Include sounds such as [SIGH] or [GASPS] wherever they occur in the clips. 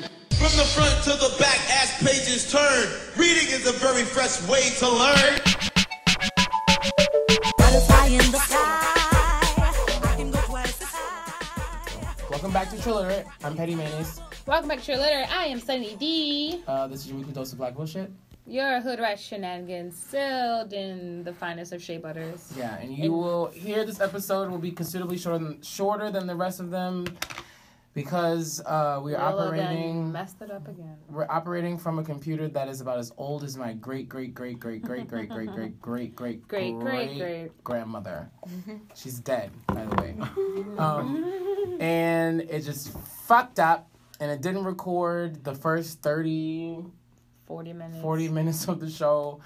From the front to the back, as pages turn, reading is a very fresh way to learn. Butterfly in the sky. I can go twice as high. Welcome back to Trilliterate. I'm Petty Mayonnaise. Welcome back to your letter. I am Sunny D. Uh, this is your weekly dose of black bullshit. Your hood rat shenanigans sealed in the finest of shea butters. Yeah, and you will hear this episode will be considerably shorter than, shorter than the rest of them because uh, we're Well, then, operating Messed it up again. we're operating from a computer that is about as old as my great great great great great great great great great great Great, great, great. grandmother. She's dead, by the way. Um, and it just fucked up and it didn't record the first 30 40 minutes. 40 [LAUGHS] minutes of the show.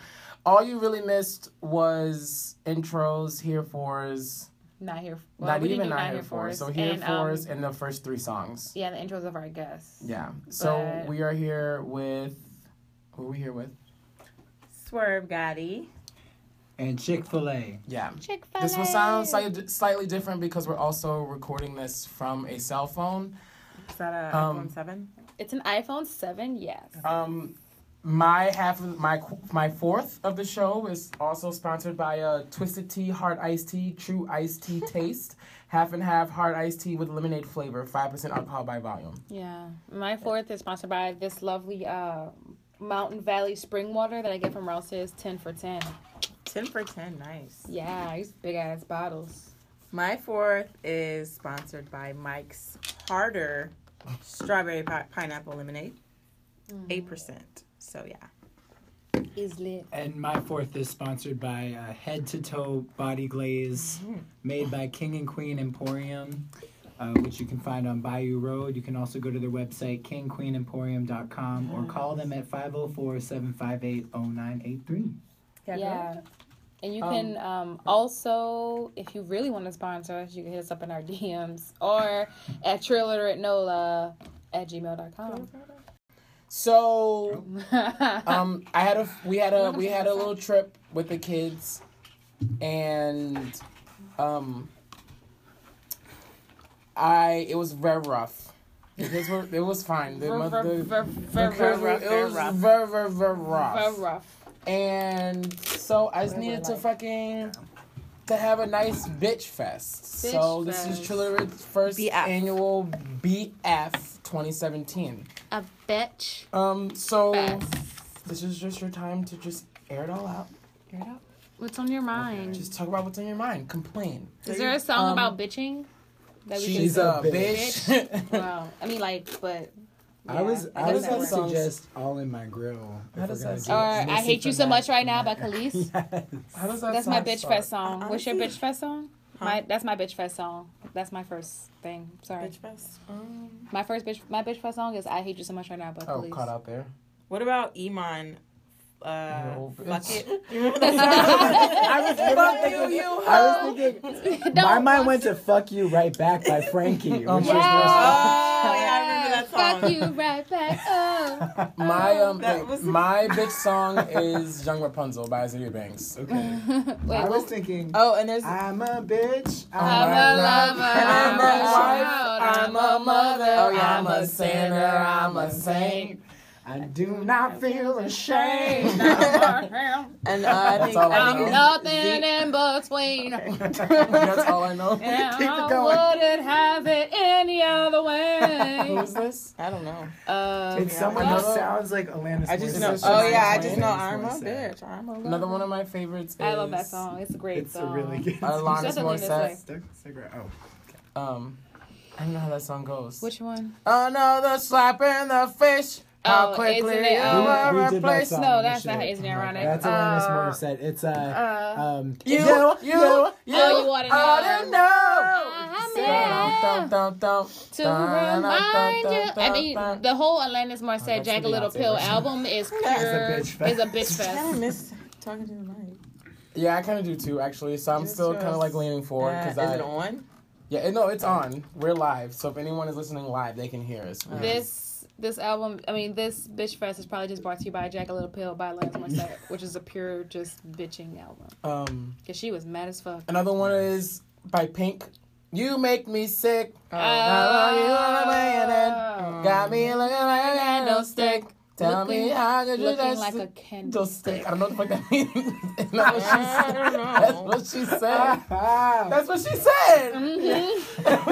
All you really missed was intros, here fours, Not here. well, not we didn't even do not here fours. So here And, um, fours and the first three songs. yeah, the intros of our guests. Yeah. So but- we are here with. Who are we here with? Swerve Gotti. and Chick Fil A. Yeah. Chick fil A. This one sounds slightly, slightly different because we're also recording this from a cell phone. Is that a Um, iPhone 7? It's an iPhone 7, yes. Um, my half of my qu- my fourth of the show is also sponsored by uh, Twisted Tea Hard Iced Tea True Iced Tea Taste half and half hard iced tea with lemonade flavor five percent alcohol by volume. Yeah. My fourth is sponsored by this lovely uh, Mountain Valley spring water that I get from Rouse's 10 for 10. 10 for 10, nice. Yeah, these big ass bottles. My fourth is sponsored by Mike's Harder Strawberry Pi- Pineapple Lemonade. Mm. 8%. So, yeah. Is lit. And my fourth is sponsored by uh, Head to Toe Body Glaze, Mm-hmm. made by King and Queen Emporium, uh, which you can find on Bayou Road. You can also go to their website, kingqueenemporium.com, or call them at 504 758 0983. Yeah. And you can um, also, if you really want to sponsor us, you can hit us up in our [LAUGHS] DMs or at trilliterateNola at gmail.com. So [LAUGHS] um, um, I had a we had a we had a little trip with the kids, and um, I it was very rough. The kids were it was fine. The, mo- the- Very Because rough. It was very, very, very rough. Very rough. And so I just needed to fucking to have a nice bitch fest. so Bitch this fest. is Trillerid's first BF. annual BF 2017. A bitch. Um, so Fest. this is just your time to just air it all out. Air it out. What's on your mind? Just talk about what's on your mind. Complain. Is there a song Um, about bitching? That we She's uh, can a a bitch. [LAUGHS] Wow. I mean, like, but. I was I, I guess was that going to works. suggest All in My Grill. if How we're does gonna that do Or it. I Hate You [LAUGHS] So Much Right Now by [LAUGHS] Khalees. Yes. How does that That's my song bitch start? fest song. What's your honestly- bitch fest song? Huh? My that's my bitch fest song. That's my first thing. Sorry, Bitch fest. my first bitch my bitch fest song is "I Hate You So Much Right Now" by Oh, Police. caught [LAUGHS] out there. What about Iman? Uh, old bitch. fuck it. [LAUGHS] [LAUGHS] I was thinking, I was thinking my mind went to "Fuck You" right back by Frankie. [LAUGHS] Oh which was my God. my- Oh, yeah, I remember that song. Fuck you right back up. My Oh, um, That wait, was- my bitch song is "Young Rapunzel" by Azalea Banks. Okay. [LAUGHS] Wait, I was what? thinking. Oh, and there's I'm a bitch. I'm my a love. lover. I'm I'm a a wife, child. I'm a mother, Oh, yeah. I'm a sinner, I'm a saint. I do not feel [LAUGHS] ashamed. [LAUGHS] and uh, I That's think all I I know. think I'm nothing in between. [LAUGHS] That's all I know. [LAUGHS] And Keep it I going. wouldn't have it any other way. [LAUGHS] Who's this? I don't know. Uh, It's someone who well, sounds like Alanis. I just Morissette. know. is Oh just yeah, I Alanis just know. Alanis I'm a Morissette. bitch. I'm a lover. Another one of my favorites. Is I love that song. It's a great It's a song. really good. Alanis Just a little bit Morissette. Stuck cigarette. Oh, Um, I don't know how that song goes. Which one? Another slap in the face. How Oh, quickly isn't you it- we were We- did that replaced. song. No, Oh, that's not. shit. Isn't it Oh my ironic? that's Alanis Morissette. It's uh, Uh, um, You, yo, you, yo. you, Oh, you wanna ought to know. Oh, know. Dum, I'm dum, dum, to dum. remind Dun, you. dun, I dun, mean, dun. the whole Alanis Morissette that's Jack a the Little Beyonce Pill version. [LAUGHS] album is pure bitch fest. is a bitch I fest. miss talking to the mic. Yeah, I kind of do too, actually. So I'm It's still kind of just- like leaning forward Uh, because is I it on? yeah it- no, it's on. We're live, so if anyone is listening live, they can hear us. We- This this album, I mean, this bitch fest is probably just brought to you by Jack a Little Pill by Alanis [LAUGHS] Morissette, which is a pure just bitching album Um, because she was mad as fuck. another one is by Pink, You make me sick. Oh. I love Oh, you on a Oh. man. Got me looking like a candle stick. Tell me Looking- how could you Looking just like a candle candle. stick? I don't know what the fuck that [LAUGHS] means. That's not what she said. That's what she said. That's what she [LAUGHS] said. That's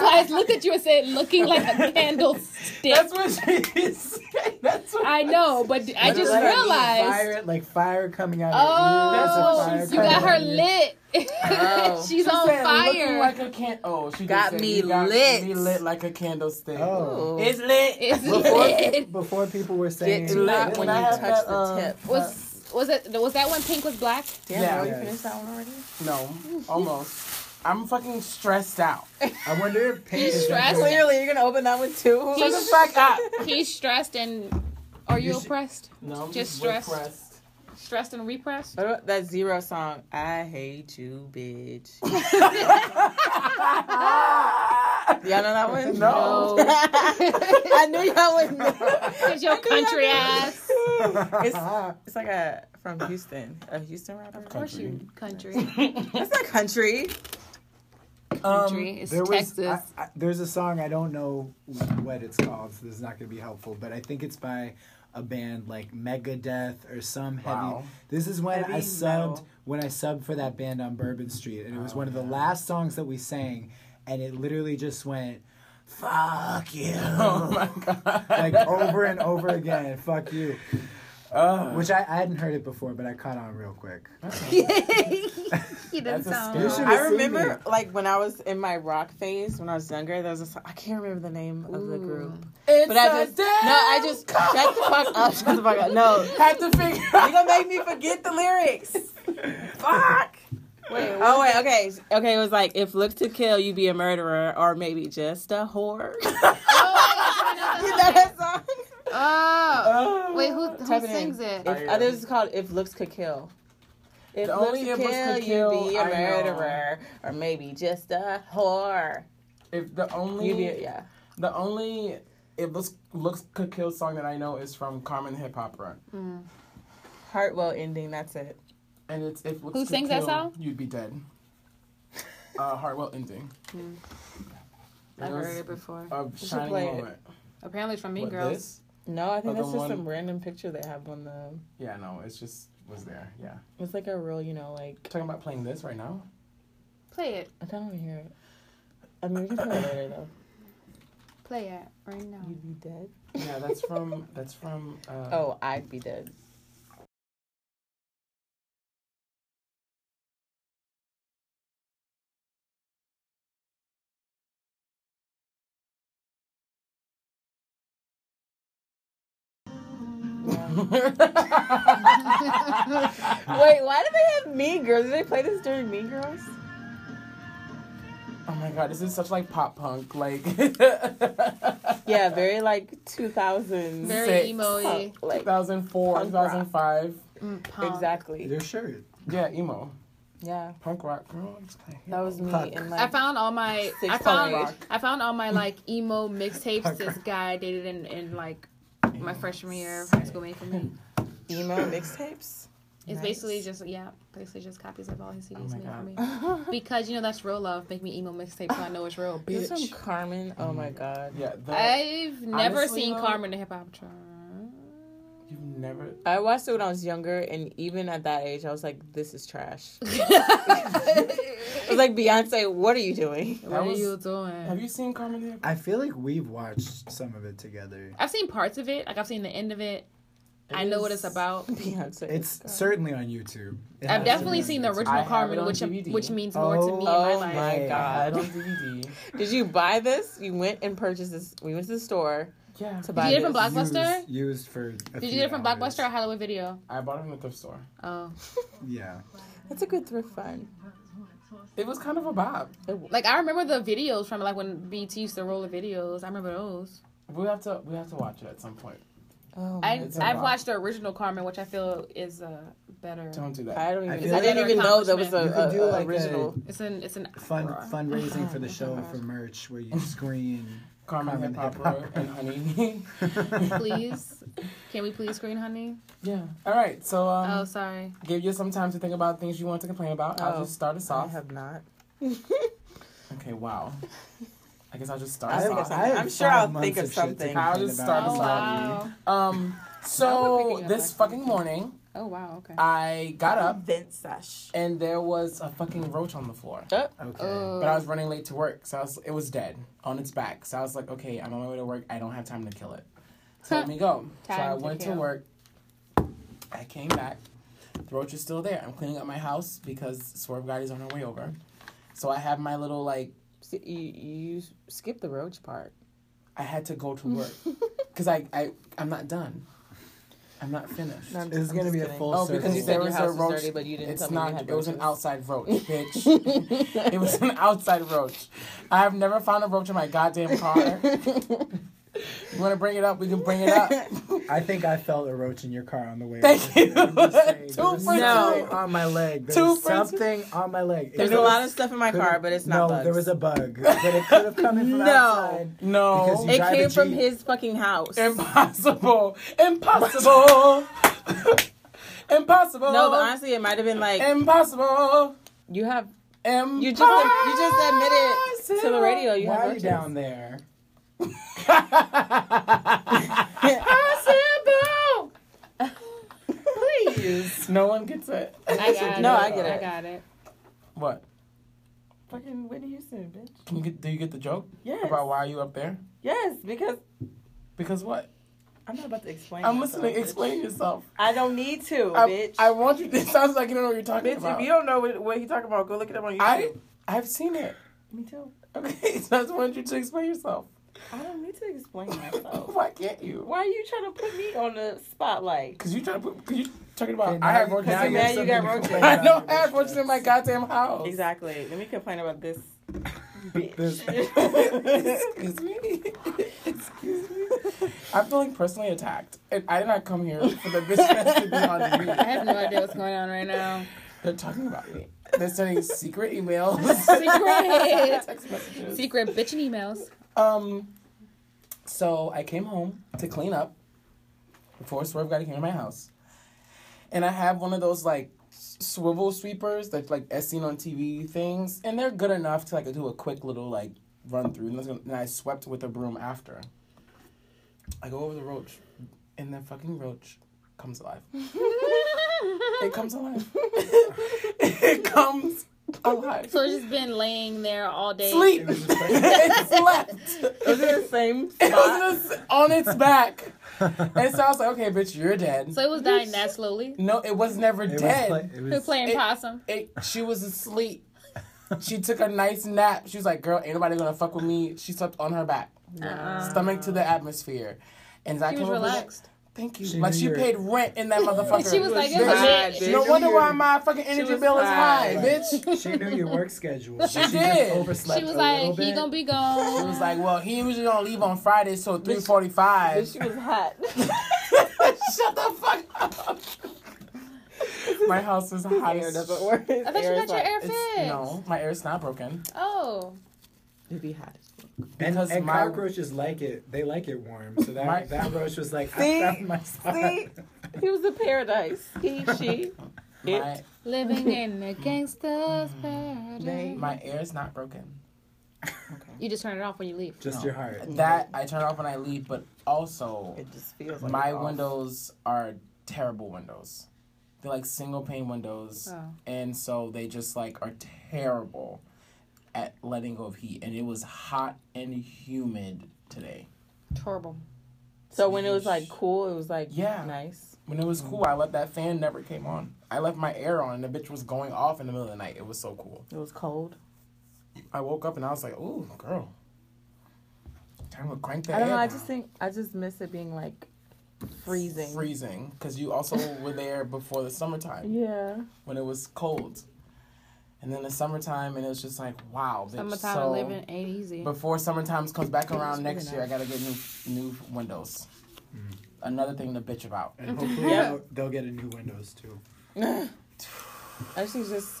why I just looked at you and said, looking [LAUGHS] like a candle stick. That's what she said. That's what I know, but I just Like realized. Fire, like fire coming out of Oh, your ears. That's a you got her coming out of your- lit. [LAUGHS] She's she on said, fire. Looking like a can- oh, she Got just said, me you got lit. me lit like a candlestick. Oh. It's lit. it's Before, lit. before people were saying Get too too hot hot Can when when you I you have touch that, touch the the um, tip. tip. Was was it was that when pink was black? Damn, Yeah. girl, you Yes. finished that one already? No, almost. I'm fucking stressed out. I wonder if Pink He's [LAUGHS] is stressed. Clearly, you're gonna open that one too. He's- Shut the fuck up. He's stressed and are you, You should- oppressed? No, I'm Just just stressed. repressed. [LAUGHS] Stressed and repressed? What about that zero song? I hate you, bitch. Oh Y'all know that [LAUGHS] one? No. I knew y'all would know. Cause your country ass. It's, it's like a from Houston, a Houston rapper. Of course you country. That's not country. Um, Country. It's There was, Texas. I, I, there's a song I don't know what it's called, so this is not going to be helpful. But I think it's by a band like Megadeth or some heavy. Wow. This is when Heavy I subbed metal. Oh, when I subbed for that band on Bourbon Street, and it was one of the last songs that we sang, and it literally just went. Fuck you. Oh my god. [LAUGHS] like over and over again. Fuck you. Oh. Ugh. Which I, I hadn't heard it before, but I caught on real quick. [LAUGHS] [LAUGHS] he didn't That's a sound skill. right. should've I seen remember, it. like when I was in my rock phase when I was younger. There was a song, I can't remember the name of the group, It's but I just no, I just shut the fuck up, shut the fuck up. No, had to figure You're gonna make me forget the lyrics. Fuck. [LAUGHS] Wait, oh wait, okay, okay. It was like if look to kill, you be a murderer, or maybe just a whore. you Oh, [LAUGHS] know that song? Oh. out. Wait, who, who Type it in. sings it? I- If, oh, this is called if looks could kill. If The looks only could If Looks kill, Could Kill you be a I know. murderer, or maybe just a whore. If the only You be a, yeah. the only it looks looks could kill song that I know is from Carmen Hip Hop Run, Heartwell ending. That's it. and it's if looks Who could sings that kill, song? You'd be dead. Uh, Hartwell ending. I've was heard it before. A should shining play it. moment. Apparently it's from Mean What, Girls. this? No, I think Other that's just one. some random picture they have on the. Yeah, no, it's just was there. Yeah, It's like a real, you know, like talking about playing this right now. Play it. I don't even hear it. I mean, we can play it later though. Play it right now. You'd be dead. Yeah, that's from that's from. Uh, [LAUGHS] Oh, I'd be [LAUGHS] dead. Wait, why do they have Mean Girls? Did they play this during Mean Girls? Oh my god, this is such like pop punk. Like, [LAUGHS] Yeah, very like 2000s. Very Six. emo-y. like, 2004, Punk rock. 2005. Mm, punk. exactly. Their shirt. Yeah, emo. Yeah, Punk rock. Girl, it's like- that was me. Fuck. And I like, found all my Six I found Punk Rock. I found all my like emo mixtapes this guy I dated in, in like my freshman year of high school made for me. emo mixtapes. It's Nice. basically just yeah, basically just copies of all his CDs Oh my [LAUGHS] made for me. Because you know that's real love. Make me emo mixtape so I know it's real, This bitch. from Carmen. Oh my god. Yeah, the, I've never Honestly, seen though- Carmen the hip hop charm. you've never. I watched it when I was younger, and even at that age, I was like, "This is [LAUGHS] trash." it was like Beyonce, what are you doing? [LAUGHS] What are was- you doing? Have you seen Carmen Hip? I feel like we've watched some of it together. I've seen parts of it. Like I've seen the end of it. I know what it's [LAUGHS] about. Beyonce. It's certainly on YouTube. It has I've to definitely be on seen the YouTube. original I have it Carmen, on which DVD. which means more to me in my Oh life. my Yeah, I had god. it on DVD. Did you buy this? You went and purchased this. We went to the store Yeah, to Did buy you get this. it from Blockbuster? Used, used for. A Did you get it from Blockbuster or Halloween Video? I bought it in the thrift store. Oh, Yeah. That's a good thrift fund. It was kind of a bop. like I remember the videos from like when BT used to roll the videos. I remember those. We have to we have to watch it at some point. Oh, my I It's a I've bop. watched the original Carmen, which I feel is uh, better. Don't do that. I don't I even. feel I, like- didn't even know there was a, You could a- do a like original. It's an it's an a fun opera. fundraising [LAUGHS] for the show for merch where you screen Carmen Carmen Hip Hop Hip Hop. Road and [LAUGHS] Honey. [LAUGHS] please. Can we please screen, honey? yeah. All right. So um, Oh, sorry. give you some time to think about things you want to complain about. I'll [LAUGHS] Oh, just start us I off. have not. Okay, [LAUGHS] wow. I guess I'll just start. I think of soft. something. have I'm sure I'll five think months of shit to something. complain I'll just about. start Oh wow. [LAUGHS] um, I would pick so you up this next fucking morning, Oh wow. Okay. I got up Vent sesh. and there was a fucking roach on the floor. Okay. But I was running late to work, so I was, it was dead on its back. So I was like, okay, I'm on my way to work. I don't have time to kill it. So let me go. so I Time to went to kill. work. I came back. The roach is still there. I'm cleaning up my house because Swerve Gotti's on her way over. So I have my little like See, you, you skip the roach part. I had to go to [LAUGHS] work because I, I I'm not done. I'm not finished. This is gonna be a full Oh, circle. because you said there your was a house was roach. dirty, but you didn't it's tell me you not. had it was an roaches. outside [LAUGHS] roach, bitch. it was an outside roach. I have never found a roach in my goddamn [LAUGHS] car. you want to bring it up? We can bring it up. I think I felt a roach in your car on the way. Thank over. you. I'm just [LAUGHS] saying, Two there was for two. something on my leg. There Two was for two. something on my leg. It There's a could've- lot of stuff in my could've- car, but it's not No, bugs. there was a bug, but it could have come in [LAUGHS] from No. outside. No, Because you- it drive a came from Jeep. his fucking house. impossible, impossible, [LAUGHS] impossible. no, but honestly, it might have been like impossible. you have Impossible. you just you just admitted to the radio you Why have are you roaches. down there? Possible. Please. No one gets it. I got it. No, I get it. I got it. What? Fucking Whitney Houston, bitch. Can you get? Do you get the joke Yes. about why are you up there? Yes, because Because what? I'm not about to explain. I'm myself, listening. bitch. Explain yourself. I don't need to, I, bitch. I want you. [LAUGHS] It sounds like you don't know what you're talking bitch, about. if you don't know what, what he talking about, go look it up on YouTube. I I've seen it. Me too. Okay, [LAUGHS] so I just wanted you to explain yourself. I don't need to explain [LAUGHS] myself. Why can't you? Why are you trying to put me on the [LAUGHS] spotlight? Because you trying to put. Because you talking about. Okay, I now have you- roaches. now in you my- have you got something to roaches. [LAUGHS] complain I [LAUGHS] about don't your have roach. roaches in my goddamn house. Exactly. Let me complain about this. This- [LAUGHS] Excuse me. Excuse me. I'm feeling personally attacked, and I did not come here for the business to be on me. I have no idea what's going on right now. They're talking about me. They're sending secret emails, [LAUGHS] Secret, text messages. secret bitching emails. [LAUGHS] Um, so I came home to clean up before Swerve got here to my house, and I have one of those like s- swivel sweepers that like as seen on TV things, and they're good enough to like do a quick little like run through. And, that's gonna- and I swept with a broom after. I go over the roach, and the fucking roach comes alive. it comes [LAUGHS] alive. it comes alive. So it's just been laying there all day. [LAUGHS] Sleep. it slept. Is it the [LAUGHS] same It spot? was just on its back. and so I was like, okay, bitch, you're dead. So it was dying that slowly. no, it was never It was dead. like- it We're was- playing It- possum. it, she was asleep. She took a nice nap. She was like, girl, ain't nobody gonna fuck with me. She slept on her back, stomach to the atmosphere. And I She came was over there- relaxed. Thank you. She like knew she your- paid rent in that motherfucker. [LAUGHS] She was like, it was Bitch, hot, bitch. bitch. No She wonder knew why your- my fucking energy was bill is high, high. [LAUGHS] bitch. [LAUGHS] She knew your work schedule. She just did. overslept She was a like, little he bit. gonna be She gone. was like, well, he usually don't leave on Fridays till three forty-five. She was [LAUGHS] hot. Shut the fuck up. My house [LAUGHS] is hot Air as doesn't work. I thought you got your air fixed. It's, no, my air's not broken. Oh. It'd be hot. And, Because and my- cockroaches like it. They like it warm. So that My- that roach was like, See? I found my [LAUGHS] spot. See? He was a paradise. He, [LAUGHS] she, it. My Living [LAUGHS] in the gangster's Mm-hmm. paradise. my air's not broken. You just turn it off when you leave. Just No. your heart. That I turn off when I leave, but also Mm. It just feels like my it's off. windows are terrible windows. They're like single pane windows, Oh. and so they just like are terrible at letting go of heat. And it was hot and humid today. Horrible. So when it was like cool, it was like Yeah. nice. When it was cool, I let that fan never came on. I left my air on, and the bitch was going off in the middle of the night. It was so cool. It was cold. I woke up and I was like, "Ooh, girl, time to crank that." I don't know. air I down." just think I just miss it being like freezing. freezing because you also were there before the summertime Yeah. when it was cold, and then the summertime and it was just like, "Wow, bitch." Summertime so living ain't easy. [LAUGHS] before summertime comes back around really next year, I gotta get new new windows. Another thing to bitch about. [LAUGHS] And hopefully Yeah. they'll, they'll get a new Windows too. I should just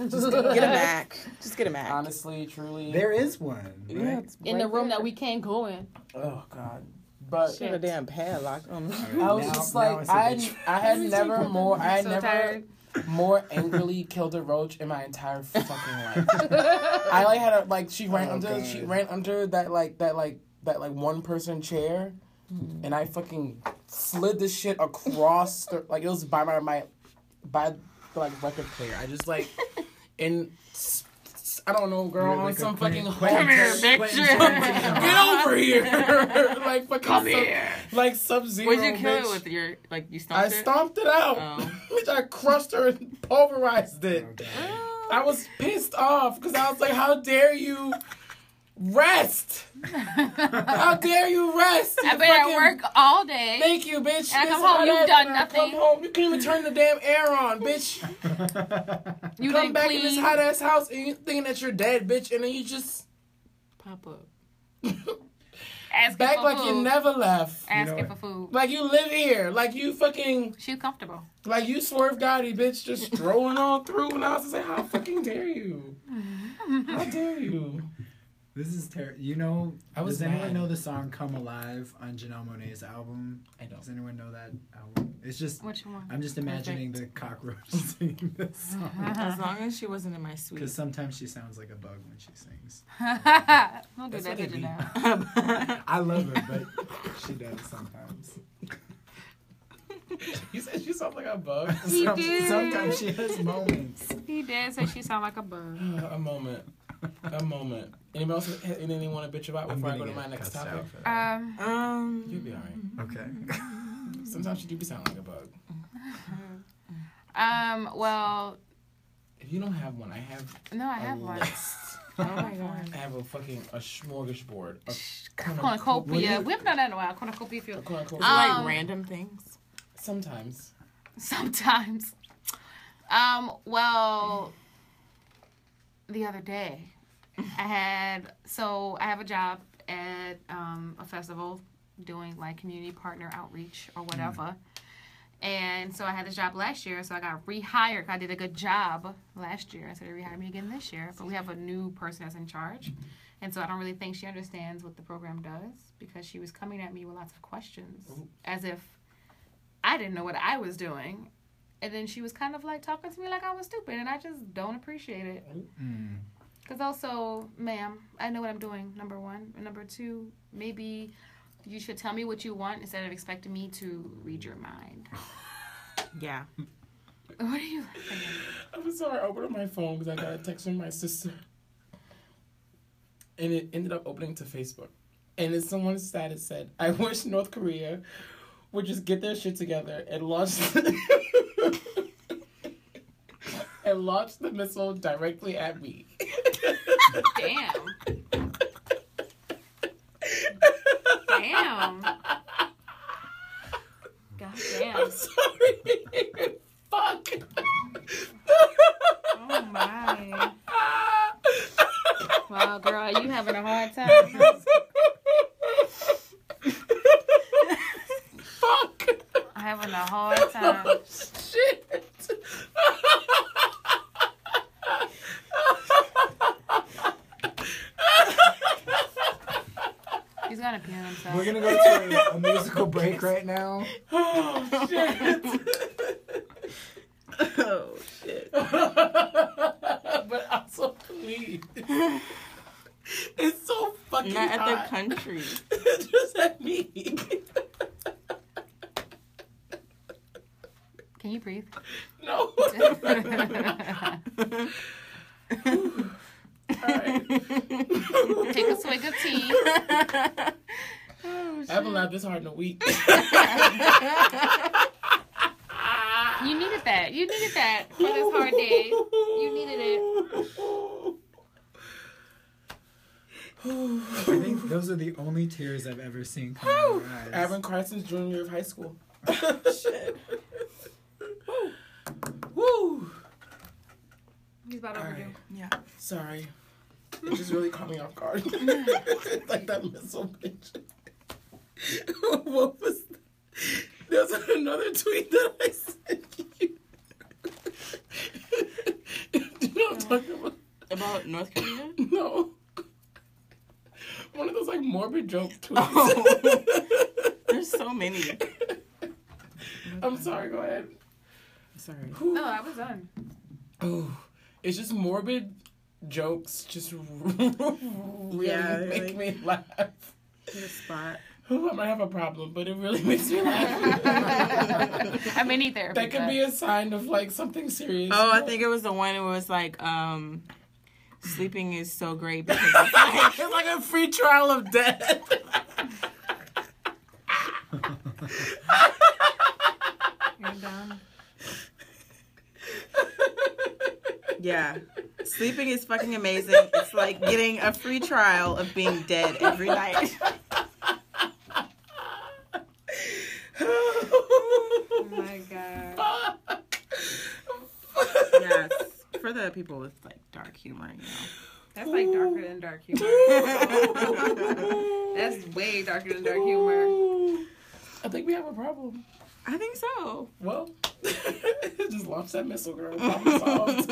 just get a Mac. Just get a Mac. Honestly, truly, There is one. Right? Yeah, it's in right the room there. that we can't go in. oh god, but. Shit. Put a damn padlock Oh, on. All [LAUGHS] right, I was now- just now like it's a I bitch. I had Let me take never one. more I I'm had so never tired. more angrily killed a roach in my [LAUGHS] entire fucking life. I like had a like she Oh, ran under she ran under that like that like that like one person chair, and I fucking slid the shit across the like it was by my my by the, like record player. I just [LAUGHS] like in s- s- I don't know, girl, on like a some Quentin- fucking Quentin horse. Get over here! [LAUGHS] like fucking Come sub, here. like sub zero. Would you kill bitch. it with your like you stomped I it? stomped it out. Oh. [LAUGHS] Bitch, I crushed her and pulverized it. Oh. I was pissed off because I was like, how dare you rest? How dare you rest? I've you been at fucking- work all day. Thank you, bitch. I come This- home, I you've had- done I nothing. Come home, you can't even turn the damn air on, [LAUGHS] bitch. You Come didn't back in clean. this hot ass house and you thinking that you're dead, bitch, and then you just [LAUGHS] Pop up. Asking back for like food. you never left. Asking You know for food. Like you live here, like you fucking, She comfortable. like you swerve Gotti, bitch, just rolling on through. And I was just like, how fucking dare you? How dare you? This is terrible. You know, I was does anyone mad. know the song "Come Alive" on Janelle Monae's album? I don't. Does anyone know that album? It's just Which one? I'm just imagining the cockroach [LAUGHS] singing this Uh-huh. song As long as she wasn't in my suite. because sometimes she sounds like a bug when she sings. Don't do That's what that to it be. Janelle. I love her, but she does sometimes. You said she sounds like a bug. He Some- did. Sometimes she has moments. he did say she sound like a bug. Uh, a moment. A moment. Anybody else? Anything you want to bitch about I'm before I gonna go to get my next cussed topic? out for that. Um, You'll um, be alright. okay. Sometimes you do be sound like a bug. um. Well, If you don't have one, I have no, I a have one. list. Oh [LAUGHS] my god. I have a fucking a smorgasbord. of- Cornucopia. We haven't done that in a while. Cornucopia. of field. cornucopia. Um, Like, random things. sometimes. [LAUGHS] Sometimes. Um. Well, the other day, I had so I have a job at um, a festival doing like community partner outreach or whatever. And so I had this job last year, so I got rehired. I did a good job last year, so they rehired me again this year. But we have a new person that's in charge, and so I don't really think she understands what the program does because she was coming at me with lots of questions, as if I didn't know what I was doing. And then she was kind of like talking to me like I was stupid, and I just don't appreciate it. Mm. Because also, ma'am, I know what I'm doing, number one. And number two, maybe you should tell me what you want instead of expecting me to read your mind. [LAUGHS] Yeah. What are you laughing I'm sorry. I opened up my phone because I got a text from my sister, and it ended up opening to Facebook. And it's someone's status said, "I [LAUGHS] wish North Korea would just get their shit together and launch." [LAUGHS] And launch the missile directly at me. [LAUGHS] at? Damn. Damn. God damn. I'm sorry. [LAUGHS] Fuck. Oh my. Wow, girl, you having a hard time. [LAUGHS] Fuck. Oh, Having [LAUGHS] a hard time. Shit. He's gonna pee on himself. We're gonna go to a, [LAUGHS] a musical break right now. Oh shit. [LAUGHS] Oh shit. but also please. It's so fucking Not at the Uh, hot. [LAUGHS] country. [LAUGHS] Just at me. Can you breathe? [LAUGHS] no. Alright. Take a swig of tea. [LAUGHS] I haven't laughed this hard in a [LAUGHS] week. Uh, You needed that. You needed that for [LAUGHS] this hard day. You needed it. I think those are the only tears I've ever seen come out of her eyes. Aaron Carson's junior year of high school. Woo. He's about All overdue. right. Yeah. Sorry. It just really caught me off guard. [LAUGHS] like that missile bitch. [LAUGHS] what was There's another tweet that I sent you. [LAUGHS] Do you know what I'm talking about? [LAUGHS] About North Korea? No. One of those like morbid joke tweets. Oh. [LAUGHS] There's so many. I'm sorry, go ahead. [LAUGHS] Sorry. No, I was done. Oh, it's just morbid jokes. Just [LAUGHS] really Yeah, make like- me laugh. [LAUGHS] Your spot. Ooh, I might have a problem, but it really [LAUGHS] makes me [LAUGHS] laugh. I mean, either. that could be a sign of like something serious. Oh, I think it was the one who was like, um, sleeping is so great because it's like, [LAUGHS] it's like a free trial of [LAUGHS] death. You're done. Yeah. Sleeping is fucking amazing. It's like getting a free trial of being dead every night. [LAUGHS] Oh my god. yes. For the people with like dark humor, you That's like darker than dark humor. [LAUGHS] know. That's way darker than dark humor. I think we have a [LAUGHS] problem. I think so. Well, just launch that missile, girl. Problem [LAUGHS] solved.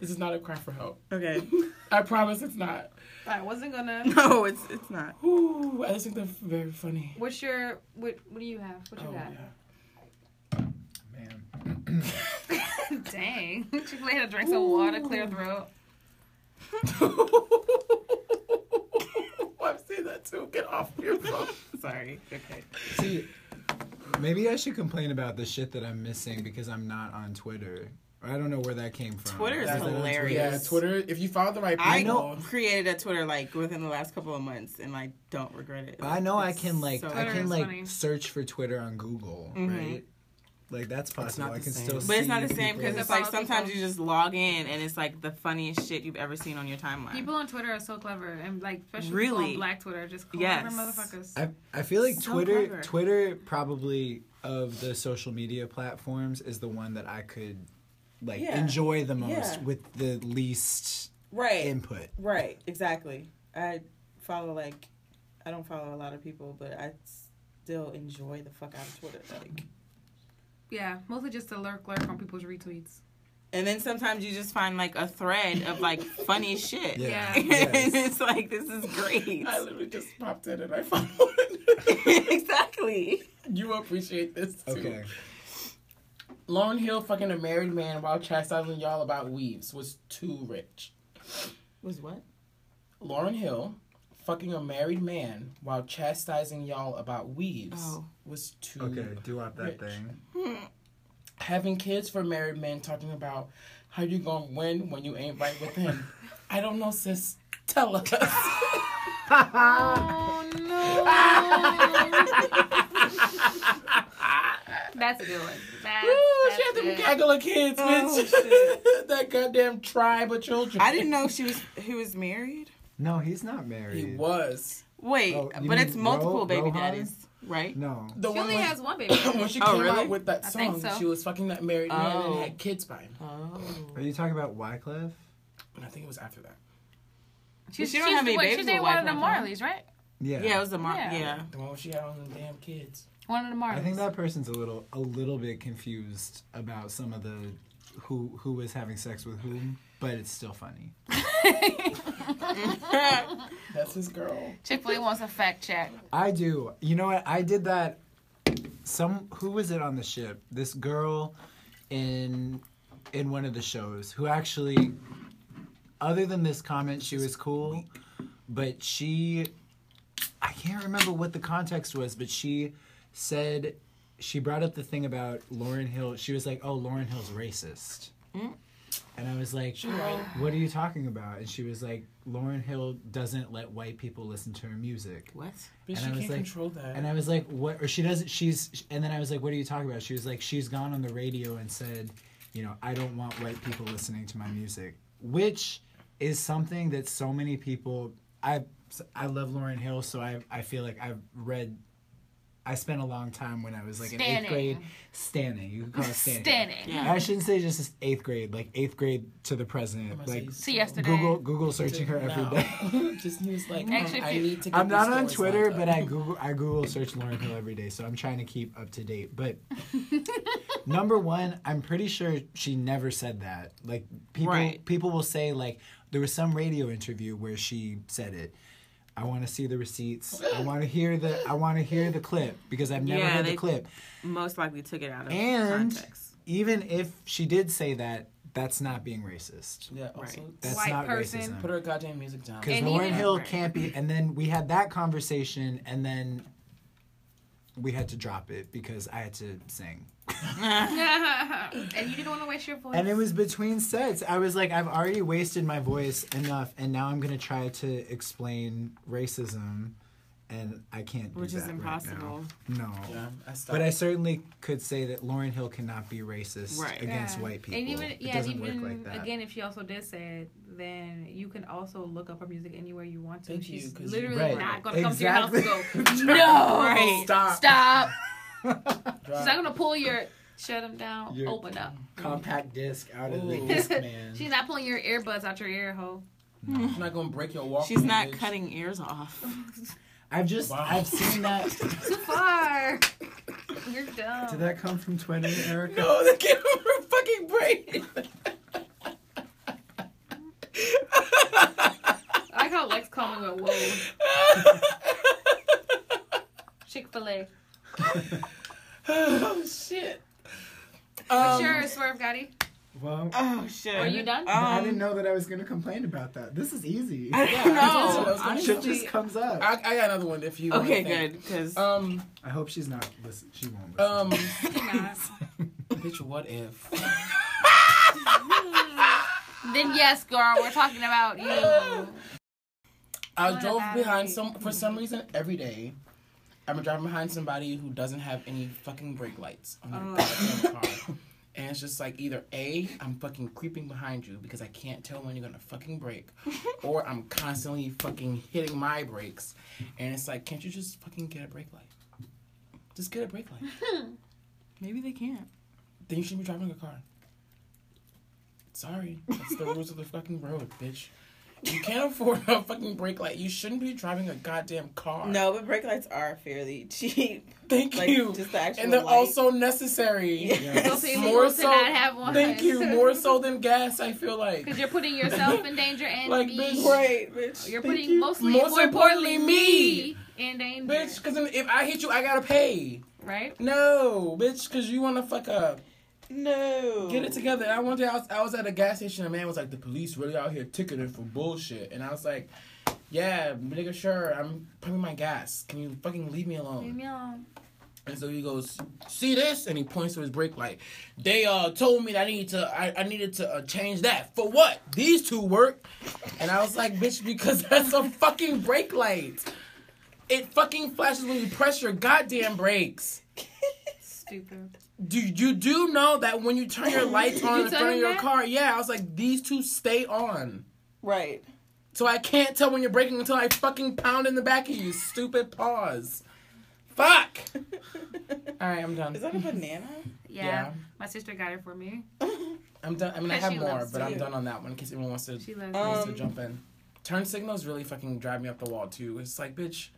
this is not a cry for help. [LAUGHS] Okay. I promise it's not. I wasn't gonna. No, it's it's not. Ooh, I just think they're very funny. [LAUGHS] What's your what? What do you have? What you Oh, got? yeah. Oh, Man. [LAUGHS] Dang. She laid a drink some water, clear throat. I've seen that too. Get off your phone. [LAUGHS] Sorry. Okay. See, maybe I should complain about the shit that I'm missing because I'm not on Twitter. I don't know where that came from. Twitter Is is it on Twitter? hilarious. Yeah, Twitter. If you follow the right people, I know created a Twitter like within the last couple of months, and I don't regret it. But I know I It's can like so- Mm-hmm. I Twitter can is like funny. search for Twitter on Google, right? Like that's possible. not I the can same. still. But it's not see the same because people's- it's like Follow people. sometimes you just log in and it's like the funniest shit you've ever seen on your timeline. People on Twitter are so clever, and like especially people Really? on Black Twitter, just clever Yes. motherfuckers. I I feel like So Twitter clever. Twitter probably of the social media platforms is the one that I could like Yeah. enjoy the most Yeah. with the least right, input. right, exactly. I follow like I don't follow a lot of people, but I still enjoy the fuck out of Twitter. Like, yeah, mostly just to lurk, lurk on people's retweets. and then sometimes you just find like a thread of like funny shit. Yeah. [LAUGHS] and Yes. it's like this is great. [LAUGHS] I literally just popped in and I followed. it. [LAUGHS] exactly. you will appreciate this too. Okay. Lauren Hill fucking a married man while chastising y'all about weaves was too rich. Was [LAUGHS] what? Lauren Hill fucking a married man while chastising y'all about weaves Oh. was too Okay. Do up that Rich. thing. [LAUGHS] having kids for married men talking about how you gonna win when you ain't right with [LAUGHS] him. I don't know, sis. Tell [LAUGHS] us. Uh, Oh no! That's a good one. That's, Ooh, that's she had them good. gaggle of kids, Oh, bitch. [LAUGHS] that goddamn tribe of children. I didn't know she was he was married. [LAUGHS] No, he's not married. He was. Wait, Oh, you mean but it's multiple Ro- baby Rohan? daddies, right? No. The She one only when, has one baby. when she Oh, came really? out with that I song, think so. she was fucking that married man and Oh. had kids by him. Oh. Are you talking about Wycliffe? And I think it was after that. She's, She don't have any wait, babies She with dated White one of the Mountain. Marleys, right? Yeah. Yeah, it was a mar- Yeah. yeah. The one where she had all them damn kids. One of the Marleys. I think that person's a little a little bit confused about some of the who who was having sex with whom, but it's still funny. [LAUGHS] [LAUGHS] That's his girl. Chick Fil A wants a fact check. I do. You know what? I did that. Some who was it on the ship? This girl in in one of the shows who actually, other than this comment, she was cool, but she, I can't remember what the context was, but she said she brought up the thing about Lauren Hill. She was like, "Oh, Lauren Hill's racist," and I was like, "What are you talking about?" And she was like, "Lauren Hill doesn't let white people listen to her music." What? And Bitch, she I was can't like- control that. And I was like, what? Or she doesn't, she's, and then I was like, what are you talking about? She was like, she's gone on the radio and said, you know, I don't want white people listening to my music, which is something that so many people, I, I love Lauren Hill, so I, I feel like I've read, I spent a long time when I was like in Stanning. eighth grade, standing. You could call it standing. Standing. Yeah. I shouldn't say just eighth grade, like eighth grade to the present, Must like be To yesterday. Google, Google searching her every now. day. [LAUGHS] Just he was like, Actually, Actually, I if you- need to. Get I'm not these on stories Twitter, lined but up. I Google I Google search Lauren Hill every day, so I'm trying to keep up to date. But number one, I'm pretty sure she never said that. Like people Right. people will say like there was some radio interview where she said it. I want to see the receipts. I want to hear the. I want to hear the clip because I've never Yeah, heard they- the clip. Most likely took it out of And context. even if she did say that, that's not being racist. Yeah. Also, That's White not person. racism. put her goddamn music down. Because And Lauren even- Hill Right. can't be. And then we had that conversation, and then we had to drop it because I had to sing. [LAUGHS] and you didn't want to waste your voice. And it was between sets. I was like, I've already wasted my voice enough, and now I'm gonna try to explain racism, and I can't do Which that is impossible. Right now. No. Yeah, I stopped. But I certainly could say that Lauren Hill cannot be racist Right. against Yeah. white people. And even it yeah, doesn't even work like that. again, if she also did say it, then you can also look up her music anywhere you want to. Thank you, She's 'cause you- literally Right. not gonna come to your house and go, Exactly. no, Right. Stop. stop. [LAUGHS] She's Drop. not gonna pull your shut them down, Your- open up. Compact disc out of Ooh. the disc man. [LAUGHS] She's not pulling your earbuds out your ear [LAUGHS] hole. I'm not gonna break your wall. She's not cutting ears off. I've just Wow. I've seen that. Too far. You're dumb. Did that come from Twitter, Erica? [LAUGHS] No, the give her fucking brain. I like how Lex called me with whoa. Chick fil A. [LAUGHS] oh shit. Um, sure, Swerve Gotti. Well, Oh shit. Are you done? I Um, [LAUGHS] didn't know that I was gonna complain about that. This is easy. Oh, no, Shit just honestly. uh, comes up. I, I got another one if you. wanna Okay, think. good. Because Um, I hope she's not listen. She won't listen. [LAUGHS] um, Nah. bitch. What if? Then yes, girl, we're talking about you. I What drove about behind it? some for some reason every day. I'm driving behind somebody who doesn't have any fucking brake lights on their goddamn car, and it's just like either a I'm fucking creeping behind you because I can't tell when you're gonna fucking brake, or I'm constantly fucking hitting my brakes, and it's like can't you just fucking get a brake light? Just get a brake light. maybe they can't. then you shouldn't be driving a car. Sorry, that's the rules of the fucking road, bitch. You can't afford a fucking brake light. You shouldn't be driving a goddamn car. No, but brake lights are fairly [LAUGHS] cheap. thank like, you. just the actual and they're light. also necessary. It's also illegal More to so. not have one. Thank [LAUGHS] you. More so than gas, I feel like. Because you're putting yourself in danger and Like, me. bitch, [LAUGHS] Right, bitch. You're thank putting you. mostly, Most more importantly, importantly, me. me in danger. Bitch, because if I hit you, I gotta pay. Right? No, bitch, because you wanna fuck up. No. Get it together. I one day I was, I was at a gas station. and A man was like, "The police really out here ticketing for bullshit," and I was like, "Yeah, nigga, sure. I'm pumping my gas. Can you fucking leave me alone?" Leave me alone. And so he goes, "See this?" And he points to his brake light. They uh told me that I need to I, I needed to uh, change that for what? These two work. And I was like, "Bitch, because [LAUGHS] that's a fucking brake light. It fucking flashes when you press your goddamn brakes." Stupid. Do you do know that when [LAUGHS] you turn your lights on in told front of him your that? car? Yeah, I was like, these two stay on. [LAUGHS] Right. [LAUGHS] So I can't tell when you're braking until I fucking pound in the back of you, stupid paws. Fuck. Um, All right, I'm done. Is that a banana? Yeah. Yeah. My sister got it for me. I'm done. I mean, I Cause have she more, loves but I'm you. done on that one in case anyone wants to, She loves [LAUGHS] wants um, to jump in. Turn signals really fucking drive me up the wall too. It's like, bitch,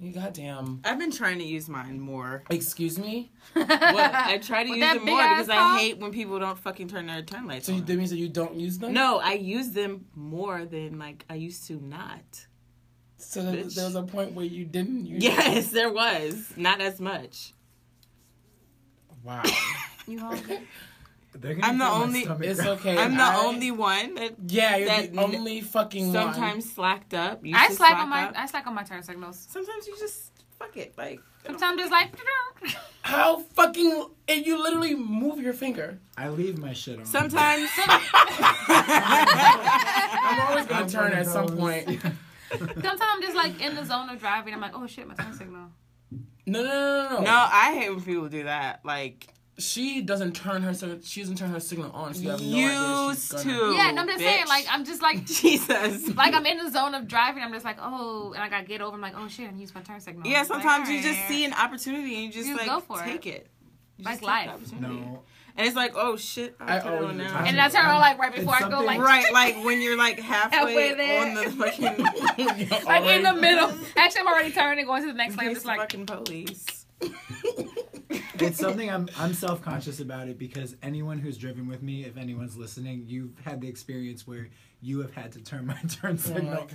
you goddamn. I've been trying to use mine [LAUGHS] more. Excuse me. Well, I try to With use that them more big ass because I ball? hate when people don't fucking turn their turn lights So you, on. that means that you don't use them. No, I use them more than like I used to not. So there, bitch. there was a point where you didn't use. [LAUGHS] Yes, there was not as much. [LAUGHS] Wow. You hungry? They're gonna I'm the feel my only- stomach It's growl. okay. I'm the I- only one that Yeah, you're that the n- only fucking one. sometimes slacked up. Used I to slack on my up. I slack on my turn signals. Sometimes you just fuck it. Like Sometimes it's like [LAUGHS] How fucking and you literally move your finger. I leave my shit [LAUGHS] on. sometimes. I'm always gonna I'm turn one at of some [LAUGHS] those. point. sometimes I'm just like in the zone of driving. I'm like, oh shit, my turn signal. No, no, no, no, no. [LAUGHS] no, I hate when people do that. Like She doesn't turn her. sig- She doesn't turn her signal on. So you have no idea if she's gonna- used to. yeah, no, I'm just saying, Oh, bitch. like I'm just like [LAUGHS] [LAUGHS] Jesus. like I'm in the zone of driving. I'm just like, oh, and I gotta get over. I'm like, oh shit, I'm using my turn signal. [LAUGHS] Yeah, Like, sometimes you just alright. see an opportunity and you just You like go for take it. You Like just take the life. opportunity. No. And it's like, oh shit, I I'll turn it owe on you. now. And then I turn on like right before It's I go, like something- right, like when you're like [LAUGHS] halfway Halfway there. on the [LAUGHS] [LAUGHS] fucking like in the middle. Actually, I'm already turning and going to the next lane. I'm place just like, fucking police. it's something I'm I'm self conscious about it because anyone who's driven with me, if anyone's listening, you've had the experience where you have had to turn [LAUGHS] my Oh turn signal off.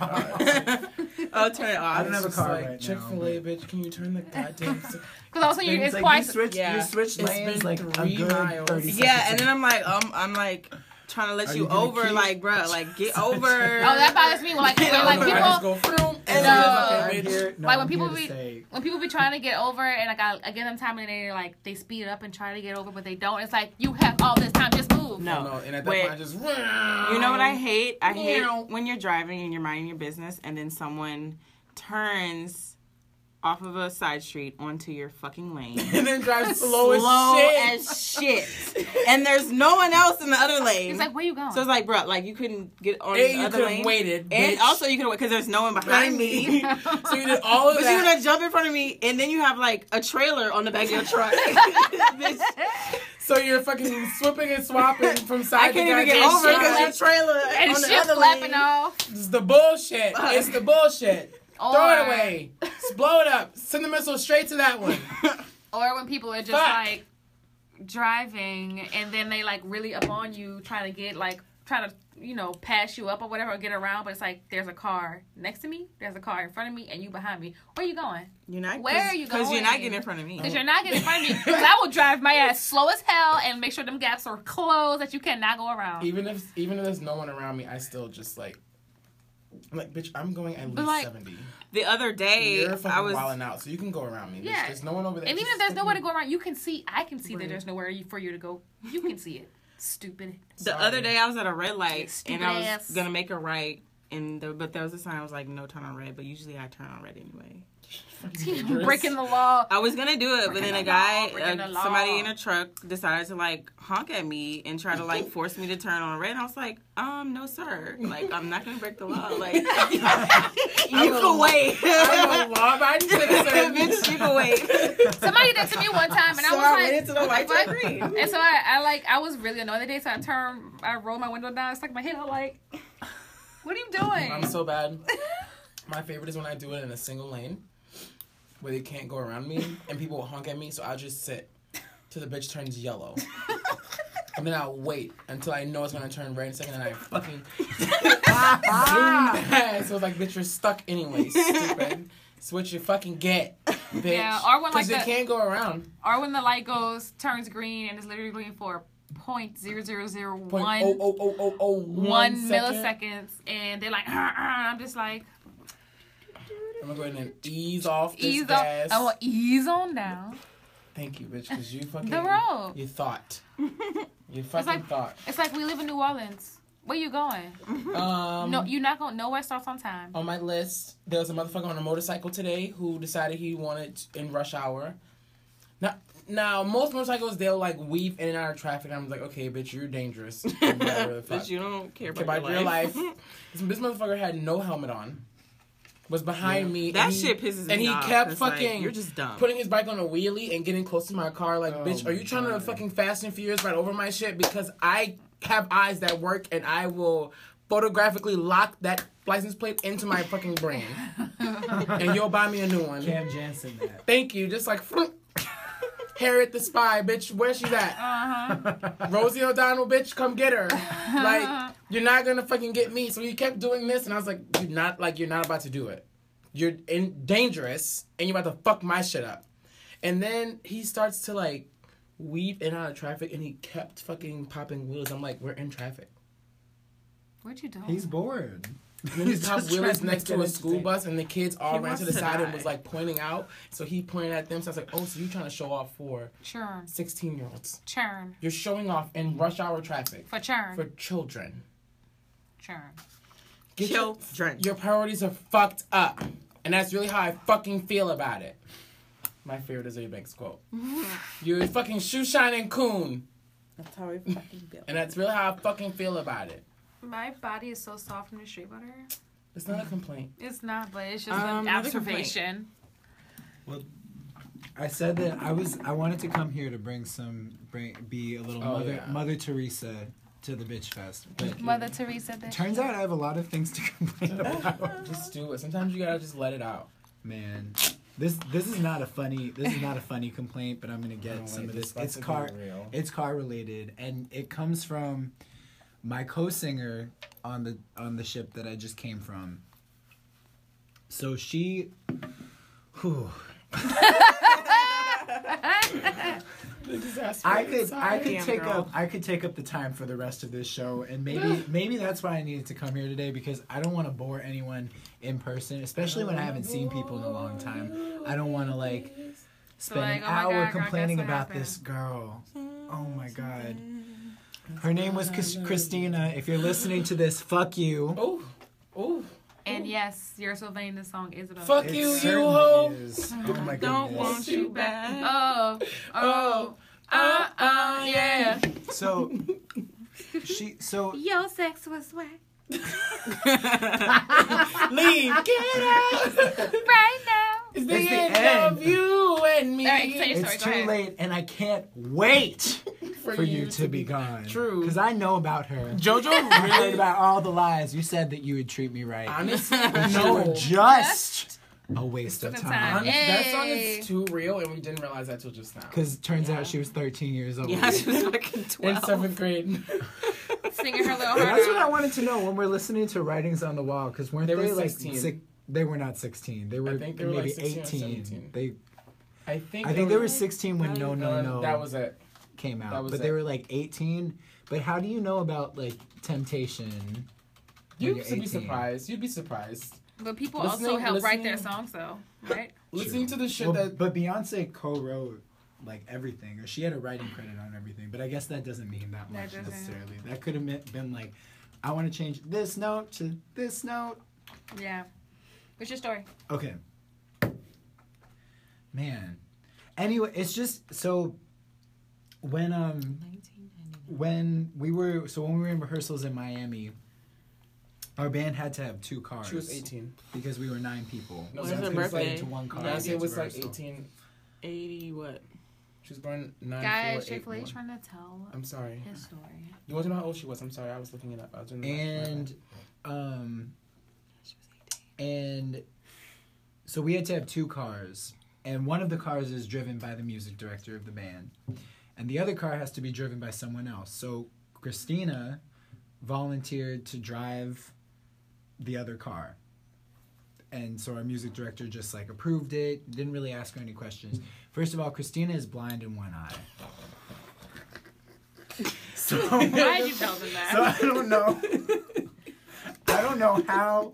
I'll turn it off. I don't have a car right now. Chick Fil A, but- bitch. Can you [LAUGHS] turn the goddamn? s- Because also you, Things [LAUGHS] it's like quite. You switch, Yeah. you switch It's lanes been like a three good miles. 30 Yeah, and seconds. then I'm like, um, I'm like trying to let Are you, you gonna over, keep- like, bruh, like get Sorry. over. oh, that bothers me. [LAUGHS] When, like, when, like over it. I just people, go [LAUGHS] vroom, And and then uh, I'm I'm like, okay, bitch. here- no, like, when I'm people here to be- say- when people be trying to get over it, and like I, I give them time, and they like they speed up and try to get over, but they don't. It's like you have all this time, just move. No. No, Oh, and at that Wait. point I [LAUGHS] just. vroom. You know what I hate? I hate Meow. when you're driving and you're minding your business and then someone turns off of a side street onto your fucking lane. And then drive [LAUGHS] slow, Slow as Oh, shit. as shit. and there's no one else in the other lane. It's like where you going? so it's like, bro, like you couldn't get on And the you other could lane. have waited. And bitch. also you could have because there's no one behind me. [LAUGHS] so you did all of But you're that. gonna jump in front of me, and then you have like a trailer on the back of your truck. [LAUGHS] Bitch, So you're fucking swapping and swapping from [LAUGHS] I side to can't side. even get And over shit, because your like, trailer and on the shit other lane. flapping off. It's the bullshit. It's the bullshit. [LAUGHS] Or, Throw it away. Just blow it up. Send the missile straight to that one. [LAUGHS] Or when people are just Fuck. like driving and then they like really up on you trying to get like trying to you know pass you up or whatever or get around but it's like there's a car next to me there's a car in front of me and you behind me where you going [LAUGHS] You're not. Where are you Because you're going? not getting in front of me. because you're not getting in front of me [LAUGHS] 'Cause i will drive my ass slow as hell and make sure them gaps are closed that you cannot go around Even if even if there's no one around me, I still just like I'm like, bitch, I'm going at least like, seventy. The other day, You're I fucking was. wilding out, so you can go around me. bitch. Yeah. There's no one over there. and even Just if there's nowhere to fucking- go around you can see i can see that there's nowhere you- for you to go you can see it stupid [LAUGHS] The other day, I was at a red light, Stupid and I was ass. gonna make a right, and the, but there was a sign. I was like, no turn on red, but usually I turn on red anyway. [LAUGHS] breaking the law I was gonna do it, but then the a law, guy, breaking the uh, law. somebody in a truck, decided to like honk at me and try to like force me to turn on red. And I was like, um, no, sir. Like, I'm not gonna break the [LAUGHS] law. Like, you can wait, I'm a [LAUGHS] law-abiding citizen. bitch. You can [LAUGHS] wait. Somebody did to me one time, and I So was I like, waited till the "What lights fuck?" went green. And so I, I like, I was really annoyed the day, so I turned, I rolled my window down, stuck my head out, like, "What are you doing?" [LAUGHS] [LAUGHS] I'm so bad. My favorite is when I do it in a single lane where they can't go around me and people will honk at me, so I'll just sit till the bitch turns yellow. and then I'll wait until I know it's gonna turn red in a second and I fucking [LAUGHS] zoom past. So it's like, bitch, you're stuck anyway, stupid. It's what you fucking get, bitch. Yeah, or when, like, they the- can't go around. or when the light goes, turns green, and it's literally green for point zero zero zero Point one oh, oh, oh, oh, oh, one one second. milliseconds, and they're like, "Uh, uh," I'm just like, I'm gonna go ahead and ease off this ease on, gas. I will ease on down. Thank you, bitch, because you fucking The road. You [LAUGHS] thought. You fucking like- thought. It's like we live in New Orleans. Where you going? Um, No, you're not going. Nowhere starts on time. Oh, on my list, there was a motherfucker on a motorcycle today who decided he wanted t- in rush hour. Now, now most motorcycles they'll like weave in and out of traffic. I'm like, okay, bitch, you're dangerous. Whatever the fuck. But you don't care about, about your life. [LAUGHS] life. this, this motherfucker had no helmet on. Was behind me. That and he- shit pisses me And he off, kept 'cause, like, fucking. you're just dumb. Putting his bike on a wheelie and getting close to my car. Like, Oh bitch, are my you trying to God. fucking Fast and Furious right over my shit? Because I have eyes that work and I will photographically lock that license plate into my fucking brain. [LAUGHS] and you'll buy me a new one. Cam Jansen that. Thank you. Just like. [LAUGHS] Harriet the spy, bitch, where she's at? Uh huh. Uh-huh. Rosie O'Donnell, bitch, come get [LAUGHS] her. Like, you're not gonna fucking get me. So he kept doing this, and I was like, you're not like you're not about to do it. You're in dangerous, and you're about to fuck my shit up. And then he starts to like weave in and out of traffic, and he kept fucking popping wheels. I'm like, we're in traffic. What you doing? He's bored. And then he popped wheels next to a school bus. bus, and the kids all He ran to the wants to side and die. was like pointing out. So he pointed at them. So I was like, oh, so you trying to show off for churn, 16 year olds? churn You're showing off in rush hour traffic for churn, for children. churn. Get your- Children. Your priorities are fucked up. And that's really how I fucking feel about it. My favorite is Azalea [LAUGHS] Banks quote. You're a fucking shoe shining coon. That's how we fucking built. And that's really how I fucking feel about it. My body is so soft from the shea butter. It's not a complaint. It's not, but it's just Um, an another complaint. observation. I said that I was I wanted to come here to bring some bring be a little Oh, mother yeah. Mother Teresa to the bitch fest. But Mother Teresa. That turns out I have a lot of things to [LAUGHS] complain about. Just do it. Sometimes you gotta just let it out. Man, This this is not a funny this is not a funny complaint, but I'm gonna get some of this. it's about It's to be car real. it's car related, and it comes from my co-singer on the on the ship that I just came from. So she, whew, [LAUGHS] I could I could Damn, take girl. up I could take up the time for the rest of this show, and [LAUGHS] maybe maybe that's why I needed to come here today because I don't want to bore anyone in person, especially when I haven't seen people in a long time. [LAUGHS] I don't want to like spend like, an oh my God, hour girl, guess complaining what about happened? this girl. Oh my god. Her name was Chris- Christina. If you're listening to this, fuck you. Oh, [LAUGHS] oh, And yes, your Sylvania song is about. fuck It you, you certainly hoe. is. Oh my goodness. Don't want you back. Oh, oh, uh, oh, uh, yeah. So she so [LAUGHS] Yo, sex was whack. Leave. Get [LAUGHS] out. Right now. It's the, It's the end, end. of you and me. All right, say your story. it's too go ahead. late and I can't wait [LAUGHS] for, you, to be gone. True. Because I know about her. [LAUGHS] JoJo I heard really. about all the lies. You said that you would treat me right. Honestly, You were [LAUGHS] no. just a waste of Just a time. time. Honest, that song Yay. is too real, and we didn't realize that till just now. Because turns out she was 13 years old. [LAUGHS] Yeah, she was fucking In 12. seventh [LAUGHS] grade, Singing her little heart That's what out. I wanted to know when we're listening to Writings on the Wall. Because weren't They they, were like 16. six- They were not 16. They were, think they were, like, maybe 16 or 18. 17. They, I think. I there think they were was- 16 when No No um, No That was it. came that out. was But it. they were like 18. But how do you know about like Temptation? You'd you're be 18. surprised. You'd be surprised. But people Listening- also help write their listening- songs, though, right? Listening to the shit Well, that but Beyonce co-wrote like everything, or she had a writing credit on everything. But I guess that doesn't mean that much doesn't. necessarily. That could have meant, been like, I want to change this note to this note. Yeah. What's your story? Okay. Man. Anyway, it's just so when um when we were so when we were in rehearsals in Miami, our band had to have two cars she was 18. because we were nine people. No, so I it was her couldn't fit birthday. into one car. to Nancy get to was like rehearsal. 18. 80 what? She was born 9 Guys, 4, Chick fil A 8, trying to tell I'm sorry. his [LAUGHS] story. You want to know how old she was? I'm sorry. I was looking it up. I was doing the math. My and um and so we had to have two cars and one of the cars is driven by the music director of the band and the other car has to be driven by someone else so christina volunteered to drive the other car and so our music director just like approved it didn't really ask her any questions first of all christina is blind in one eye so Why'd you tell them that? so I don't know. I don't know how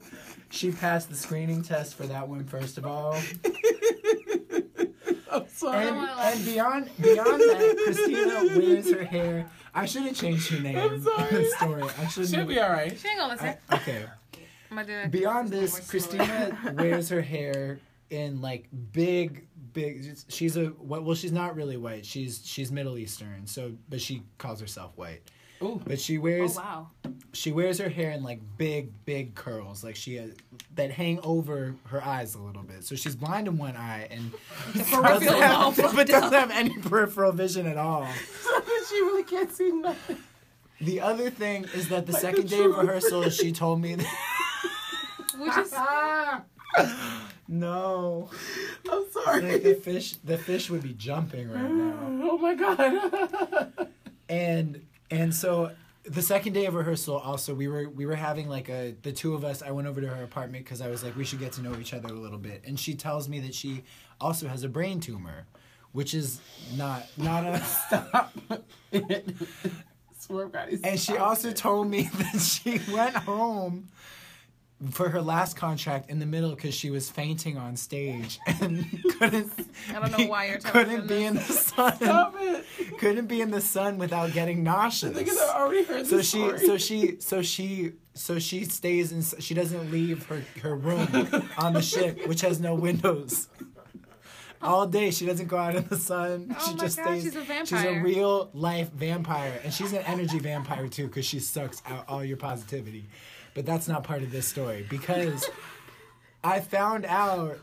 she passed the screening test for that one. First of all, and, wanna laugh. and beyond beyond that, Christina wears her hair. I should have changed her name. I'm sorry. story. I shouldn't. bad. She'll be all right. she ain't gonna listen. okay. I'm gonna do it. Beyond More this, slowly. Christina wears her hair in like big, big. She's a well. She's not really white. She's she's Middle Eastern. So, but she calls herself white. Ooh. But she Oh, wears wow. she wears her hair in like big big curls like she has, that hang over her eyes a little bit so she's blind in one eye [LAUGHS] and doesn't [LAUGHS] have, but doesn't have any peripheral vision at all she really [LAUGHS] can't see nothing. the other thing is that the [LAUGHS] second day of rehearsal she told me that, [LAUGHS] Which is Ah, no I'm like the sorry. fish the fish would be jumping right now oh my god. and and so the second day of rehearsal also we were we were having like a the two of us i went over to her apartment because i was like we should get to know each other a little bit and she tells me that she also has a brain tumor which is not not a [LAUGHS] stop Swear to God, he's- and she also told me [LAUGHS] that she went home for her last contract in the middle because she was fainting on stage [LAUGHS] and couldn't I don't know be- why you're telling couldn't them be this. in the sun Stop it. couldn't be in the sun without getting nauseous Because I already heard so this she story. so she so she so she stays in she doesn't leave her her room on the ship which has no windows all day she doesn't go out in the sun Oh she my just God, stays she's a she's a vampire. real life vampire and she's an energy vampire too because she sucks out all your positivity but that's not part of this story because i found out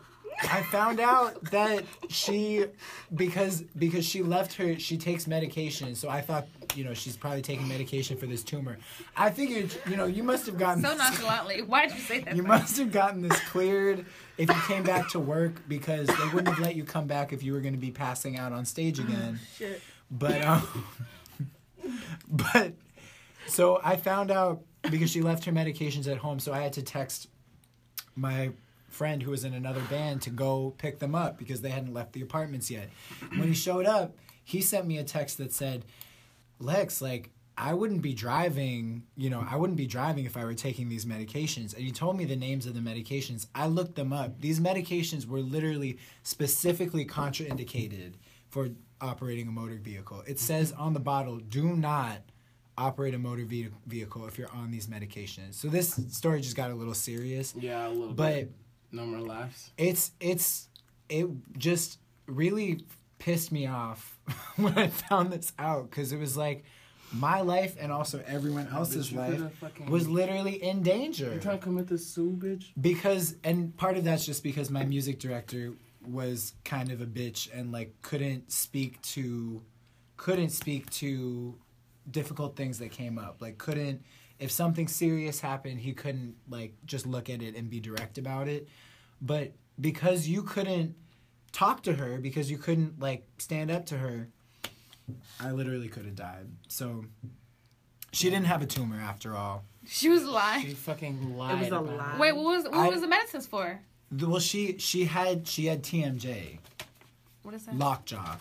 I found out that she because because she left her she takes medication so I thought you know, she's probably taking medication for this tumor. I figured, you know, you must have gotten So nonchalantly. Why'd you say that? you must have gotten this cleared if you came back to work because they wouldn't have let you come back if you were going to be passing out on stage again. But um, [LAUGHS] but so I found out because she left her medications at home, so I had to text my friend who was in another band to go pick them up because they hadn't left the apartments yet. When he showed up, he sent me a text that said, Lex, like, I wouldn't be driving, you know, I wouldn't be driving if I were taking these medications. And he told me the names of the medications. I looked them up. These medications were literally specifically contraindicated for operating a motor vehicle. It says on the bottle, do not operate a motor ve- vehicle if you're on these medications. So this story just got a little serious. Yeah, a little But bit. No more laughs. it's it's it just really pissed me off [LAUGHS] when I found this out because it was like my life and also everyone else's you life could've fucking- was literally in danger You trying to commit this sue, bitch? because and part of that's just because my music director was kind of a bitch and like couldn't speak to couldn't speak to difficult things that came up like couldn't if something serious happened he couldn't like just look at it and be direct about it but because you couldn't talk to her because you couldn't like stand up to her i literally could have died so she didn't have a tumor after all She was lying. She fucking lied. was a about [LAUGHS] [LAUGHS] lie. Wait, what was what I- was the medicines for? The- well she she had she had tmj What is that? Lockjaw.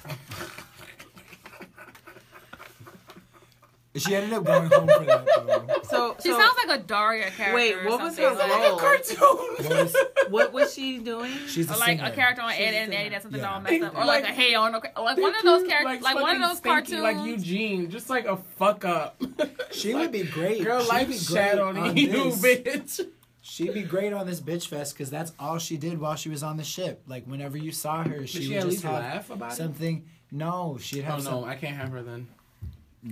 she ended up going home for that though. So, She so- sounds like a Daria character. Wait, or what was her something, like- role? What is- what was [LAUGHS] she doing? she's a Or like singer. a character on Ed, and singer. Eddie that's something Yeah. all [LAUGHS] messed up, or like, a hey on, a- like one of those characters, like, one of fucking those stinky, cartoons. like Eugene, just like a fuck up. [LAUGHS] She would be great. Girl, She'd be life great shat on, on you, this. [LAUGHS] bitch. She'd be great on this bitch fest because that's all she did while she was on the ship. Like whenever you saw her, she, Did she would at just least have laugh about it? something. No, she'd Oh have no, some- I can't have her then.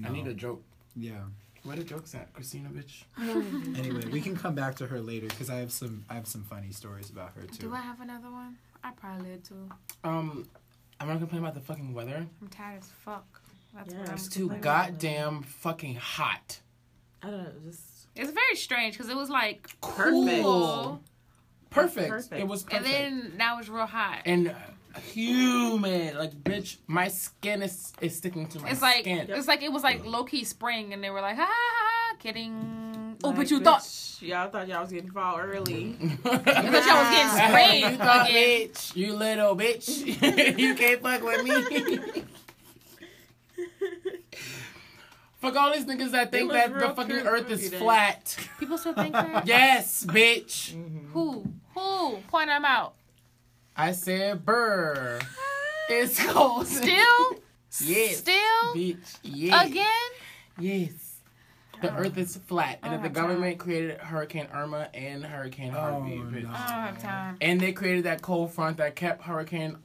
I need a joke. Yeah. Where the jokes at, Christina, bitch? Anyway, we can come back to her later because I have some I have some funny stories about her too. Do I have another one? I probably did too. Um, I'm not complaining about the fucking weather. I'm tired as fuck. That's Yeah. what I'm It's too complaining about. goddamn fucking hot. I don't know. Just It's very strange because it was like cool, Perfect. Perfect. Perfect. It was perfect. and then now it's real hot. and uh, humid. Like, bitch, my skin is is sticking to my it's like skin. it's like it was like low key spring, and they were like, ha ha, ha kidding. Oh, like, but you bitch, thought y'all thought y'all was getting fall early. [LAUGHS] you thought y'all was getting sprayed you thought, again. bitch, you little bitch, [LAUGHS] you can't fuck with [LAUGHS] me. fuck all these niggas that think was that the real fucking cute earth movie is day. flat. People still think [LAUGHS] that. Yes, bitch. Who? Who? Point them out. I said burr. It's cold. Still? [LAUGHS] yes. Still? Bitch. Yes. Again? Oh. Yes. The earth is flat, and that the have time. government created Hurricane Irma and Hurricane Harvey. Oh, bitch. no. I don't have time. And they created that cold front that kept Hurricane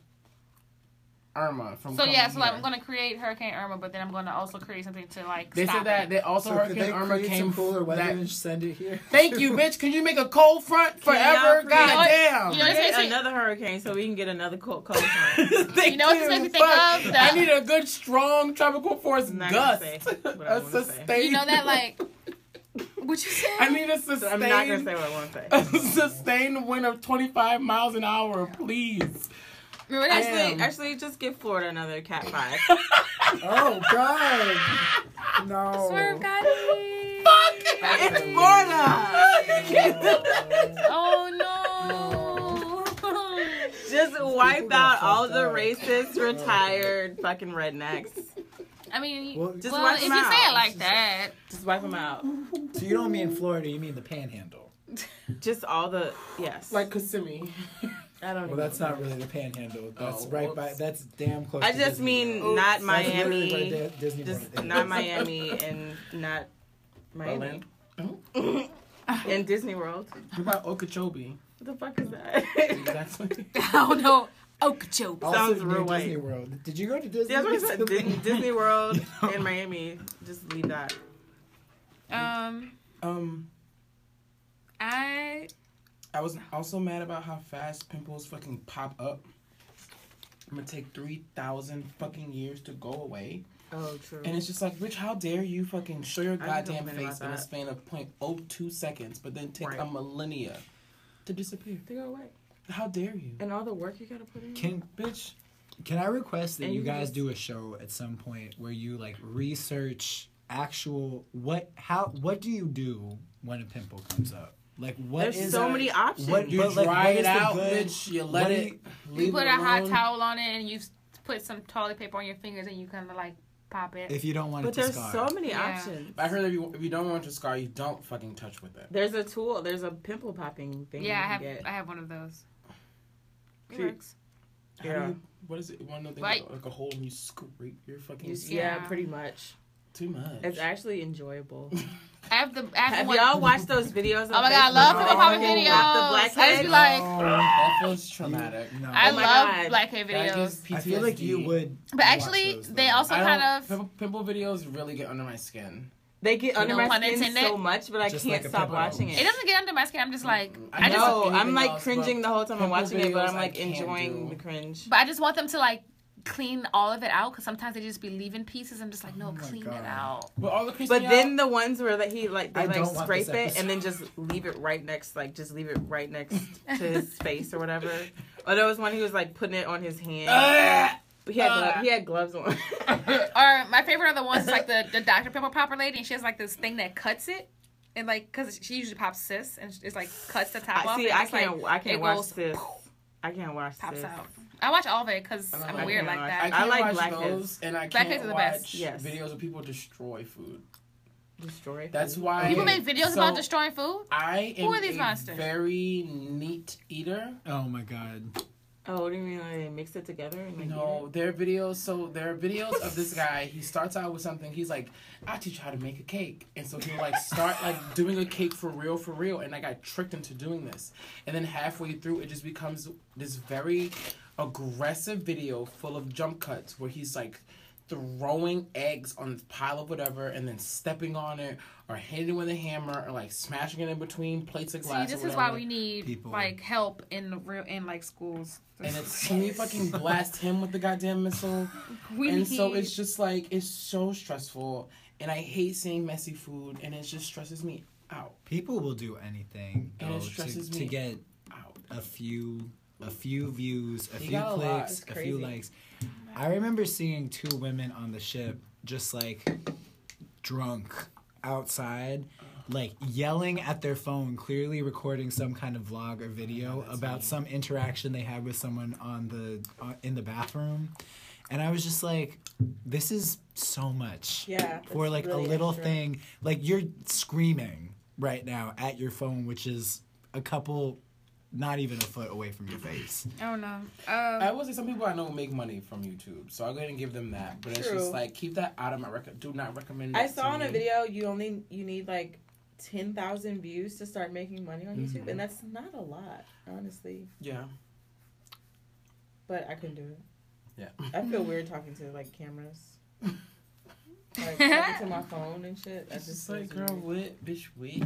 Irma from. So coming yeah, so like here. I'm gonna create Hurricane Irma, but then I'm gonna also create something to like. They stop said that It. they also So could Hurricane they Irma create came some cooler weather that- and send it here? [LAUGHS] Thank [LAUGHS] you, bitch. Can you make a cold front y'all forever? create- God [LAUGHS] damn. You know, it's Create basically- another hurricane so we can get another cold [LAUGHS] cold front. Thank you know what this makes me think Fuck. of? The- I need a good, strong tropical force I'm not gonna gust. say [LAUGHS] what I A want to say. sustained. you know [LAUGHS] that like. What you said? I need a sustained. I'm not gonna say what I want [LAUGHS] to say. a [LAUGHS] sustained wind of 25 miles an hour, please. Remember that Actually, Damn. actually, just give Florida another [LAUGHS] Cat Five. [LAUGHS] Oh God! No. Swerve got [LAUGHS] it. it's Florida. [LAUGHS] Oh no. [LAUGHS] Just wipe got out all fucked the up. [LAUGHS] racist, retired, fucking rednecks. I mean, Well, well, just wipe if them you say out. it like that, [LAUGHS] Just wipe them out. So you don't mean Florida, you mean the Panhandle. Just all the yes. Like Kissimmee. I don't. Well, know. that's not really the Panhandle. That's Oh, right whoops. by. That's damn close. I to just Disney mean World. not That's literally Miami. where Di- Disney World Just is. not Miami and not Miami. Mm-hmm. and Disney World. What What about Okeechobee? the fuck is that? [LAUGHS] Exactly. oh no, Okeechobee. Also sounds near real white. Disney World. Did you go to Disney? Yeah, that's what I said. recently? Dis- [LAUGHS] Disney World and Miami. Just leave that. Um, [LAUGHS] um, I I was also mad about how fast pimples fucking pop up. I'm gonna take 3,000 fucking years to go away. Oh, true. And it's just like, bitch, how dare you fucking show your don't goddamn complain about face in a that. span of 0.02 seconds, but then take a Right. millennia to disappear. They go away. How dare you? And all the work you gotta put in. Can Bitch, can I request that And you you can guys just- do a show at some point where you like research actual what how what do you do when a pimple comes up? Like what There's is so a- many options. What, you but, like, dry what is it the out, good- bitch. You let what do it. you- leave You put it a hot alone. towel on it and you s- put some toilet paper on your fingers and you kind of like pop it. if you don't want But it to there's scar. so many Yeah. options. I heard if you, if you don't want your scar, you don't fucking touch with it. There's a tool. There's a pimple popping thing. yeah, I have you can I Get. have one of those. It Cute. works. How do Yeah. you- what is it? One of the things Right. like, like a hole and you scrape your fucking. You- skin. yeah. Yeah. pretty much. Too much. It's actually enjoyable. I have the I have, have the one. y'all watched those videos? Oh my god, I love No. pimple popping With videos. the I just be blackhead? like, that feels traumatic. oh, No. I Oh my love God. blackhead That gives videos. PTSD. I feel like you would. But watch actually, those, they though. also I don't- kind of pimple, pimple videos really get under my skin. They get under No my pun skin intended. so much, but I Just can't like a stop pimple. watching it it. doesn't get under my skin. I'm just like I I know. just No, I'm Anything like else, cringing but the whole time I'm pimple watching it, but videos I'm I like can't enjoying do. the cringe. But I just want them to like clean all of it out because sometimes they just be leaving pieces. I'm just like, no, my clean God. it out. But all the creeps But me then the ones where that he like I they like don't want scrape this it and then just leave it right next, like just leave it [LAUGHS] right next to his face or whatever. Or there was one he was like putting it on his hand. Ah! out. But he had glo- he had gloves on. [LAUGHS] Or my favorite are the ones like the, the Dr. Pimple Popper lady, and she has like this thing that cuts it. And like, cause she usually pops cysts and it's like cuts the top off. I see. and I it's, like, can't. I can't it watch goes this. I can't watch Pops this. out. I watch all of it because I I'm like weird it. like I that. can't like watch blackheads. those, and I Blackheads can't are the watch best. Yes. videos of people destroy food. Destroy. That's why People make videos so about destroying food. I am Who are these a monsters? very neat eater. Oh my god. Oh, what do you mean? Like, they mix it together and like, No, there are videos. So there are videos of this guy. He starts out with something. He's like, "I teach you how to make a cake," and so he'll like start like doing a cake for real, for real. And I got tricked into doing this. And then halfway through, it just becomes this very aggressive video full of jump cuts where he's like throwing eggs on this pile of whatever and then stepping on it or hitting it with a hammer or like smashing it in between plates of See, glass. this or is why whatever. we need People- like help in the real in like schools. And [LAUGHS] it's can we fucking blast him with the goddamn missile? We and need so it's just like it's so stressful and i hate seeing messy food and it just stresses me out People will do anything And it though, to, stresses to me get out a few a few views, a You few got a lot. clicks, It's a few crazy. likes. I remember seeing two women on the ship just like drunk outside like yelling at their phone clearly recording some kind of vlog or video about some interaction they had with someone on the on, in the bathroom and i was just like this is so much Yeah, for that's like really a little extra. thing like you're screaming right now at your phone which is a couple not even a foot away from your face I don't know. Um, i will say some people i know make money from youtube so i'll go ahead and give them that but it's True. just like keep that out of my record do not recommend I that saw to in a me. video you only you need like ten thousand views to start making money on YouTube, and that's not a lot, honestly. yeah But I couldn't do it. [LAUGHS] Yeah. I feel weird talking to like cameras, like talking to my phone and shit. I it's just just like girl what bitch wait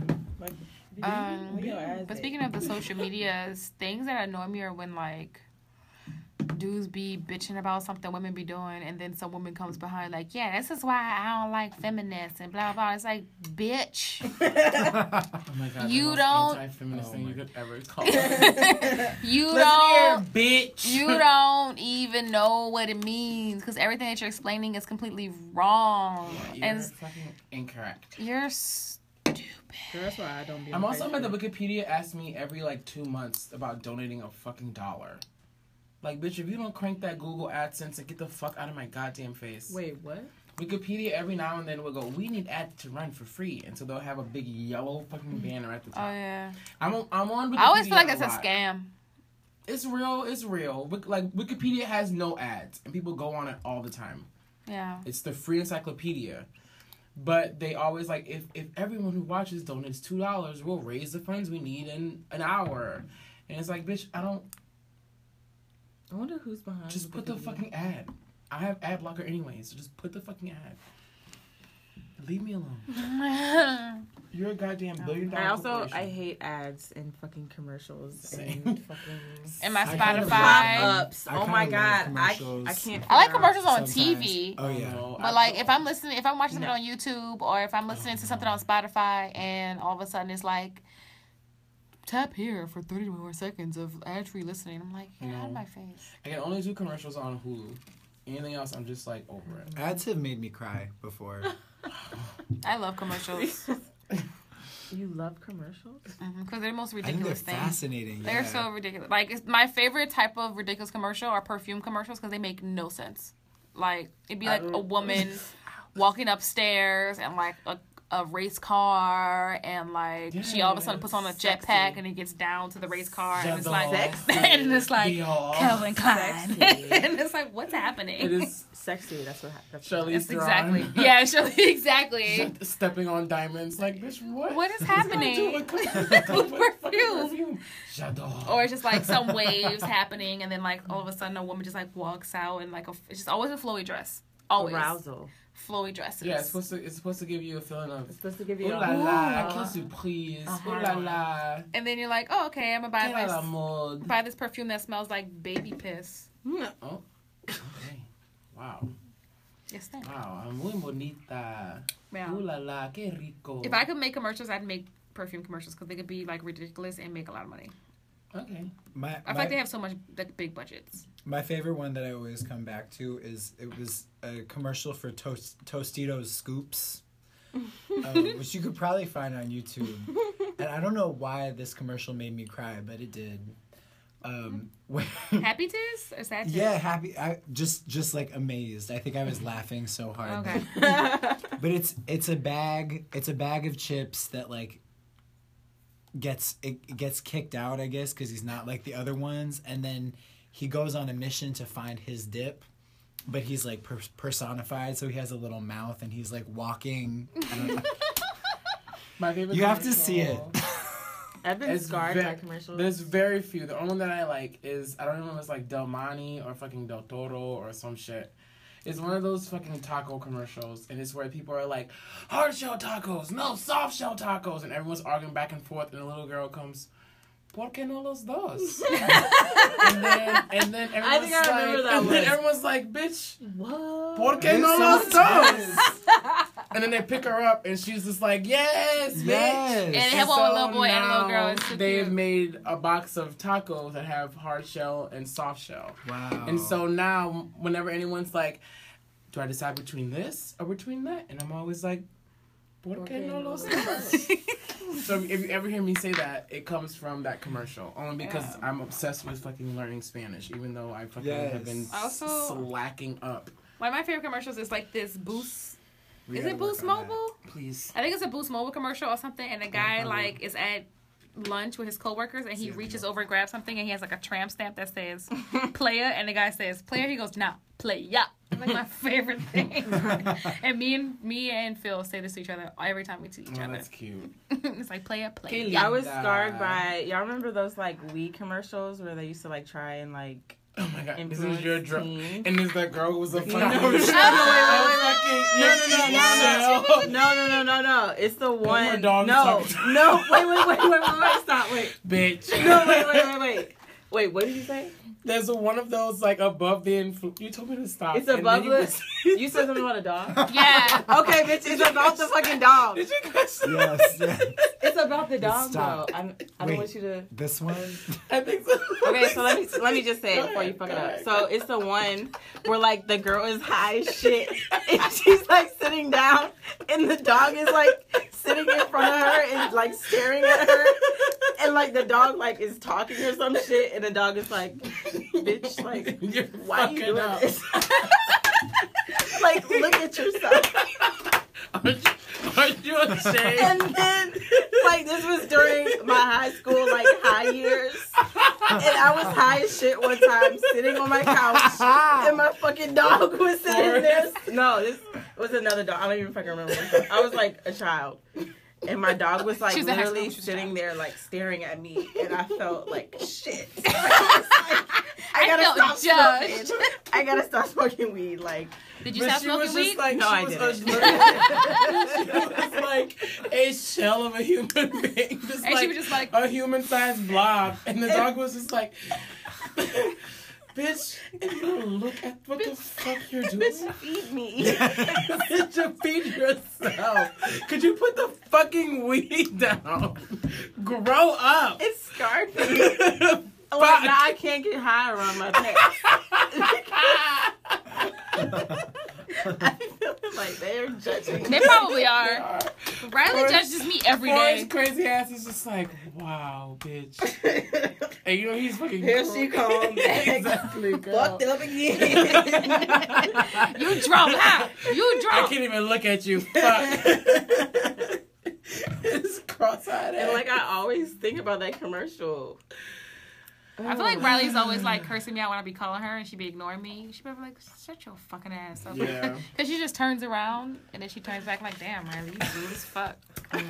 Mm-hmm. Um, But speaking of the social medias, things that annoy me are when like dudes be bitching about something women be doing, and then some woman comes behind like, "Yeah, this is why I don't like feminists and blah blah." It's like, bitch, [LAUGHS] oh my god You the most don't- anti-feminist Oh thing my you could ever call it. you Here, don't. bitch You don't even know what it means because everything that you're explaining is completely wrong. [LAUGHS] you're and fucking incorrect you're stupid. that's why I don't be. I'm also mad that Wikipedia asks me every like two months about donating a fucking dollar. Like, bitch, if you don't crank that Google AdSense and get the fuck out of my goddamn face. Wait, what? Wikipedia every now and then will go, we need ads to run for free. And so they'll have a big yellow fucking banner at the Oh top. yeah. I'm, on, I'm on Wikipedia. I always feel like that's a lot. scam. It's real, it's real. Wik- Like, Wikipedia has no ads, and people go on it all the time. Yeah. It's the free encyclopedia. But they always like if if everyone who watches donates two dollars, we'll raise the funds we need in an hour. And it's like, bitch, I don't I wonder who's behind. just put the Wikipedia. fucking ad. I have ad blocker anyway, so just put the fucking ad. Leave me alone. You're a Um, goddamn billion dollar I also I corporation. hate ads and fucking commercials Same. and fucking And my I kinda Spotify. love- pop-ups. I Oh kinda my love god, I, I commercials. can't. I like figure out- commercials on Sometimes. TV. Oh You yeah. know, I But like feel- if I'm listening, if I'm watching No. something on YouTube or if I'm listening to something on Spotify and all of a sudden it's like tap here for 30 more seconds of ad-free listening, I'm like, get out of No. my face. I can only do commercials on Hulu. Anything else, I'm just like over it. Ads have made me cry [LAUGHS] before. I love commercials [LAUGHS] You love commercials? because they're the most I think they're ridiculous things. fascinating. They're yeah. so ridiculous. Like it's my favorite type of ridiculous commercial are perfume commercials because they make no sense. Like it'd be like a Um, [LAUGHS] woman walking upstairs and like a, a race car and like she all of a sudden puts on a jetpack and it gets down to the race car and it's like [LAUGHS] Sexy. and it's like Y'all. Calvin Klein [LAUGHS] and it's like what's happening? [LAUGHS] It is Sexy. That's what happens. Charlize It's Theron. exactly yeah, Shirley, [LAUGHS] [LAUGHS] exactly. Just Stepping on diamonds, like bitch. What? What is Do happening? a [LAUGHS] clip with Perfume. perfume. J'adore. or it's just [LAUGHS] like some waves happening, and then like all of a sudden a woman just like walks out in like a it's just always a flowy dress, always Arousal. flowy dresses. yeah, it's supposed to. It's supposed to give you a feeling of. It's supposed to give Ooh you la a la, I kiss you please. Ooh la la, and then you're like, oh okay, I'm gonna buy que la this mode. buy this perfume that smells like baby piss. Oh, okay. Wow, Yes, thank. you. wow, I'm muy bonita. Yeah. Ooh la la, que rico. If I could make commercials, I'd make perfume commercials because they could be like ridiculous and make a lot of money. okay. My, I feel my- like they have so much like big budgets. My favorite one that I always come back to is it was a commercial for Toast, Tostitos scoops, um, which you could probably find on YouTube. And I don't know why this commercial made me cry, but it did. Um, [LAUGHS] where- Happy tears or sad tears? yeah, happy. I just just like amazed. I think I was laughing so hard. [LAUGHS] Okay. But it's it's a bag it's a bag of chips that like gets it it gets kicked out I guess because he's not like the other ones and then he goes on a mission to find his dip but he's like per- personified so he has a little mouth and he's like walking I don't know. My favorite. you have to see it commercial [LAUGHS] I've been is scarred ve- by commercials. There's very few. The only one that I like is I don't know if it's like Del Monte or fucking Del Toro or some shit. It's one of those fucking taco commercials, and it's where people are like, hard shell tacos, no soft shell tacos, and everyone's arguing back and forth, and the little girl comes, ¿Por qué no los [LAUGHS] dos? and then, and then everyone's I think I like, remember that and then one. everyone's like, bitch, What? ¿Por qué no This los sounds dos? and then they pick her up, and she's just like, yes, bitch. yes And they have one with a little boy and a little girl. now It's so They've cute. made a box of tacos that have hard shell and soft shell. wow And so now, whenever anyone's like, do I decide between this or between that? And I'm always like, ¿Por qué no los dos? [LAUGHS] So if you ever hear me say that, it comes from that commercial. Only because I'm obsessed with fucking learning Spanish, even though I fucking have been Yes. Also- slacking up. One of my favorite commercials is like this Boost. We is gotta it work Boost on that. Mobile? Please. I think it's a Boost Mobile commercial or something, and the guy like is at lunch with his coworkers, and he reaches over and grabs something, and he has like a tramp stamp [LAUGHS] that says "player," and the guy says "player." He goes, "Nah, playa." [LAUGHS] Like my favorite thing. and me and me and Phil say this to each other every time we see each Oh, other. that's cute. [LAUGHS] it's like playa, playa. I was Linda. scarred by y'all remember those like weed commercials where they used to like try and like Oh my god, this influence is your drug. teens? And this that girl was a fucking. No, no, no, no, no, No, no, no, no, no. It's the one. No, dogs no, talking- Wait, wait, wait, wait, wait, wait. Stop. Wait. Bitch. No, wait, wait, wait, wait. Wait, what did you say? There's a, one of those like above the influence. You told me to stop. It's and then above you the. proceeded- You said something about a dog. Yeah. Okay, bitch. It's about the fucking [LAUGHS] dog. Did you guys? yes, yes It's about the dog Stop. though. I'm, I don't Wait. want you to. this one I think so. Okay, [LAUGHS] so let me let me just say Go it before you ahead, fuck go it up. ahead. So it's the one where like the girl is high as shit and [LAUGHS] she's like sitting down and the dog is like sitting in front of her and like staring at her and [LAUGHS] like the dog like is talking or some shit and the dog is like bitch like You're why fucking you doing up. this? [LAUGHS] like look at yourself. Are you, are you ashamed? And then, like, this was during my high school, like, high years. And I was high as shit one time, sitting on my couch, and my fucking [LAUGHS] dog was sitting there. No, this was another dog. I don't even fucking remember. I was like a child. and my dog was like She was in high school literally when she was a sitting child. there like staring at me, and I felt like shit. [LAUGHS] I, was like, I I gotta felt stop judged. smoking. [LAUGHS] I gotta stop smoking weed. Like Did you stop smoking weed? like, no, I didn't. [LAUGHS] It's like a shell of a human [LAUGHS] being. Just And like, she was just like- a human sized blob. And the dog was just like, bitch, if you don't look at what the fuck [LAUGHS] you're doing, Feed me. bitch, [LAUGHS] you feed yourself. Could you put the fucking weed down? Grow [LAUGHS] up. It scarred me. like now I can't get high around [LAUGHS] my pets. [LAUGHS] I feel like they're judging. me. They [LAUGHS] probably are. Riley judges me every Boy's day. crazy ass is just like, wow, bitch. [LAUGHS] And you know he's fucking Here [LAUGHS] she comes. Exactly, girl. Fucked up again. [LAUGHS] You drunk, [LAUGHS] huh? You I drunk. can't even look at [LAUGHS] you. Fuck. it's cross-eyed. and [LAUGHS] like I always think about that commercial. I feel like Riley's always like cursing me out when I be calling her and she be ignoring me. She be like, shut your fucking ass up. [LAUGHS] Yeah. Because she just turns around and then she turns back like, damn, Riley, you rude as fuck. I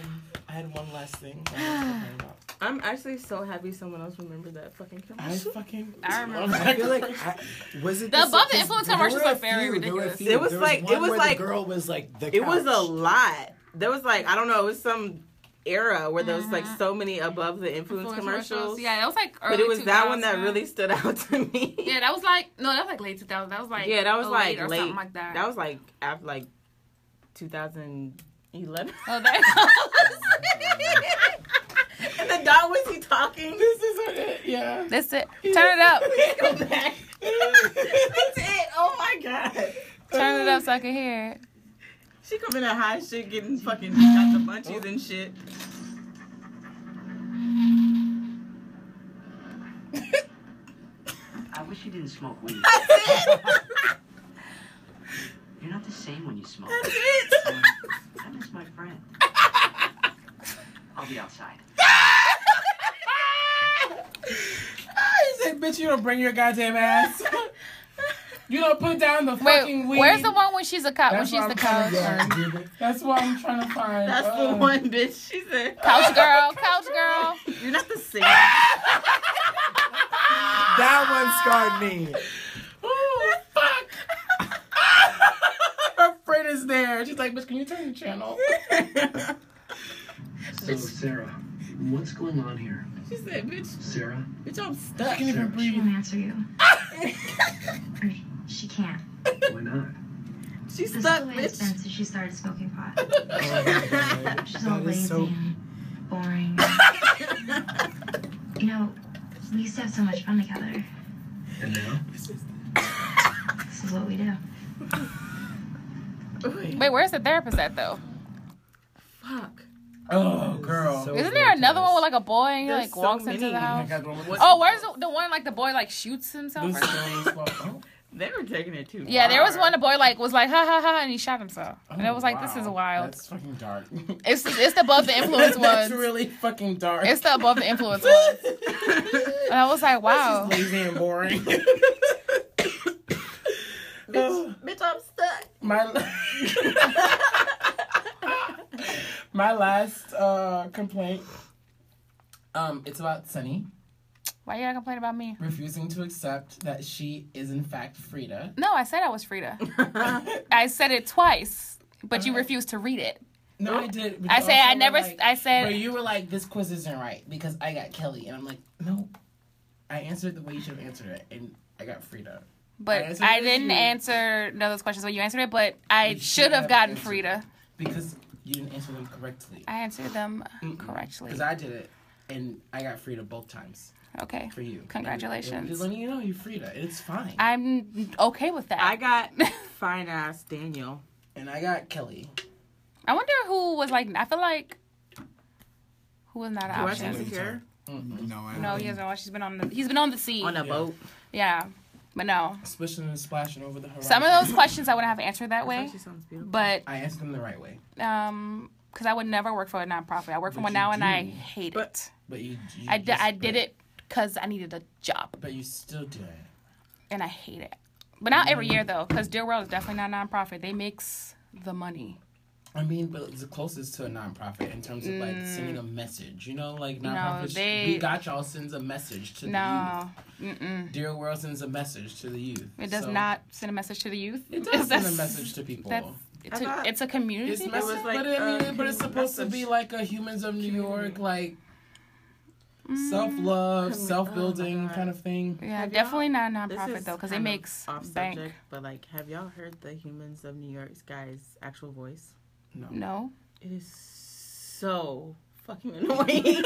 had one last thing. I was talking about. I'm actually so happy someone else remembered that fucking I commercial. fucking. I remember. love I that feel like commercial. I, was it The this- above the 'cause influence there commercials were a are very few- there were a ridiculous. few. It was There like- one it was where like- the girl was like the. It was a couch. lot. There was like I don't know. It was some era where there was like so many above the influence, commercials. Uh-huh. Yeah, that was like early But it was that one that 2000. really stood out to me. Yeah, that was like no, that was like late 2000. That was like Yeah, that was 08 like or late. something like that. that. was like after like 2011. oh, that and [LAUGHS] the dog was he talking? This isn't it. Yeah. [LAUGHS] That's it. [LAUGHS] Turn it up. Go back. That's it. Oh my god. Turn it up so I can hear it. She coming out high as shit, getting fucking got the munchies and shit. I wish you didn't smoke weed. [LAUGHS] You're not the same when you smoke. That's it. I miss my friend. I'll be outside. I said, bitch, you don't bring your goddamn [LAUGHS] ass. you don't put down the fucking weed. where's the one when she's a cop? When That's she's what the I'm trying couch, to find. That's what I'm trying to find. That's the Oh. one bitch. She said, couch girl, couch girl. "You're not the same." That one scarred me. Oh, fuck. [LAUGHS] Her friend is there. She's like, bitch, can you turn the channel? So, Sarah, what's going on here? she said, "Bitch, Sarah? bitch, I'm stuck." Can't even breathe. She'll answer [LAUGHS] you. Or she can't. Why not? She's This stuck, is the way it's bitch. been since she started smoking pot. [LAUGHS] She's all That lazy is so- and [LAUGHS] boring. you know, we used to have so much fun together. And now? This is what we do. Wait, where's the therapist at though? Fuck. Oh, girl. So Isn't there another one with like a boy and he There's like so walks into many. the I house? got one with- Oh, where's the, the one like the boy like shoots himself? This Or girl something? [LAUGHS] is Oh, fuck- They were taking it too. Yeah, there was far. one the boy like was like ha ha ha and he shot himself. oh, And it was like wow. this is wild. That's fucking dark. [LAUGHS] It's it's the above the influence That's ones. really fucking dark. [LAUGHS] It's the above the influence ones. And I was like, wow. lazy and [LAUGHS] boring. Oh, Bitch, I'm stuck. my [LAUGHS] my last uh, complaint. Um, it's about Sunny Why you gotta complain about me? refusing to accept that she is in fact Frida. [LAUGHS] No, I said I was Frida. I said it twice, but you refused to read it. No, I did. but I you say also I were never. like- I Where said you were like, this quiz isn't right because I got Kelly, and I'm like, no, I answered the way you should have answered it, and I got Frida. I But answered I it didn't to you. answer no those questions when you answered it, but I You should have gotten answered Frida. because you didn't answer them correctly. I answered them correctly. Because I did it, and I got Frida both times Okay. for you. Congratulations. Just letting you know you're Frida. It's fine. I'm okay with that. I I, got fine ass Daniel. and I got Kelly. wonder who was like. I feel like who was not an Was option. insecure No, I No, he hasn't watched. He's been on the. He's been on the sea. Oh, on a boat. yeah, but no. Splishing and splashing over the horizon. Some of those questions I wouldn't have answered that way, She sounds beautiful. but I answered them the right way, um, because I would never work for a nonprofit. I work for But one you now, and I do. hate it. but you. you I did. just- I did but- it because I needed a job, But you still do it. and I hate it. But not every year though, because Dear World is definitely not a nonprofit. They makes the money. I mean, but it's the closest to a nonprofit in terms of like sending a message. You know, like nonprofits, Mm. they- we got y'all sends a message to No, Mm-mm. the youth. Dear World sends a message to the youth. it does So, not send a message to the youth. [LAUGHS] It does send That's- a message to people. That's it's, I a, thought- it's a community. It's thing. message, like, but, I mean, uh, but it's supposed to be like a humans of New York, like Mm. self love, self building kind of [LAUGHS] thing. yeah, Have y'all- definitely not a This nonprofit is though, because it kind of makes bank. but like, have y'all heard the Humans of New York's guy's actual voice? No, It is so fucking [LAUGHS] annoying.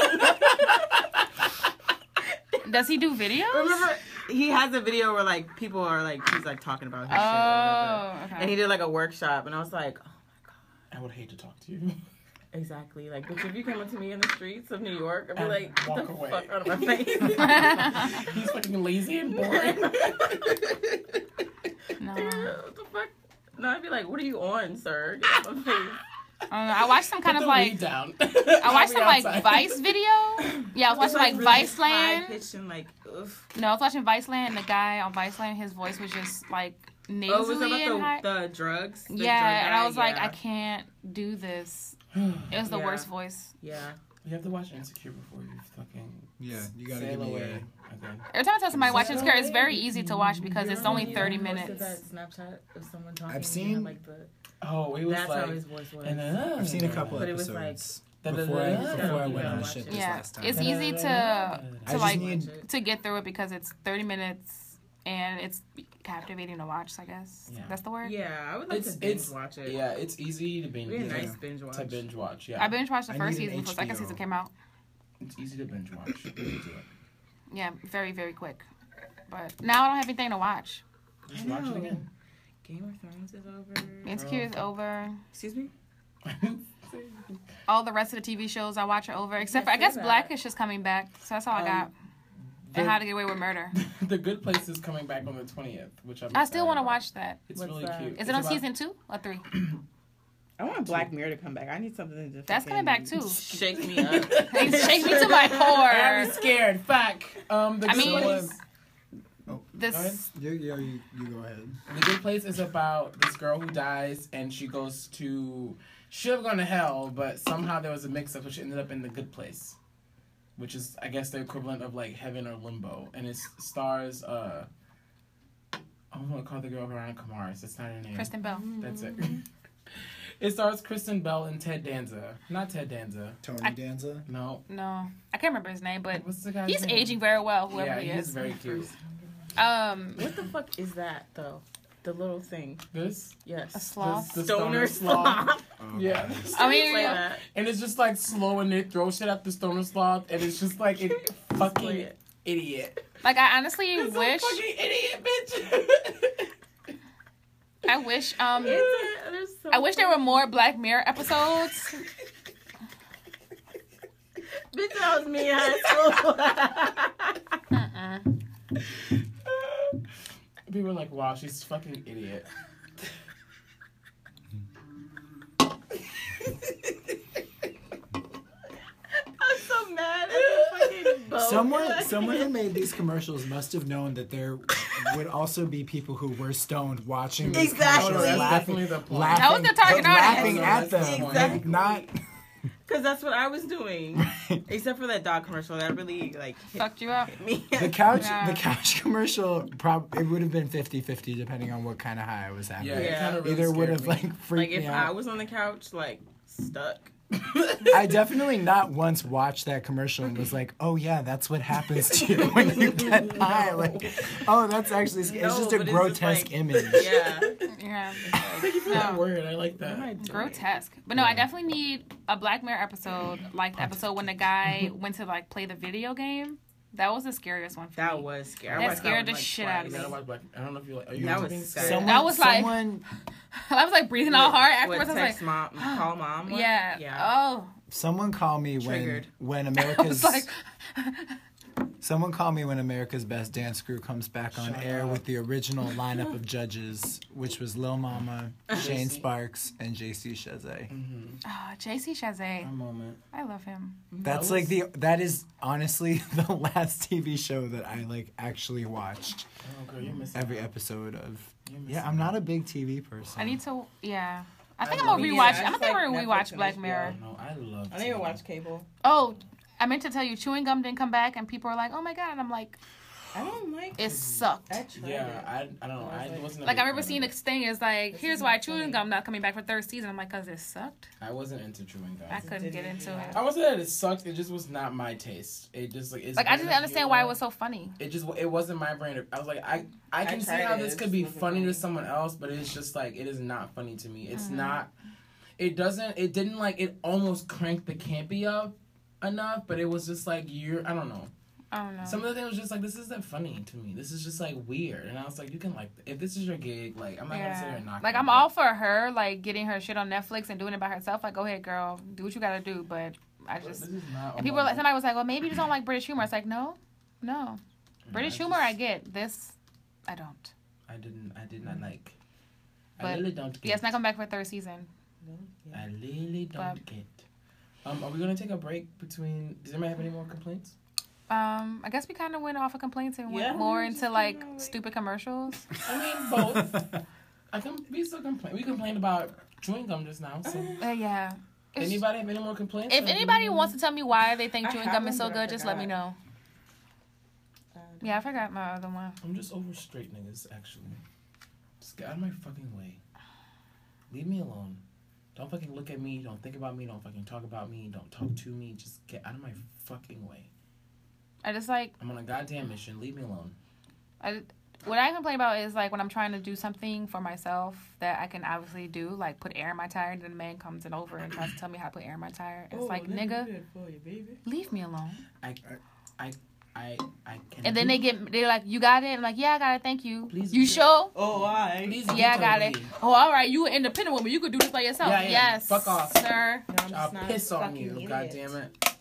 does he do videos? Remember, he has a video where like people are like he's like talking about his shit or whatever. Oh, And he okay. did like a workshop, and I was like, I would hate to talk to you. Exactly. Like, bitch, if you came up to me in the streets of New York, I'd be And like, walk walk the away. fuck [LAUGHS] out of my face. [LAUGHS] He's fucking lazy and boring. what no, I don't know. the fuck? No, I'd be like, what are you on, sir? Get out of my face. I watched [LAUGHS] some kind Put of the like weed down. [LAUGHS] I watched some like [LAUGHS] Vice video. Yeah, I was watching like really Vice high Land. pitched and like, oof. No, I was watching Vice Land, and the guy on Vice Land, his voice was just like nasally Oh, was that and high. about the, the drugs? The yeah, drug and guy? I was like, Yeah. I can't do [SIGHS] this. It was the Yeah. worst voice. Yeah. [LAUGHS] You have to watch Insecure before you fucking Yeah, you gotta sail give me away. a. Okay. Every time I tell somebody watch this, it's very easy to watch because it's only You thirty know, most of minutes. That Snapchat of someone talking. I've you seen- know, like the, Oh, it was that's like. how [LAUGHS] his voice was. and then, I've seen a couple [LAUGHS] But it was, like, episodes before I, da-da-da-da. before I went Yeah, on the watch ship it. this Yeah, last time. it's easy to I to just like need- to get through it because it's thirty minutes and it's captivating to watch. I guess Yeah. that's the word. Yeah, I would like It's- to binge it's- watch it. Yeah, it's easy to binge. We had a nice yeah, binge watch. To binge watch, yeah. I binge watched the I first need an season before the second HBO. season came out. It's easy to [LAUGHS] binge watch. You can do it. Yeah, very very quick. But now I don't have anything to watch. Just I watch it know. [LAUGHS] again. [LAUGHS] Game of Thrones is over. Oh, Insecure is over. Excuse me? All the rest of the TV shows I watch are over, except for Yeah, I guess say that. Blackish is coming back. So that's all Um, I got. the- and How to Get Away with [LAUGHS] Murder. the Good Place is coming back on the twentieth, which I'm. I still excited want to about. watch that. It's What's really that? cute. Is Is It's it on about- season two [LAUGHS] or three? I want Black Mirror to come back. I need something to just That's coming back fucking [LAUGHS] too. Shake me up. They shake me to my I'm core. scared. Fuck. Um, the I Good mean- Place. This You, you, you, you go ahead. The Good Place is about this girl who dies and she goes to. Should have gone to hell, but somehow there was a mix up, so she ended up in the Good Place, which is, I guess, the equivalent of like heaven or limbo. And it stars. uh I don't want to call the girl Veronica Mars. That's not her name. Kristen Bell. That's it. [LAUGHS] it stars Kristen Bell and Ted Danza. Not Ted Danza. Tony Danza. No. No, I can't remember his name, but What's the guy's he's name? aging very well. Whoever yeah, he he's is. very cute. Um, What the fuck is that though? The little thing. This, a Yes. this sloth. the [LAUGHS] Stoner sloth. Oh, Yeah, I Play mean, that. and it's just like slow and they throw shit at the stoner sloth, and it's just like it Play fucking it. idiot. like I honestly It's a wish. fucking idiot, bitch. I wish. Um, [LAUGHS] It's a- there's so I wish there much- were more [LAUGHS] Black Mirror episodes. Bitch, that was me in [LAUGHS] high school. Uh-uh. People are like, wow, she's fucking idiot. I'm so mad at the fucking boat. [LAUGHS] Someone, someone who made these commercials must have known that there would also be people who were stoned watching these Exactly. Oh, no, commercials, that's laughing, definitely the point. laughing, That was the target but laughing audience. at them, Exactly. like, not. Because that's what I [LAUGHS] was doing. Except for that dog commercial that really like hit Fucked you up. me. The couch, Yeah. the couch commercial, prob- it would have been 50-50 depending on what kind of high I was having. Yeah, Yeah. It kinda really Either would scared have me. [LAUGHS] like freaked [LAUGHS] like if me I out. was on the couch, like [LAUGHS] stuck. I definitely not once watched that commercial and was like, "Oh yeah, that's what happens to you when you get high." Like, oh, that's actually sc- it's No, just but a it's just grotesque like- image. Yeah. Yeah. that No. word, I like Oh that. um, grotesque. But no, I definitely need a Black Mirror episode, like the episode when the [LAUGHS] guy went to like play the video game. That was the scariest one. For That me. was scary. I That watched scared one, the like, shit twice. out of You me. gotta watch Black. I don't know if you like. Are you That into was being sad. Someone, That was like- someone, [LAUGHS] I was like breathing all hard afterwards. What, I was text like, mom, [GASPS] call mom? one? yeah, Yeah. oh, [LAUGHS] someone call me Triggered. when when I was America's like, someone call me when America's Best Dance Crew comes back on Shut air up. with the original lineup of judges, which was Lil Mama, Shane JC. Sparks, and J.C. Chazé. oh, JC Chazé, A moment. I love him. That's like the that is honestly [LAUGHS] the last TV show that I like actually watched Oh, girl, you're missing. every episode of. You're missing Yeah, I'm not a big TV person. I need to, yeah, I think I I'm gonna believe- rewatch. Yeah, I'm it's gonna think like I'm gonna Netflix rewatch and Black HBO. Mirror. No, I love. I don't even TV. watch cable. Oh, I meant to tell you, chewing gum didn't come back, and people are like, "Oh my god!" And I'm like, I don't like "It sucked." I tried Yeah, it. I, I don't know. I I was wasn't. like- a Like big I remember fan seeing of it. this thing. It's like, here's is why not chewing funny. gum not coming back for third season. I'm like, "Cause it sucked." I wasn't into chewing gum. I couldn't didn't get do into that. it. I wasn't that it sucked. It just was not my taste. It just like it's Like I didn't weird understand why it humor. was so funny. It just it wasn't my brain. I was like I I I can see tried how it. this It could be wasn't funny to funny. someone else, but it's just like it is not funny to me. Mm-hmm. It's not. It doesn't. It didn't like. It almost cranked the campy up enough, but it was just like you're. I don't know. I don't know. Some of the things was just like this isn't funny to me. This is just like weird. And I was like, you can like if this is your gig, like I'm not gonna sit here yeah. and knock. Like it, I'm but all for her, like getting her shit on Netflix and doing it by herself. Like, go ahead, girl, do what you gotta do. But I This just is not. and people were like, somebody was like, "Well, maybe you just don't like British humor." It's like, no, no, Mm, British humor I get. This, I don't. I didn't. I did not like. I But- really don't get. Yeah, it's not coming back for a third season. I really don't But- get. Um, are we gonna take a break between? Does anybody have any more complaints? Um, I guess we kind of went off of complaints and went Yeah, we more were into just like kinda like- stupid commercials. I mean both. [LAUGHS] I can. We still complain. We complained about chewing gum just now. [LAUGHS] So Uh, yeah. It's- anybody have any more complaints? If Or do anybody we- wants to tell me why they think I chewing have gum one, is so but I good, just let me forgot. Uh, know. Yeah, I forgot my other one. I'm just over straight niggas. Actually, just get out of my fucking way. Leave me alone. Don't fucking look at me. Don't think about me. Don't fucking talk about me. Don't talk to me. Just get out of my fucking way. I just like I'm on a goddamn mission. Leave me alone. I, what I complain about is like when I'm trying to do something for myself that I can obviously do, like put air in my tire, and then the man comes in over and tries to tell me how to put air in my tire. It's Oh, like, let me do nigga, it for you, baby. leave me alone. I, I, I, I can. And then they get they're like, you got it. I'm like, yeah, I got it. Thank you. Please you do it. sure? Oh, I. Please Yeah, I get got over it. here. Oh, all right. You an independent woman. You could do this by yourself. Yeah, I am. Yes. Fuck off. sir. I'll piss on you. God damn it.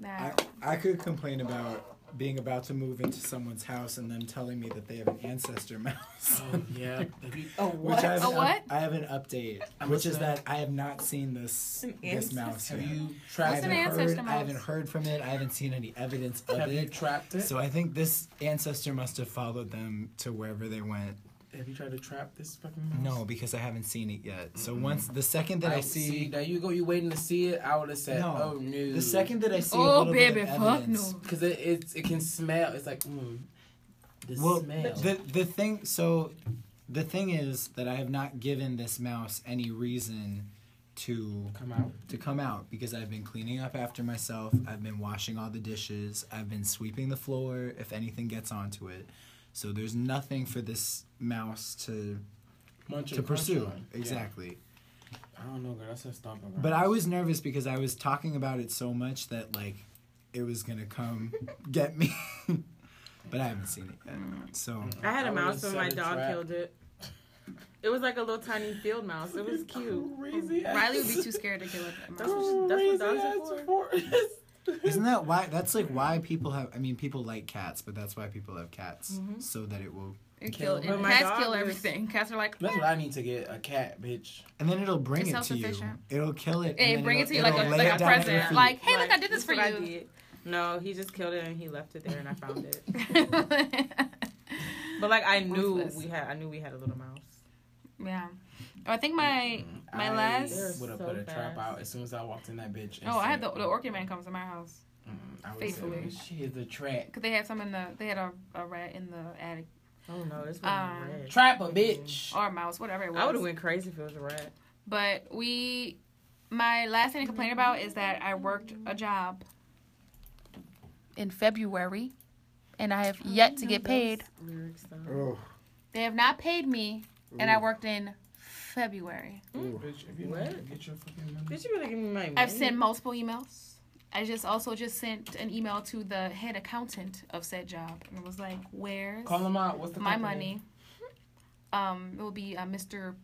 Nah. I, I could complain about being about to move into someone's house and them telling me that they have an ancestor [LAUGHS] mouse. Oh yeah. If you- [LAUGHS] Oh, Which what? I have A an up- what? I have an update, I'm which is listening. that I have not seen this An this mouse. have yet. you I trapped haven't an it? ancestor heard. I mouse? haven't heard from it. I haven't seen any evidence of Have you it. trapped it? So I think this ancestor must have followed them to wherever they went. Have you tried to trap this fucking mouse? No, because I haven't seen it yet. So once the second that I, see, There you go. You waiting to see it? I would have said, No. oh no. the second that I see, a Oh, little bit of baby, fuck evidence, no. Because it, it's it can smell. It's like mm, the Well, smell. the the thing so the thing is that I have not given this mouse any reason to Come out. to come out because I've been cleaning up after myself. I've been washing all the dishes. I've been sweeping the floor if anything gets onto it. So there's nothing for this mouse to Munch to and crunch pursue. on. Yeah. Exactly. I don't know, girl. That's a stomping ground. But I was nervous because I was talking about it so much that like it was gonna [LAUGHS] come get me. [LAUGHS] but I haven't seen it yet. So I had I a would've mouse when set my a dog trap. killed it. It was like a little tiny field mouse. It [LAUGHS] was cute. Crazy. Riley would be too scared to kill it. That's what, that's what dogs are for. Mm-hmm. Isn't that why? That's like why people have. I mean, people like cats, but that's why people have cats Mm-hmm. so that it will, It kill, Kill. But and my cats dog kill is- everything. Cats are like, That's what I need to get a cat, bitch. and then it'll bring It's it to you. self-sufficient. It'll kill it. hey, and then bring it it'll- to you like it'll a, lay it like a down at your present. feet. Like, hey, look, I Like, did this for what I you. did. No, he just killed it and he left it there and I [LAUGHS] found it. But like I knew Ruthless. we had, I knew we had a little mouse. [LAUGHS] yeah. Oh, I think my my I last. would have So put a trap fast. out as soon as I walked in that bitch. and Oh, I had the said, the orchid man comes to my house Mm, I would faithfully. say, she is a trap. because they had some in the they had a, a rat in the attic Oh no, this was Um, a rat. Trap a bitch. or a mouse, whatever it was. I would have went crazy if it was a rat. But we, my last thing to complain about is that I worked a job in February, and Oh, I have yet to get paid. Lyrics though. Oh, They have not paid me, and I worked in February. Bitch, if you What? don't get your fucking money. Did you really give me my? I've sent multiple emails. I just also just sent an email to the head accountant of said job, and it was like, "Where's Call them out. What's the my company? money?" Um, it will be uh, Mr.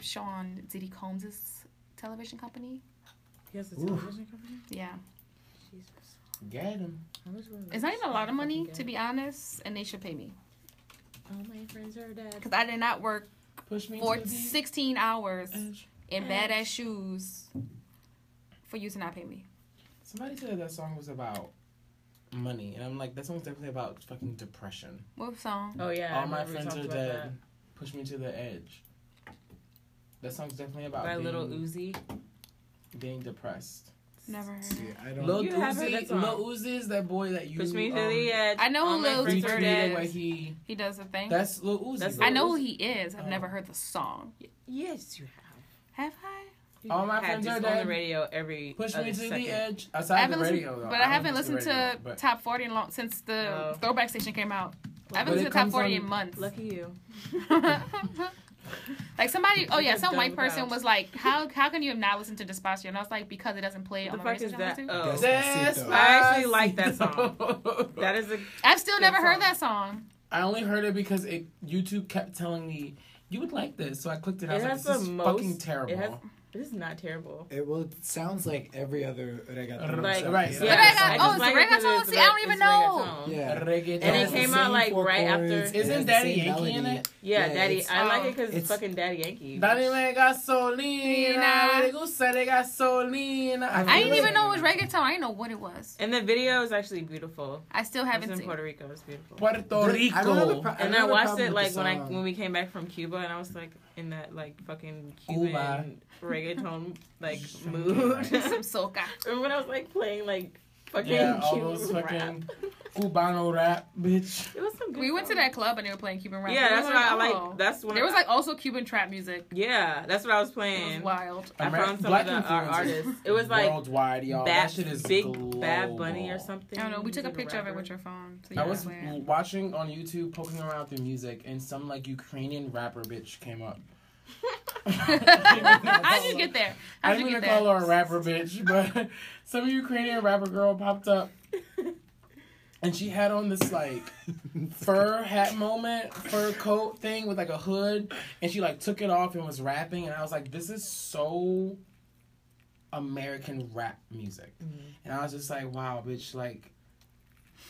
Sean Diddy Combs' television company. Yes, the television company. Yeah. Jesus. Get him. How much was it? It's not even a lot of money, to be honest, and they should pay me. All my friends are dead. Because I did not work Push me for to the 16 hours edge. in badass shoes for you to not pay me. Somebody said that song was about money, and I'm like, that song's definitely about fucking depression. What song? Oh yeah. I All my remember we friends talked are about dead. Push me to the edge. That song's definitely about By being, Little Uzi. being depressed. Never heard. Yeah, I don't. Lil You have heard that Uzi, song. Lil Uzi is that boy that you. Push me to um, the edge. I know All who my Lil friends Uzi are is. retweeted dead. where he. He does the thing. That's Lil Uzi. That's though. I know who he is. I've Oh. never heard the song. Yes, you have. Have I? You All my have friends this are on dead. the radio every Push other me to second. the edge. I Outside the haven't listened, radio, though. but I I haven't listened the radio, to but- Top 40 in long since the Oh. Throwback Station came out. I But haven't listened it to Top comes 40 on- in months. [LAUGHS] Lucky you. like somebody, oh yeah, Just some done white without. person was like, "How how can you have not listened to Despacio?" And I was like, "Because it doesn't play The on the fuck radio is that? station." I listen Oh, Despacito. I actually like that song. [LAUGHS] that is a. to." I've still Good never heard song. that song. I only heard it because it YouTube kept telling me you would like this, so I clicked it. I It was like, has this the is most- fucking terrible. it has- This is not terrible. It will. It sounds like every other reggaton. Like- song. Right, But yeah. I I got, just oh, it's like it 'cause reggaeton. it's See, I don't reg- even it's know. reggaeton. Yeah. Reggaeton. And it has the came out, same like, four right chords, after- it has Isn't the Daddy same Yankee in melody. it? Yeah, Yeah, Daddy. it's- I like it because it's, it's- fucking Daddy Yankee. Dale me gasolina, de gusta de gasolina. I I didn't Really? even know it was reggaeton. I didn't know what it was. And the video is actually beautiful. I still haven't it's in seen. Puerto Rico. It's beautiful. Puerto I don't have a Rico. pro- don't and I have a watched problem it with like the when I song. when we came back from Cuba, and I was like in that like fucking Cuban Cuba. reggaeton [LAUGHS] like mood. Right. [LAUGHS] [LAUGHS] Some soca. Remember when I was like playing like fucking Yeah, all Cuban those rap? fucking Cubano rap, bitch. [LAUGHS] It was some good. We went to songs. that club and they were playing Cuban rap. Yeah, We that's were what I oh. like. That's when There was I- like also Cuban trap music. yeah, that's what I was It was playing. wild. I Ameri- found some Black of the, our influencers. artists. It was like worldwide, y'all. Bad, that shit is big global. Bad Bunny or something. I don't know. We took a He's picture of it rapper. with your phone. So you I can was play [LAUGHS] it. watching on YouTube, poking around through music, and some like Ukrainian rapper bitch came up. How'd you get there? I How'd didn't you mean get to call there? her a rapper bitch, but [LAUGHS] some Ukrainian rapper girl popped up. And she had on this like fur hat moment, fur coat thing with like a hood, and she like took it off and was rapping, and I was like, "This is so American rap music," Mm-hmm. and I was just like, "Wow, bitch! Like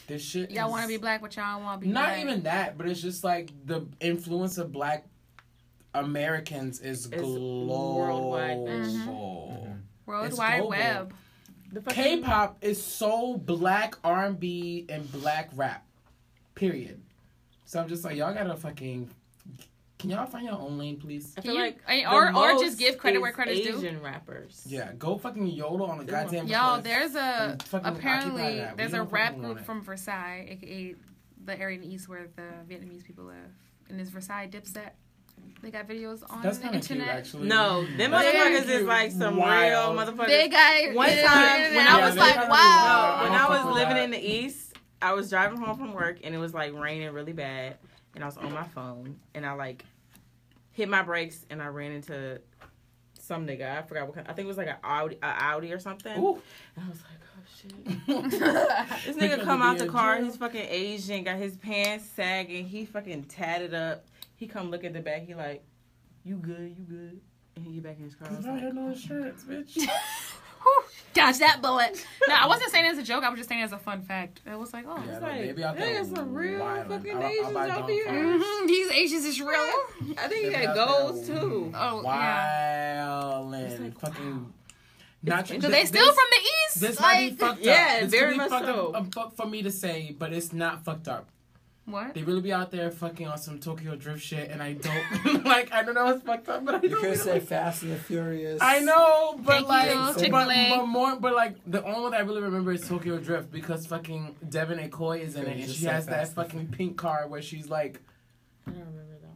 this shit." Y'all is- want to be black, but y'all don't want to be Not black. even that, but it's just like the influence of black Americans is global. worldwide, bitch. Mm-hmm. World It's Wide global. Web. [LAUGHS] The fucking K-pop is so black R&B and black rap. Period. So I'm just like y'all gotta fucking can y'all find your own lane, please? I Can feel you- like I- the or- or just most give credit is where credit's due. Asian rappers. Yeah, go fucking yodel on a goddamn. Y'all, cliff. there's a and fucking occupy apparently that. We there's a don't rap fucking want group it. from Versailles, aka the area in the east where the Vietnamese people live, and it's Versailles Dipset. They got videos on that's the kind of cute internet. actually. No, them That's motherfuckers kinda is like some wild. real motherfuckers. They got One it, time and when I Yeah, was they kinda like, be wow. wild. when I I don't was fuck with living that. in the east, I was driving home from work and it was like raining really bad, and I was on my phone and I like hit my brakes and I ran into some nigga. I forgot what kind. I think it was like an Audi, a Audi or something. Ooh. And I was like, oh [LAUGHS] shit. This nigga come out the car. He's fucking Asian. Got his pants sagging. He fucking tatted up. He come look at the back. He like, you good? You good? And he get back in his car. I was I [LAUGHS] like, had no insurance, [LAUGHS] bitch. Whew, dodge that bullet. No, I wasn't saying it as a joke. I was just saying it as a fun fact. It was like, oh, Yeah, It's no, like, maybe I they think is some real fucking Asians out here. mhm, [LAUGHS] these Asians is real. I think he Living got out goals there. too. Oh, yeah. Wild and fucking. Not So they still from the east. This might be like, fucked up. Yeah, This very could be much fucked so. Up, um, fuck for me to say, but it's not fucked up. [LAUGHS] what? They really be out there fucking on some Tokyo Drift shit, and I don't [LAUGHS] like. I don't know it's fucked up, but I You don't. could really- say Fast and the Furious. [LAUGHS] I know, but Thank like, you, but, Chick-fil-A. but more, but like the only one that I really remember is Tokyo Drift because fucking Devin Akoya is in Could it, you and just she say has that Fast and fucking pink car where she's like, I don't remember that one.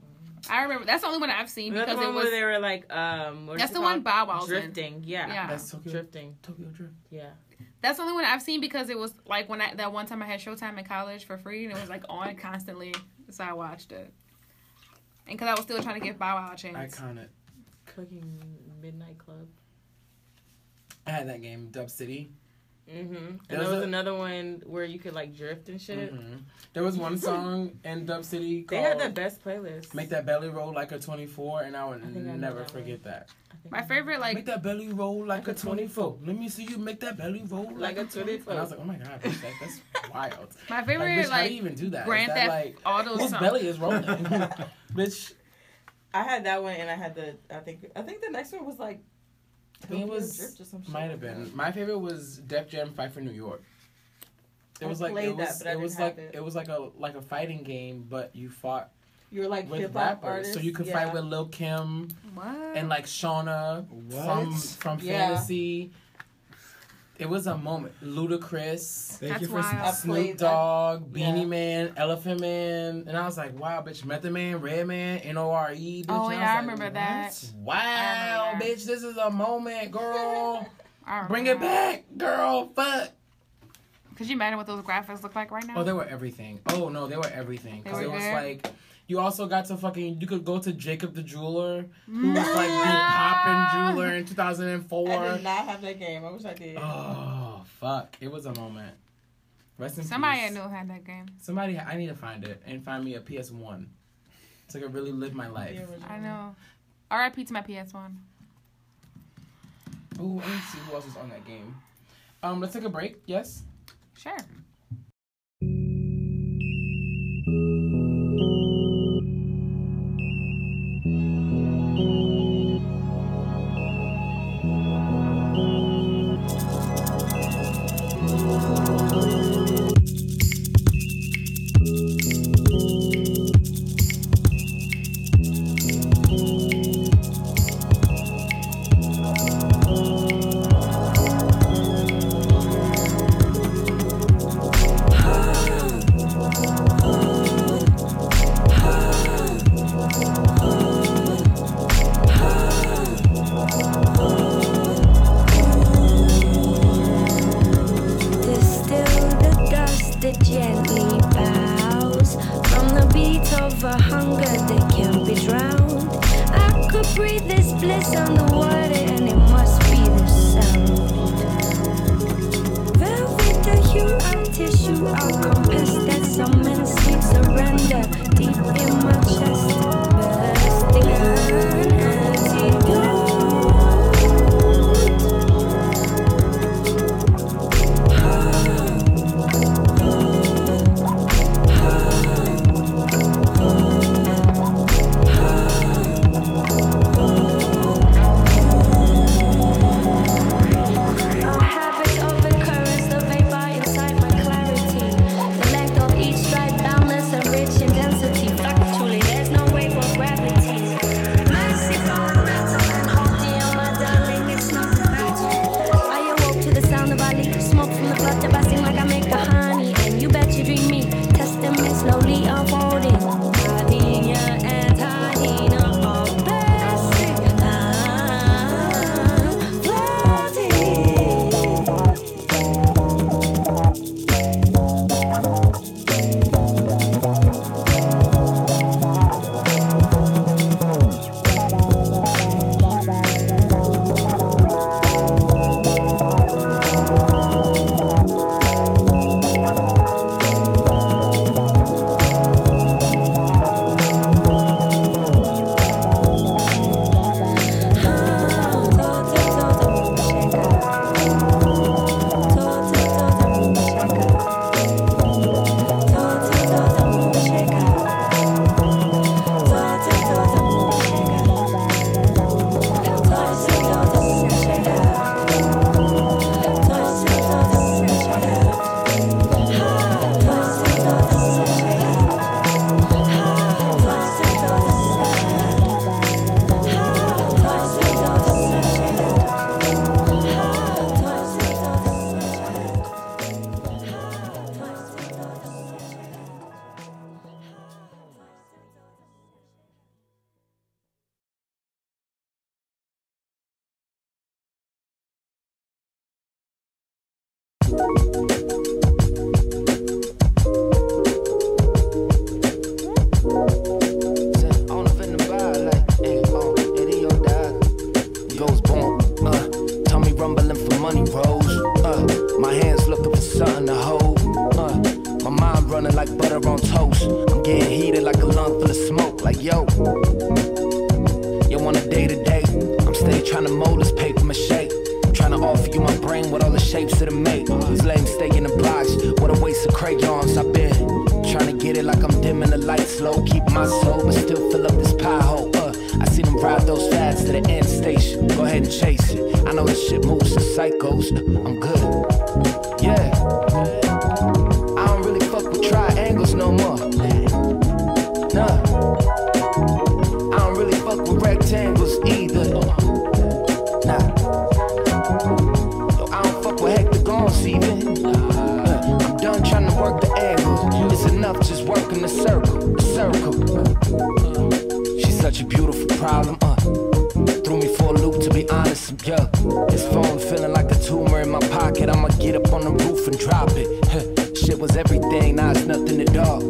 I remember. That's the only one I've seen That's because the one it was. where they were like, um, what is That's it the one Bow called? Wow's in. drifting. Yeah. Yeah. "That's Tokyo drifting. Tokyo Drift." Yeah, That's the only one I've seen because it was like when I that one time I had Showtime in college for free and it was like on constantly, so I watched it. And because I was still trying to give Bow Wow a chance. Iconic. fucking midnight club. I had that game, Dub City. Mm-hmm. And There there was was a- another one where you could like drift and shit. Mhm. There was one song in Dub City They called had the best playlist. Make That Belly Roll Like a 24, and I would think I know never that one. forget that. I think- My favorite make like that belly roll like a 24. Let me see you make that belly roll like, like a twenty And I was like, four. oh my god, bitch, that, that's [LAUGHS] wild. my Like, bitch, favorite how do like, you even do that? Is Grand that, Theft like, Auto whose song. belly is rolling? [LAUGHS] [LAUGHS] bitch, I had that one, and I had the. I think. I think the next one was like. I think it was- Tokyo Drift or some shit might have like that. been. My favorite was Def Jam Fight for New York. It I was like it played that, was but I it was didn't have like it. it was like a like a fighting game, but you fought You're like with hip hop rappers. artists. So you can yeah. fight with Lil Kim What? and like Shauna What? from from Yeah. Fantasy. It was a moment. Ludacris, Thank That's you for wild. I played Snoop that. Dogg, Beanie Yeah. Man, Elephant Man, and I was like, wow, bitch, Method Man, Red Man, N O R E. bitch. Oh, And yeah, I was like, remember that. I Wow, remember that. bitch, this is a moment, [LAUGHS] girl. I remember Bring it that. back, girl. Fuck. Could you imagine what those graphics look like right now? Oh, they were everything. Oh no, they were everything. Cause They it were was good? like you also got to fucking you could go to Jacob the jeweler, Mm. who was like [LAUGHS] the poppin' jeweler in two thousand and I four. did not have that game. I wish I did. Oh fuck! It was a moment. Rest in Somebody I peace. knew had that game. Somebody I need to find it and find me a PS One. So I could really live my life. I know. RIP to my PS1. Ooh, let me see who else was on that game. Um, let's take a break. Yes. Sure. Distill the dust that gently bows from the beat of a hunger that can't be drowned. I could breathe this bliss underwater, and it must be the sound. Velvet, the hue of tissue, I'll compass that summons sweet surrender deep in my chest. Bursting an antidote. Havoc of the currents of vapor inside my clarity. The length of each stride boundless and rich in density. Factually, there's no wave of gravity. Massive momentum and holding my darling, it's not a magic. I awoke to the sound of Ali, smoke from the cluster busting like I make a honey. And you bet you dream me, testament slowly unfolding. Gardenia and hyena are basic. I'm floating. On up in the bar, like, hey, oh, idiot dog. Goes boom, uh, tummy rumbling for money rolls, uh, my hands looking for something to hold, uh, my mind running like butter on toast. I'm getting heated like a lung full of smoke, like, yo. Yo, on a day to day, I'm steady trying to mold this paper mache. Trying to offer you my brain with all the shapes that it make. These lames stay in the box, what a waste of crayons. I've been trying to get it like I'm dimming the lights low. Keep my soul, but still fill up this pothole. Uh, I seen them ride those fads to the end station. Go ahead and chase it. I know this shit moves to psychos. I'm good. Yeah. I don't really fuck with triangles no more. Nah. him, uh. Threw me for a loop, to be honest, yeah. This phone feeling like a tumor in my pocket. I'ma get up on the roof and drop it. Huh. Shit was everything, now it's nothing at all.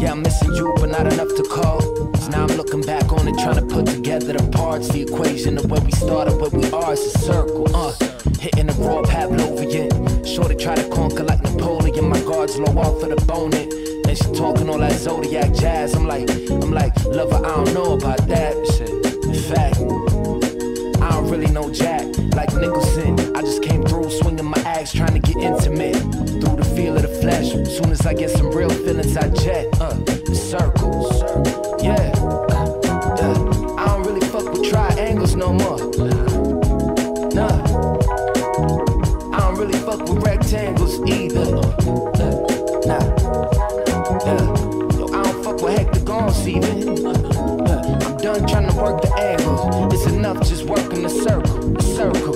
Yeah, I'm missing you, but not enough to call. So now I'm looking back on it, trying to put together the parts, the equation of where we started, where we are. It's a circle, uh. Hitting the raw Pavlovian. Sure to try to conquer like Napoleon. My guards low off of the bone it. And she talking all that zodiac jazz. I'm like, I'm like, lover, I don't know about that shit. In fact, I don't really know Jack. Like Nicholson, I just came through swinging my axe, trying to get intimate. Through the feel of the flesh, soon as I get some real feelings, I jet. Uh, the circles, yeah. Uh, I don't really fuck with triangles no more. Nah, I don't really fuck with rectangles either. Uh, nah, yeah. Yo, I don't fuck with hectagons even. Uh, I'm done trying to work the angles. It's enough just working the circle, the circle.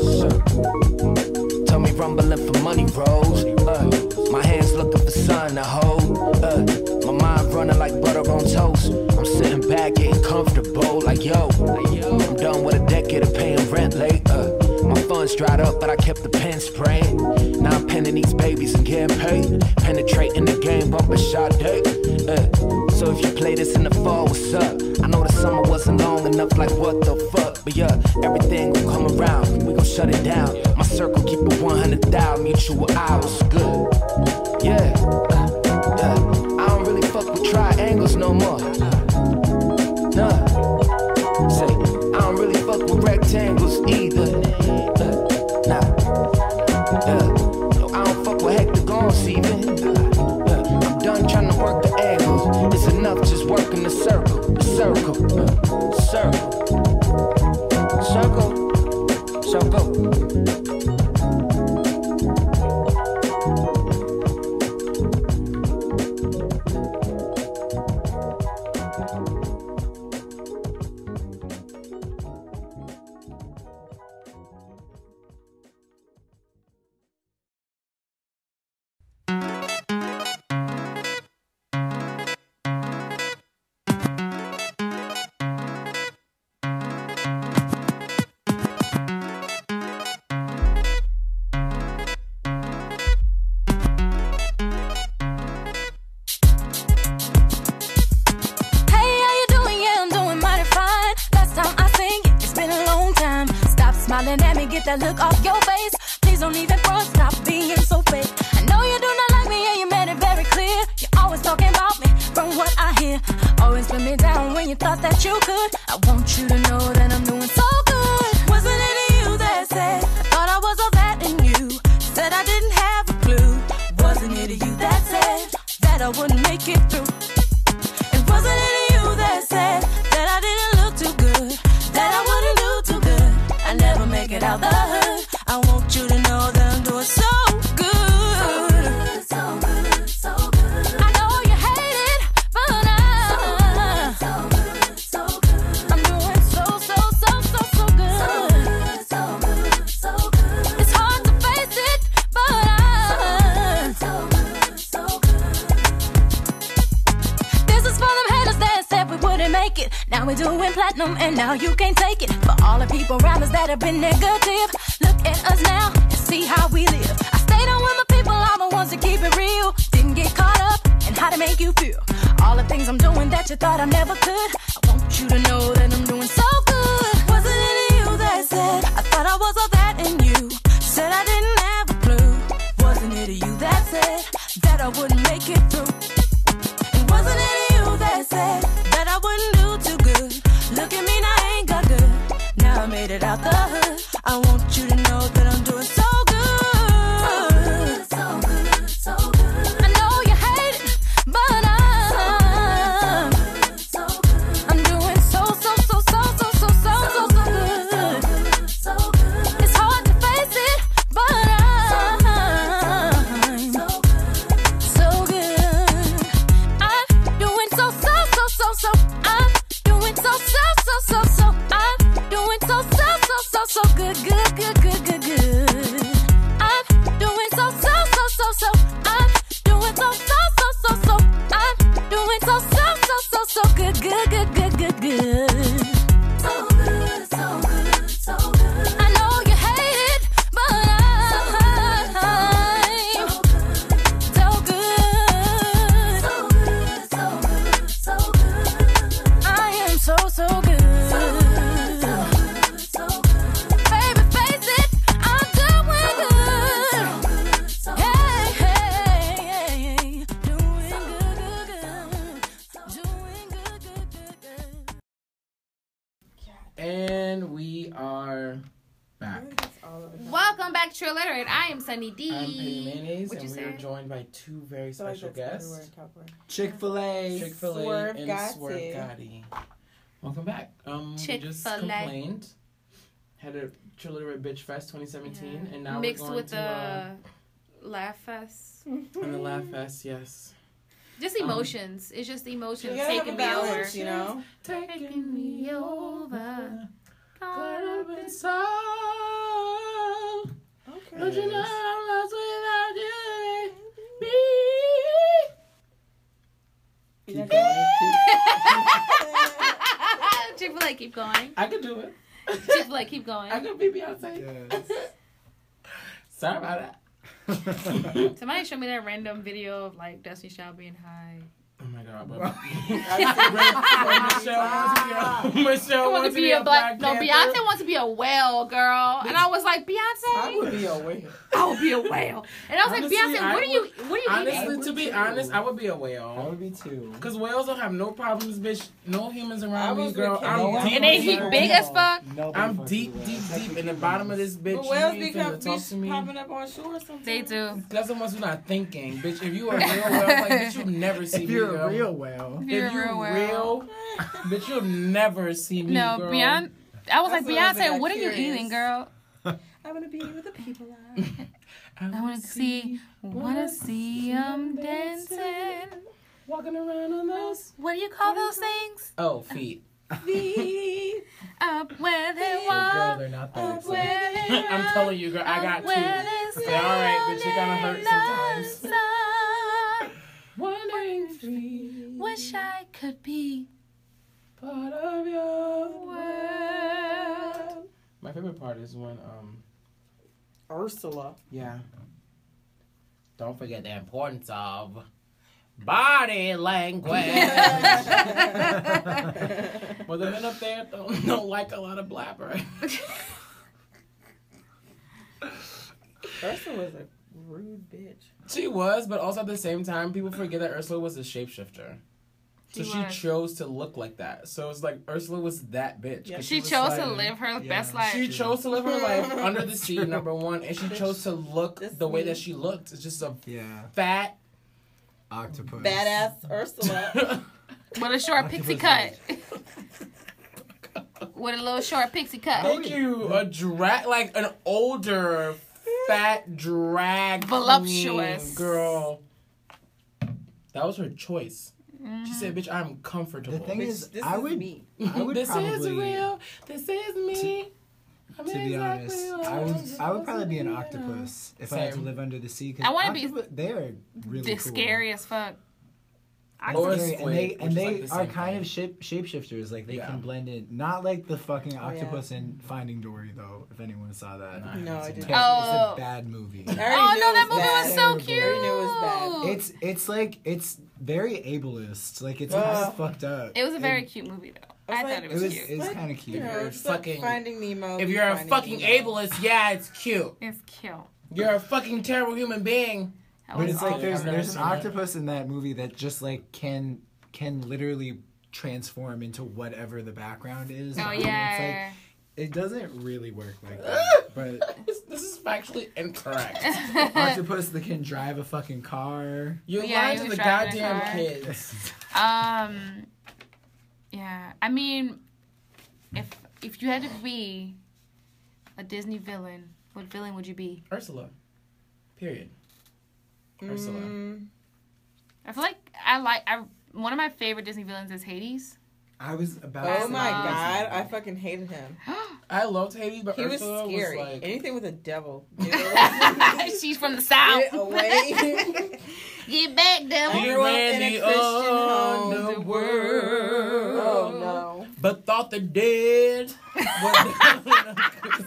Tell me rumbling for money rolls. Uh, my hands looking for sun to hold. Uh, my mind running like butter on toast. I'm sitting back getting comfortable, like yo. I'm done with a decade of paying rent late. Uh, my funds dried up, but I kept the pen spraying. Now I'm penning these babies and getting paid. Penetrating the game, bumping shot date. Uh, so if you play this in the fall, what's up? I know the summer wasn't long enough, like what the fuck? But yeah, everything will come around. We gon' shut it down. My circle keep it 100,000 mutual hours. Good. Yeah. Uh, yeah. I don't really fuck with triangles no more. Nah. Say, I don't really fuck with rectangles either. Uh, nah. Yeah. No, I don't fuck with hectagons even. Uh, I'm done trying to work the angles. It's enough just working the circle, the circle, uh, circle, circle, circle. Hey, how you doing? Yeah, I'm doing mighty fine. Last time I seen you, it's been a long time. Stop smiling at me, get that look off your face. Please don't even front, stop being so fake. I know you do not like me, and you made it very clear. you always talking about me, from what I hear. Always put me down when you thought that you could. I want you to know that I'm doing so good. Wasn't it you that said, I thought I was all that in you? Said I didn't have a clue. Wasn't it you that said, that I wouldn't make it through? It wasn't it you that said that I didn't look too good, that I wouldn't do too good. I never make it out the hood. I want you to know that I'm doing so good. So good, so good, so good. I know you hate it, but I so good, so good, so good. I'm doing so, so, so, so, so good. So good, so good, so good. It's hard to face it, but I so good, so good, so good. This is for them haters that said we wouldn't make it. Now we're doing platinum and now you can't take it. For all the people around us that have been negative, look at us now and see how we live. I stayed on with my people, I'm the ones that keep it real. Didn't get caught up in how to make you feel. All the things I'm doing that you thought I never could. I want you to know that I'm doing so good. Wasn't it you that said I thought I was all that in you? Said I didn't have a clue. Wasn't it you that said that I wouldn't make it through? And wasn't it you that said that I wouldn't do too good? Look at me, now I ain't got good. Now I made it out the hood. I want you to know that I'm doing so good. So good, so good, so good. I know you hate it, but I'm so good, so good. I'm doing so, so, so, so, so, so, so, so, so good. So good, It's hard to face it, but I'm so good. I'm doing so so so so so. I'm doing so so so so so. I'm doing so so so so so good good good good. And we are back. Welcome back to Illiterate. I am Sunny D. I'm Penny Mayonnaise, What'd and you we are say? joined by two very special guests [LAUGHS] Chick fil A. Chick fil A Swerve and Gotti. Swerve Gotti. Welcome back. Um, we just Chick-fil-A. complained. Had a Trilliterate Bitch Fest 2017, and now Mixed we're going with to. the uh, Laugh Fest. and the Laugh Fest, yes. Just Um, emotions. it's just emotions You gotta have taking a me over. balance, you know? Taking me over. Caught up [LAUGHS] in soul. Don't you know I'm lost without you? Me. Chick fil A, keep going. I could [LAUGHS] do it. Chick fil A, keep going. I could be Beyonce. Sorry about that. Somebody showed me that random video of like Destiny Child being high. Oh my god, [LAUGHS] but Michelle wants to be [LAUGHS] a, Michelle I want to be a black. No, Beyonce Panther. wants to be a whale girl, and I was like, Beyonce. I would be a whale. I would Oh, be a whale. And I was like, Beyonce, what are you- what are you Honestly, eating? to be honest, I would be a whale. I would be too. Cause whales don't have no problems, bitch. No humans around me, girl. okay. I'm No, deep And they in heat the- big as fuck. I'm deep, deep, deep in the bottom of this bitch. But whales You ain't become- finna talk be to me. popping up on shore sometimes. They [LAUGHS] do. That's the ones who's not thinking, bitch. If you are a real whale, like, bitch, you'll never see [LAUGHS] If me. you're a girl. real whale. If you're a real whale. real, bitch, you'll never see me. No, girl. Beyonce. I was That's like, what I was like, Beyonce, I'm what are you curious. eating, girl? I want to be with the people. I I want to see, want to see 'em dancing. Walking around on those. What do you call those things? Oh, [LAUGHS] feet. Up where they Oh, girl, walk. they're not that where excited. they [LAUGHS] I'm telling you, girl, I got two. They're all right, but you gotta hurt sometimes. [LAUGHS] Wondering free. Wish I could be part of your world. My favorite part is when um Ursula. yeah. Don't forget the importance of body [LAUGHS] [LAUGHS] language. Well, the men up there don't, [LAUGHS] don't like a lot of blabber. Ursula was a rude bitch. [LAUGHS] She was, but also at the same time, people forget that Ursula was a shapeshifter. So She she was. chose to look like that. So it's like Ursula was that bitch. 'cause She was chose like- to live her best life. She chose to live her [LAUGHS] life under the sea, number one, and she chose to look the way that she looked. It's just a Yeah. [LAUGHS] fat Octopus. Badass [LAUGHS] Ursula. with a short pixie cut. [LAUGHS] with a little short pixie cut. Thank you. A drag, like an older, fat drag Voluptuous. queen girl. That was her choice. She said, "Bitch, I'm comfortable." The thing Bitch, is, I would. I would this probably, is real. This is me. I'm To be honest, what I would, I I'm would supposed probably to be an octopus if I had to Same. live under the sea. 'cause I wanna be- octopus- They are really They're cool. scary as fuck. I Or can- and they squid, which and is they like the are same kind of shape shapeshifters. Like they can blend in, not like the fucking octopus in Finding Dory, though. If anyone saw that, No, I No, haven't I seen didn't. Terrible. Oh. it's a bad movie. Oh no, that movie was so Terrible. cute. It's it's like it's very ableist. Like it's kind Ugh. of fucked up. It was a very cute movie though. I thought it was cute. It was kind of cute. You know, it's like fucking- Finding Nemo. If you're a Finding fucking Nemo. ableist, yeah, it's cute. It's cute. You're a fucking terrible human being. But it's like Oh, there's I've never there's an seen that. octopus in that movie that just like can can literally transform into whatever the background is. Oh, And it's [LAUGHS] yeah. like, it doesn't really work [LAUGHS] like that. but [LAUGHS] This, this is factually incorrect. [LAUGHS] octopus that can drive a fucking car. You're Yeah, lying he to was the driving a goddamn car. kids. [LAUGHS] [LAUGHS] Um, yeah. I mean, if if you had to be a Disney villain, what villain would you be? Ursula. Period. Mm. Ursula. I feel like I like I one of my favorite Disney villains is Hades. I was about. Oh my Um, god, I fucking hated him. I loved Hades, but He was Ursula was, scary. like. Anything with a devil. [LAUGHS] She's from the south. Get away. [LAUGHS] Get back, devil. He ran in a the Christian home, underworld, [LAUGHS] Oh [LAUGHS] but thought the dead. [LAUGHS] That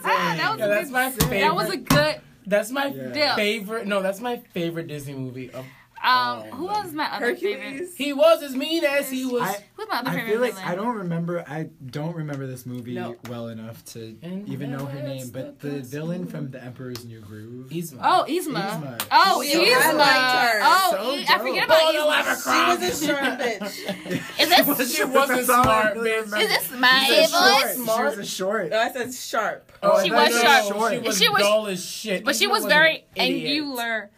was Yeah, a that's good- my favorite. That was a good. That's my Yeah. favorite. No, that's my favorite Disney movie of Um, Oh, who was my other favorite? He was as mean as he was. Who's my other I favorite feel like villain? I don't remember. I don't remember this movie No. well enough to even know her name. But the villain from The Emperor's New Groove, Isma. Oh, Isma. Oh, So Isma. I liked her. Oh, So E- I forget dope. Ball about Isma. of Abercrombie. She was a short Is this? [LAUGHS] She wasn't smart, bitch. Is this my She was voice? short. [LAUGHS] She was a short. No, I said sharp. Oh, she I thought was you said sharp. short. She was She was- dull as shit. But she was very um, angular.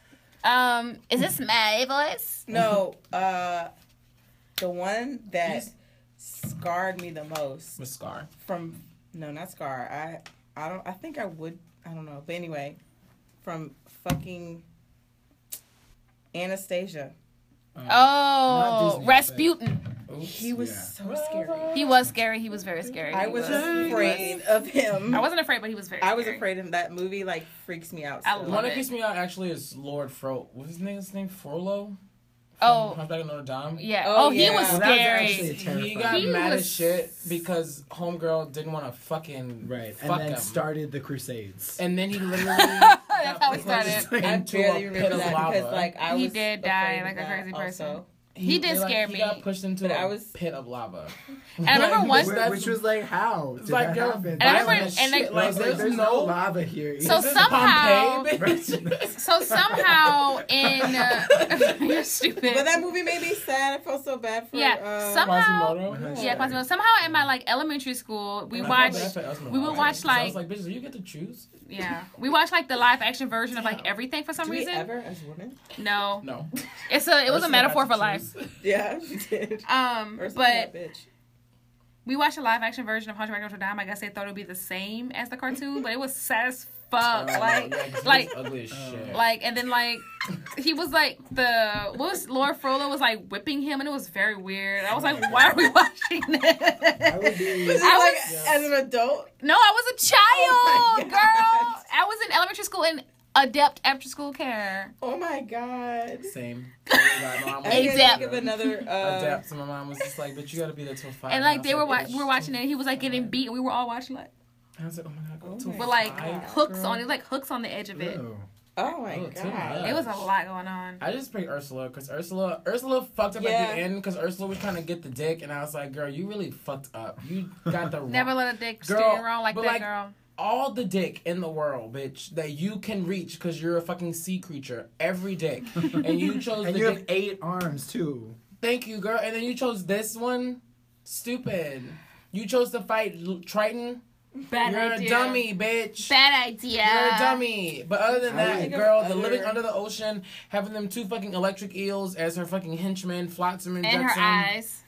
Um, is this Oh. my voice? No, uh, the one that scarred me the most was Scar. From no, not Scar. I I don't. I think I would. I don't know. But anyway, from fucking Anastasia. Oh, Rasputin. He was so scary. He was scary. He was very scary. I He was he afraid of him. I wasn't afraid, but he was very. I was scary. afraid of him. That movie like freaks me out. I still. love One that keeps me out actually is Lord Fro. What's his name? His name Frollo. Oh. Hunchback of Notre Dame. Yeah. Oh, Oh, he yeah. was Well, that scary. actually terrifying. He got He mad was- as shit because homegirl didn't want to fucking right. and fuck then him. started the Crusades. and then he literally [LAUGHS] That's how it started. I into barely a remember pit of that lava. because like I He was did die afraid like of a that crazy person. also. He did like, scare he me. got pushed into But a I was- pit of lava. And I remember once- Wh- which was like how did Like, that yo, happen? and I remember- Violent and, like- shit. I was there's there's no- no, lava here. So Is this somehow- Pompeii, [LAUGHS] bitch? So somehow in uh, [LAUGHS] you're stupid. But that movie made me sad. I felt so bad for. Yeah, um, somehow. Quasimodo? Yeah, Quasimodo. Somehow in my like elementary school, we I felt bad watched. for Esmeralda. We would watch I like was like, bitch, do you get to choose? yeah, we watched like the live action version of like everything for some Do we reason. ever as women? No, No. it's a it was a Ursula metaphor got for to life. Yeah, [LAUGHS] she did. Um, Or something but that bitch. we watched a live action version of Hunchback of Notre Dame. I guess they thought it would be the same as the cartoon, but it was sad as fuck. Oh, Uh, Like, yeah, 'cause he was like, ugly as shit. like, and then like. He was like the what was Laura Frollo was like whipping him and it was very weird. I was like, why are we [LAUGHS] watching this? I would be- But I like as an adult, No, I was a Oh child, my girl. I was in elementary school in adept after school care. oh my god. Same. I can't Adept. think [LAUGHS] of another. Uh, Adapt. So my mom was just like, bitch, you gotta be there till five. And I like was they were wa- bitch, we were watching it. He was like getting beat, and we were all watching like I was like, oh my god, go till with like five, hooks girl? on it, like hooks on the edge of it. Ew. oh my Oh, too god. much. It was a lot going on. I just picked Ursula because Ursula Ursula fucked up Yeah. at the end because Ursula was trying to get the dick and I was like, girl, you really fucked up. You got the wrong. [LAUGHS] Never let a dick steer Girl, you wrong like but, that, like, girl. all the dick in the world, bitch, that you can reach because you're a fucking sea creature. Every dick, and you chose And the you dick. have eight arms too. Thank you, girl. And then you chose this one. Stupid. You chose to fight L- Triton. Bad You're idea. a dummy, bitch. Bad idea. You're a dummy. But other than I that, think of girl, the other- living under the ocean, having them two fucking electric eels as her fucking henchmen, Flotsam and, And her Jetsam, eyes.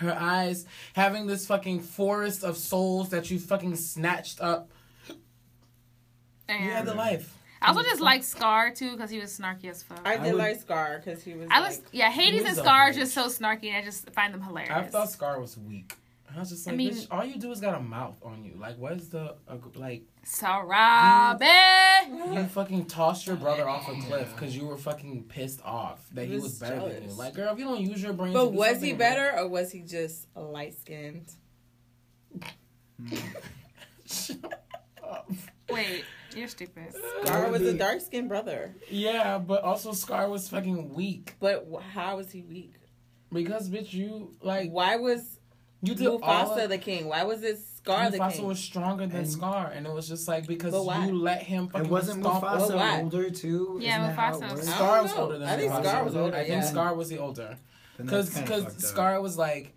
her eyes, having this fucking forest of souls that you fucking snatched up. Damn. You had the life. I also just like Scar too because he was snarky as fuck. I I, did would- like Scar because he was. was like- yeah. Hades was and a Scar are bitch. just so snarky, and I just find them hilarious. I thought Scar was weak. I was just I like, mean- bitch, all you do is got a mouth on you. Like, what is the uh, like? Sarabe. Uh, You fucking tossed your brother off a cliff because you were fucking pissed off that he was was, better than you. jealous. Like, girl, if you don't use your brain, to But do was something he right- [LAUGHS] better or was he just light skinned? Wait, you're stupid. Scar was a be- dark skinned brother. Yeah, but also Scar was fucking weak But wh- how was he weak? because bitch, you like Why was you did all Mufasa of, the king? Why was it Scar the Mufasa king? was stronger than And- Scar, and it was just like because But why? you let him fucking And wasn't stomp Mufasa Well, why? older too? Yeah, Isn't that how it Mufasa was- works? Scar was I don't know. older than I think Mufasa. Scar was older, I yeah. think Scar was the older. Then that's Cause, kinda cause fucked up. Scar was like,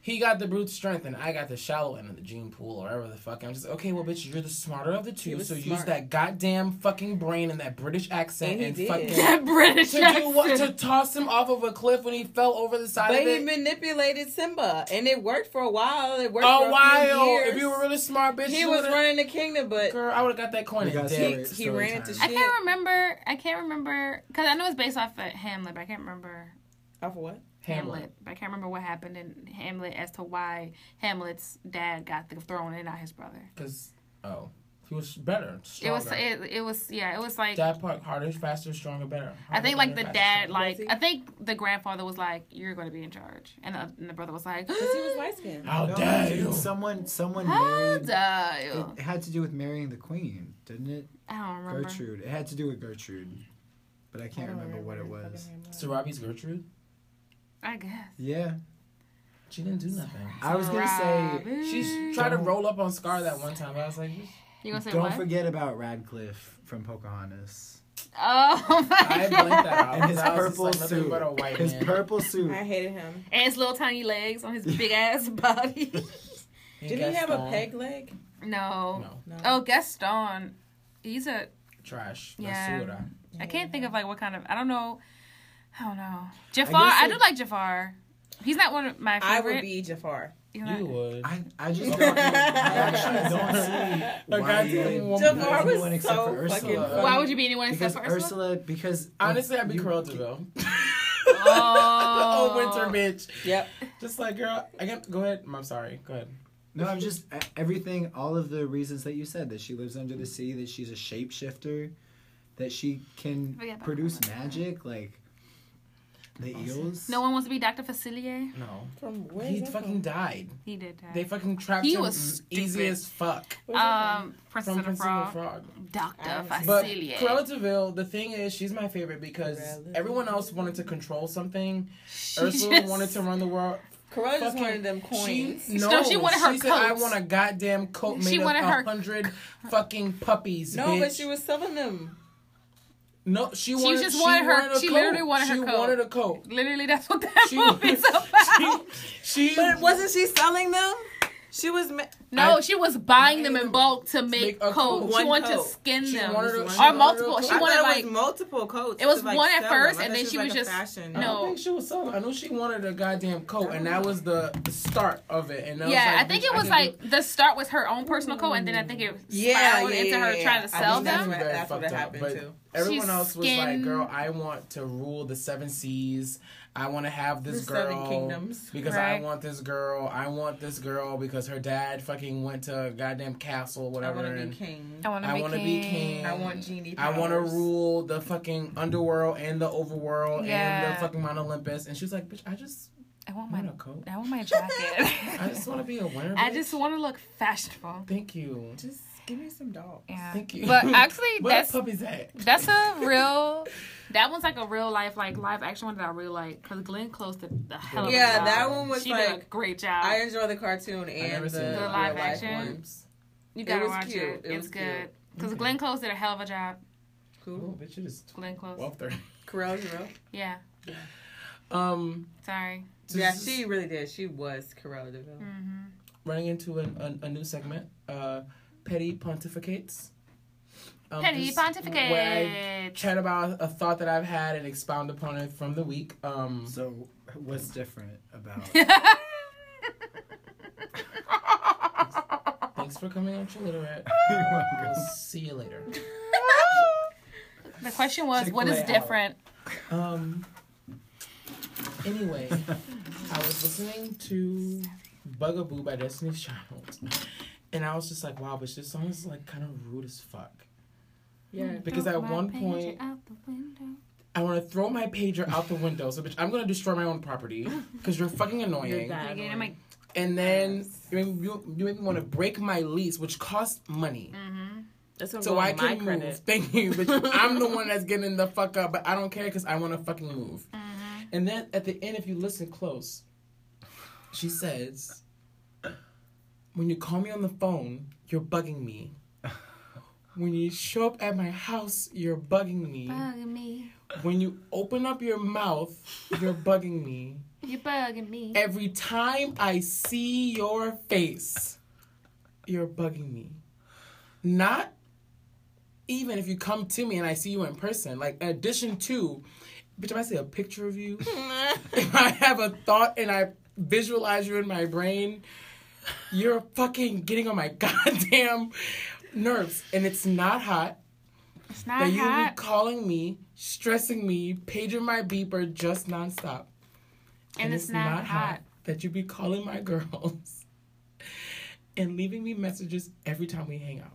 he got the brute strength and I got the shallow end of the gene pool or whatever the fuck. I'm just okay. Well, bitch, you're the smarter of the two, was so use smart. that goddamn fucking brain and that British accent And he and, did. fucking That British to do what to toss him off of a cliff when he fell over the side But of he it. manipulated Simba, and it worked for a while. It worked for a a while. Few years. Oh, If you were really smart, bitch, he you was would've- running the kingdom, but Girl, I would have got that coin. We got and story- did it. he story ran time. into I shit. can't remember. I can't remember because I know it's based off of Hamlet, but I can't remember Off of what? Hamlet. Hamlet. But I can't remember what happened in Hamlet as to why Hamlet's dad got the throne and not his brother. Cause oh, he was better. It was Stronger. it, it was yeah it was like Dad part harder, faster, stronger, better. I think like Harder, the better, faster, dad stronger. like Was he? I think the grandfather was like you're going to be in charge and the, and the brother was like Because he [GASPS] was light skinned. How No, dare dude, you? Someone, someone how married. dare you? It had to do with marrying the queen, didn't it? I don't remember. Gertrude. It had to Uh-huh. do with Gertrude. but I can't remember what it was. Sarabi's Gertrude. I guess. Yeah. She didn't do nothing. I was gonna say She tried to Don't- roll up on Scar that one time. but I was like, You gonna say Don't what? forget about Radcliffe from Pocahontas. Oh [LAUGHS] my I god. blanked that out. And his I was just purple like, nothing suit. but a white His man. purple suit. I hated him. And his little tiny [LAUGHS] legs on his big ass body. [LAUGHS] Did he have a peg leg? No. No. Oh, Gaston. He's a Trash. Yeah. Basura. I can't think of like what kind of. I don't know. I don't know. Jafar. guess I, it- do like Jafar. He's not one of my I favorite. would be Jafar. You're not- You would. [LAUGHS] I, I just don't, I actually don't see why goddamn you would woman. be Jafar was anyone except so for fucking Ursula. funny. Why would you be anyone Because except for Ursula? Ursula, because uh, Honestly, I'd be you- Cruella DeVille. [LAUGHS] [LAUGHS] Oh. oh, Winter bitch. Yep. Just like girl. I can go ahead. I'm sorry. Go ahead. No, I'm just e- everything. All of the reasons that you said that she lives under the sea, that she's a shapeshifter, that she can Forget about produce magic, like the eels. No one wants to be Dr. Facilier. No. From where? He is that fucking died. He did that. They fucking trapped He him was easy stupid. as fuck. from? Where's that um, Princess From of the Princess and the Frog. Frog. Dr. But Facilier. Cruella Deville, the thing is, she's my favorite because Cruella everyone else wanted to control something. She Ursula just- wanted to run the world. from? Corella just fucking- wanted them She, coins. no, No, she wanted her she said, I coats. want a goddamn coat made She of wanted her a hundred fucking puppies. no, bitch. but she was selling them. No, she She wanted. just wanted her- a she coat. literally wanted her She coat. wanted a coat. Literally, that's what [LAUGHS] that [LAUGHS] She- movie's about. She. But wasn't she selling them? She was. Ma- no, I- she was buying them in bulk to Make make a coat. coats. She One wanted to coat. skin She them. wanted a- or she wanted a multiple. coat. She I I wanted thought like it was multiple coats. It was to, like, one at sell them. first, I and thought then she like, was a just- fashion. I No. don't think she was selling. I know she wanted a goddamn coat, and that was the start of it. And that was yeah, like, I think bitch, it was can do- like the start was her own personal coat, and then I think it spiraled Yeah, yeah, into her yeah, trying yeah. to I sell think That was them. right. very That's what fucked it up, happened but to. Everyone She's else was like, skin- "Girl, I want to rule the seven seas. I want to have this The girl seven kingdoms." because I Right. want this girl. I want this girl because her dad fucking went to a goddamn castle, I whatever. want to be and king. I want I to wanna be be king. king. I want genie. I want to powers. rule the fucking underworld and the overworld and Yeah. the fucking Mount Olympus." And she was like, "Bitch, I just I want my. want a coat. [LAUGHS] I want my jacket. I just want to be a winner. [LAUGHS] I bitch. just want to look fashionable. Thank you. Just give me some dogs. Yeah. Thank you. [LAUGHS] But actually, Where that's the puppies at? that's a real. [LAUGHS] That one's like a real life, like live action one that I really like because Glenn Close did the hell of a Yeah, job. that one was she did a like great job. I enjoy the cartoon I and never the, seen The it. real live life action? ones. you gotta was watch it. cute. It It was was good because Glenn Close did a hell of a job. Cool. Oh, bitch, you just Glenn Close. twelve thirty. Corella Deville. Yeah. Um, Sorry. [LAUGHS] Yeah, just she really did. She was Corella Deville. running into an, a, a new segment. Uh, petty pontificates. Um, Petty this- Where I pontificate. chat about a thought that I've had and expound upon it from the week. Um, So what's different about? [LAUGHS] thanks for coming on Chilliterate. I'll see you later. The question was, what is Chick-fil-A out. different? Um. Anyway, I was listening to Bugaboo by Destiny's Child, and I was just like, "Wow, but this song is like kind of rude as fuck." Yeah. Because at one point, I want to throw my pager out the window. So, bitch, I'm gonna destroy my own property because you're fucking annoying. that Like, you know, one. like, And then you make, you, you make me want to break my lease, which costs money. That's gonna So go I on Mm. my can move. credit. Thank you, bitch. I'm the one that's getting the fuck up, but I don't care because I want to fucking move. Mm-hmm. And then at the end, if you listen close, she says, "When you call me on the phone, you're bugging me. When you show up at my house, you're bugging me." bugging me. When you open up your mouth, you're bugging me. You're bugging me. Every time I see your face, you're bugging me. Not even if you come to me and I see you in person. Like, in addition to, bitch, if I see a picture of you, if [LAUGHS] I have a thought and I visualize you in my brain, you're fucking getting on my [LAUGHS] goddamn nerves. And it's not hot It's not that you be hot. calling me, stressing me, paging my beeper just nonstop. And it's not hot. that you be calling my girls [LAUGHS] and leaving me messages every time we hang out.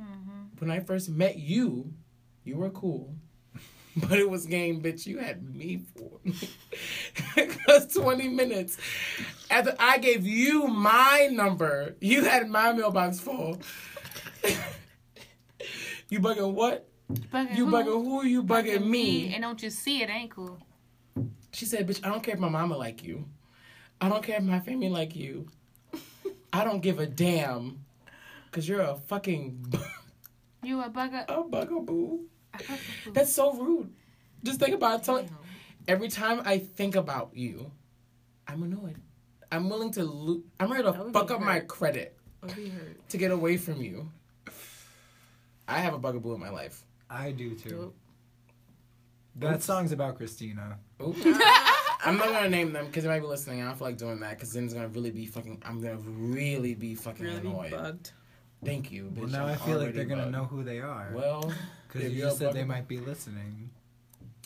Mm-hmm. When I first met you, you were cool. [LAUGHS] But it was game, bitch. You had me [LAUGHS] for because twenty minutes after I gave you my number, [LAUGHS] you had my mailbox full. you bugging what? Bugging You who? bugging who? You bugging me? And don't you see it ain't cool. She said, "Bitch, I don't care if my mama like you. I don't care if my family like you. I don't give a damn, cause you're a fucking [LAUGHS] You a bugger. a bugaboo. That's so rude. Just think about it. Tell- every time I think about you, I'm annoyed. I'm willing to lo- I'm ready to fuck up my credit to get away from you. I have a bugaboo in my life. I do too. That song's about Christina. Oops. I'm not gonna name them because they might be listening. I don't feel like doing that because then it's gonna really be fucking. I'm gonna really be fucking Really annoyed. bugged. Thank you. Bitch. Well, now I'm I feel like already they're gonna bugged. know who they are. [LAUGHS] Well, because if you you're just a said they bugger- might be listening.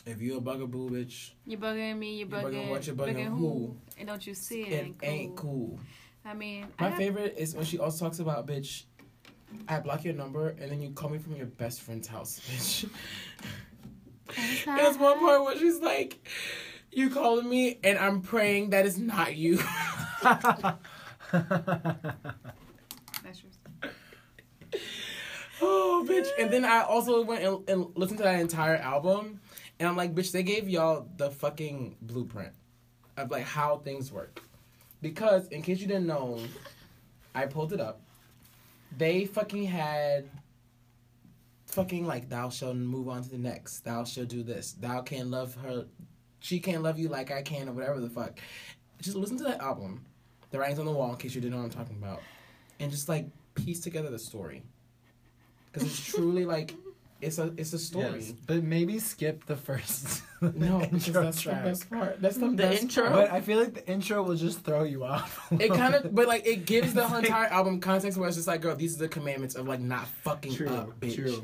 If you're a bugaboo, bitch, You bugging me, you You bugging bugging, what, you bugging bugging who? And don't you see it, it ain't cool. ain't cool. I mean, I My have- favorite is when she also talks about, bitch, I block your number and then you call me from your best friend's house, [LAUGHS] bitch. There's one part where she's like, you calling me and I'm praying that it's not you. [LAUGHS] That's yours. oh, [GASPS] bitch. And then I also went and, and listened to that entire album and I'm like, bitch, they gave y'all the fucking blueprint of like how things work. Because, in case you didn't know, I pulled it up. They fucking had fucking like thou shall move on to the next thou shall do this thou can't love her she can't love you like i can or whatever the fuck just listen to that album the writings on the wall in case you didn't know what i'm talking about and just like piece together the story because it's truly like it's a it's a story Yes, but maybe skip the first. [LAUGHS] no because intro [LAUGHS] that's track. the best part that's the, The best intro? part. But I feel like the intro will just throw you off. a It little kind bit. of, but like, it gives [LAUGHS] the whole entire album context where it's just like, girl, these are the commandments of like not fucking True, up, bitch. true.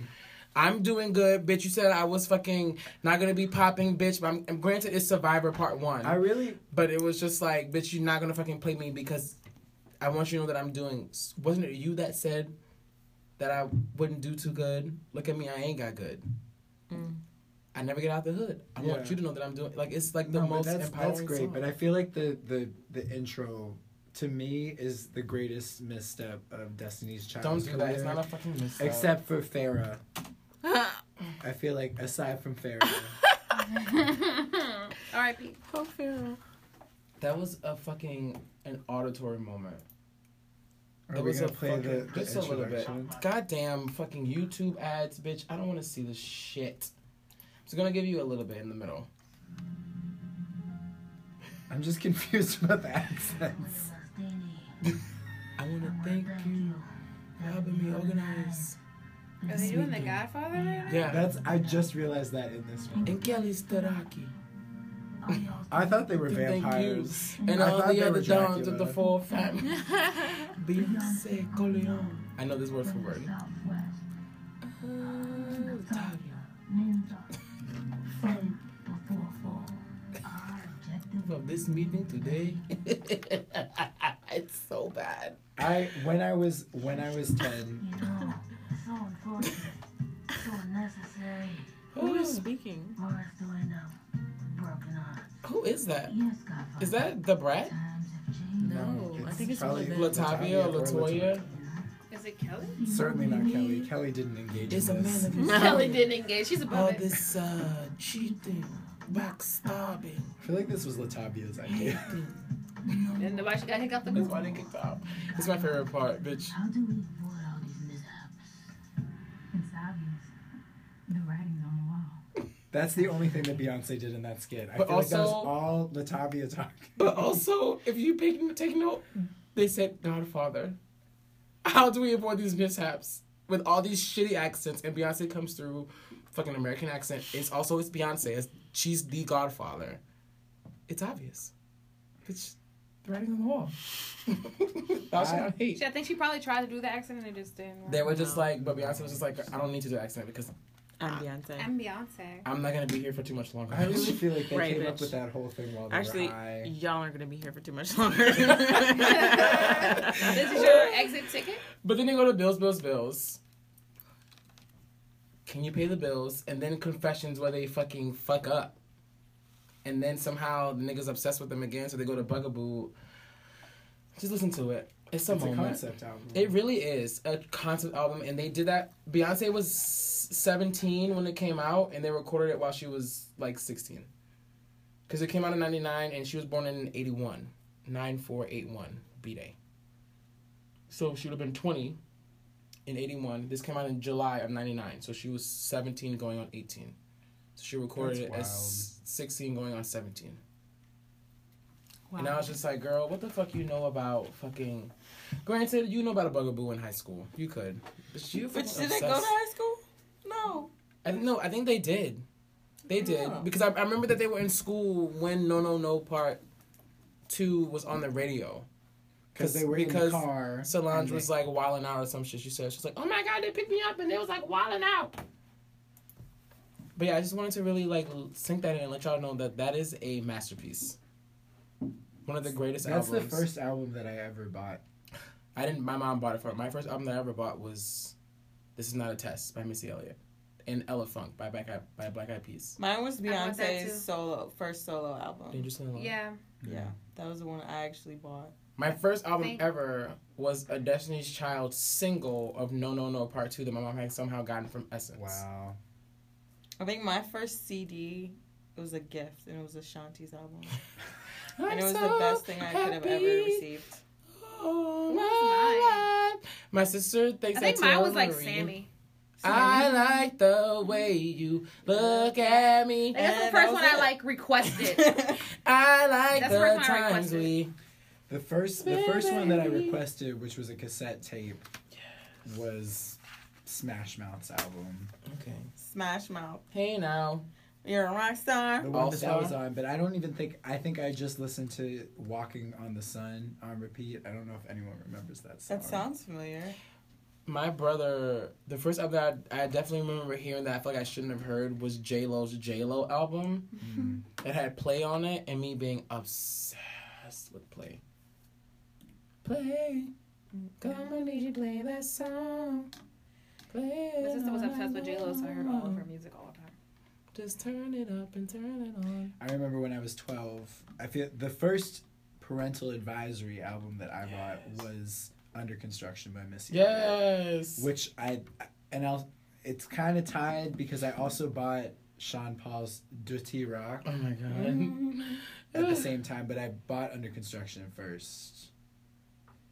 I'm doing good, bitch. You said I was fucking not gonna be popping, bitch. But I'm, and granted, it's Survivor Part One, I really but it was just like, bitch, you're not gonna fucking play me because I want you to know that I'm doing. Wasn't it you that said that I wouldn't do too good? Look at me, I ain't got good. I never get out the hood. I want Yeah. you to know that I'm doing like it's like the no, but most oh, that's, empowering. that's great. song. But I feel like the the the intro to me is the greatest misstep of Destiny's Child. don't do that. It's not a fucking mistake. except for Farah. I feel like aside from Farah, R.I.P. That was a fucking an auditory moment. are That we was gonna a play the, fucking- the just a little bit. introduction? Goddamn fucking YouTube ads, bitch. I don't want to see this shit. So gonna give you a little bit in the middle. [LAUGHS] I'm just confused about the accents. I wanna thank you for helping me organize. Are they doing The Godfather right now? Yeah. That's I just realized that in this one. And Kelly Staraki. I thought they were Thank you. vampires. And I all thought they the were other dons of the Dracula. four family. Beyonce Corleone. I know this word for word. From Ah, from this meeting today. [LAUGHS] it's so bad. I when I was when I was ten, Who is speaking? Who is that? Is that the brat? No, I think it's probably one of them. Latavia or Latoya? Is it Kelly? Certainly not Kelly. Kelly didn't engage It's a in man this. [LAUGHS] of his Kelly didn't engage. She's All above it. this uh, cheating, backstabbing. I feel like this was Latavia's idea. [LAUGHS] And the why she got hiccup Mm-hmm. the That's why they kicked out. It's my favorite part, bitch. How do we avoid all these mishaps? It's obvious. The writing's on the wall. That's the only thing that Beyonce did in that skit. I But feel like that was also- all Latavia talking. But also, if you pick, take note, they said Godfather. How do we avoid these mishaps with all these shitty accents? And Beyonce comes through, fucking American accent. It's also it's Beyonce. It's, she's the Godfather. It's obvious. Bitch, the writing on the [LAUGHS] wall. That's what I hate. She, [LAUGHS] I think she probably tried to do the accent and it just didn't work. They were just like, but Beyonce was just like, I don't need to do accent because I'm Beyonce. I'm Beyonce. I'm not gonna be here for too much longer. I really feel like they Right, came up bitch. with that whole thing while they Actually, were high. y'all aren't gonna be here for too much [LAUGHS] longer. [LAUGHS] this is your exit ticket? But then they go to bills, bills, bills. Can you pay the bills? And then confessions where they fucking fuck up. And then somehow the nigga's obsessed with them again, so they go to Bugaboo. Just listen to it. It's a It's a moment. concept album. It really is a concept album, and they did that. Beyonce was seventeen when it came out, and they recorded it while she was like sixteen, because it came out in ninety nine, and she was born in eighty one, nine four eight one B day. So she would have been twenty in eighty one. This came out in July of ninety nine, so she was seventeen going on eighteen. So she recorded That's it as sixteen going on seventeen. And I was just like, girl, what the fuck you know about fucking. Granted, you know about a bugaboo in high school. You could. But you But fucking did they go to obsessed- high school? No. I, th- no, I think they did. They did. Yeah. Because I, I remember that they were in school when No No No Part 2 was on the radio. 'Cause they were in the car Solange and was they- like wilding out or some shit. She said, she's like, oh my God, they picked me up and they was like wilding out. But yeah, I just wanted to really like l- sink that in and let y'all know that that is a masterpiece. One of the greatest That's albums. the first album that I ever bought. I didn't. My mom bought it for my first album that I ever bought was "This Is Not a Test" by Missy Elliott and "Ella Funk" by Black Eyed, by Black Eyed Peas. Mine was I want that too. Beyonce's solo first solo album. Dangerously in Love. Yeah. Yeah, that was the one I actually bought. My first album Thank- ever was a Destiny's Child single of "No No No" Part Two that my mom had somehow gotten from Essence. Wow. I think my first CD it was a gift, and it was Ashanti's album, I'm and it was the so best thing I could have ever happy. received. Oh, my What life. My sister thinks I think that's mine was Taylor like Marie. Sammy. I like the way you look at me. Like, that's the And first that was one I it. like requested. I like That's the the first one I times requested. we. The first the first one that I requested, which was a cassette tape, was Smash Mouth's album. Okay. [LAUGHS] Smash Mouth, Hey now. you're a rock star. The one that All-Star? that was on, but I don't even think I think I just listened to Walking on the Sun on repeat. I don't know if anyone remembers that song. That sounds familiar. My brother, the first album that I, I definitely remember hearing that I feel like I shouldn't have heard was J Lo's J Lo album. Mm. It had Play on it, and me being obsessed with Play. Play, come on, need you play that song. Play. My sister was on obsessed with J Lo, so I heard all of her music all the time. Just turn it up and turn it on. I remember when I was 12, I feel the first parental advisory album that I bought was Under Construction by Missy. Elliott, Yes. Which I and I'll it's kind of tied because I also bought Sean Paul's Dirty Rock oh my god. at the [SIGHS] same time, but I bought Under Construction first.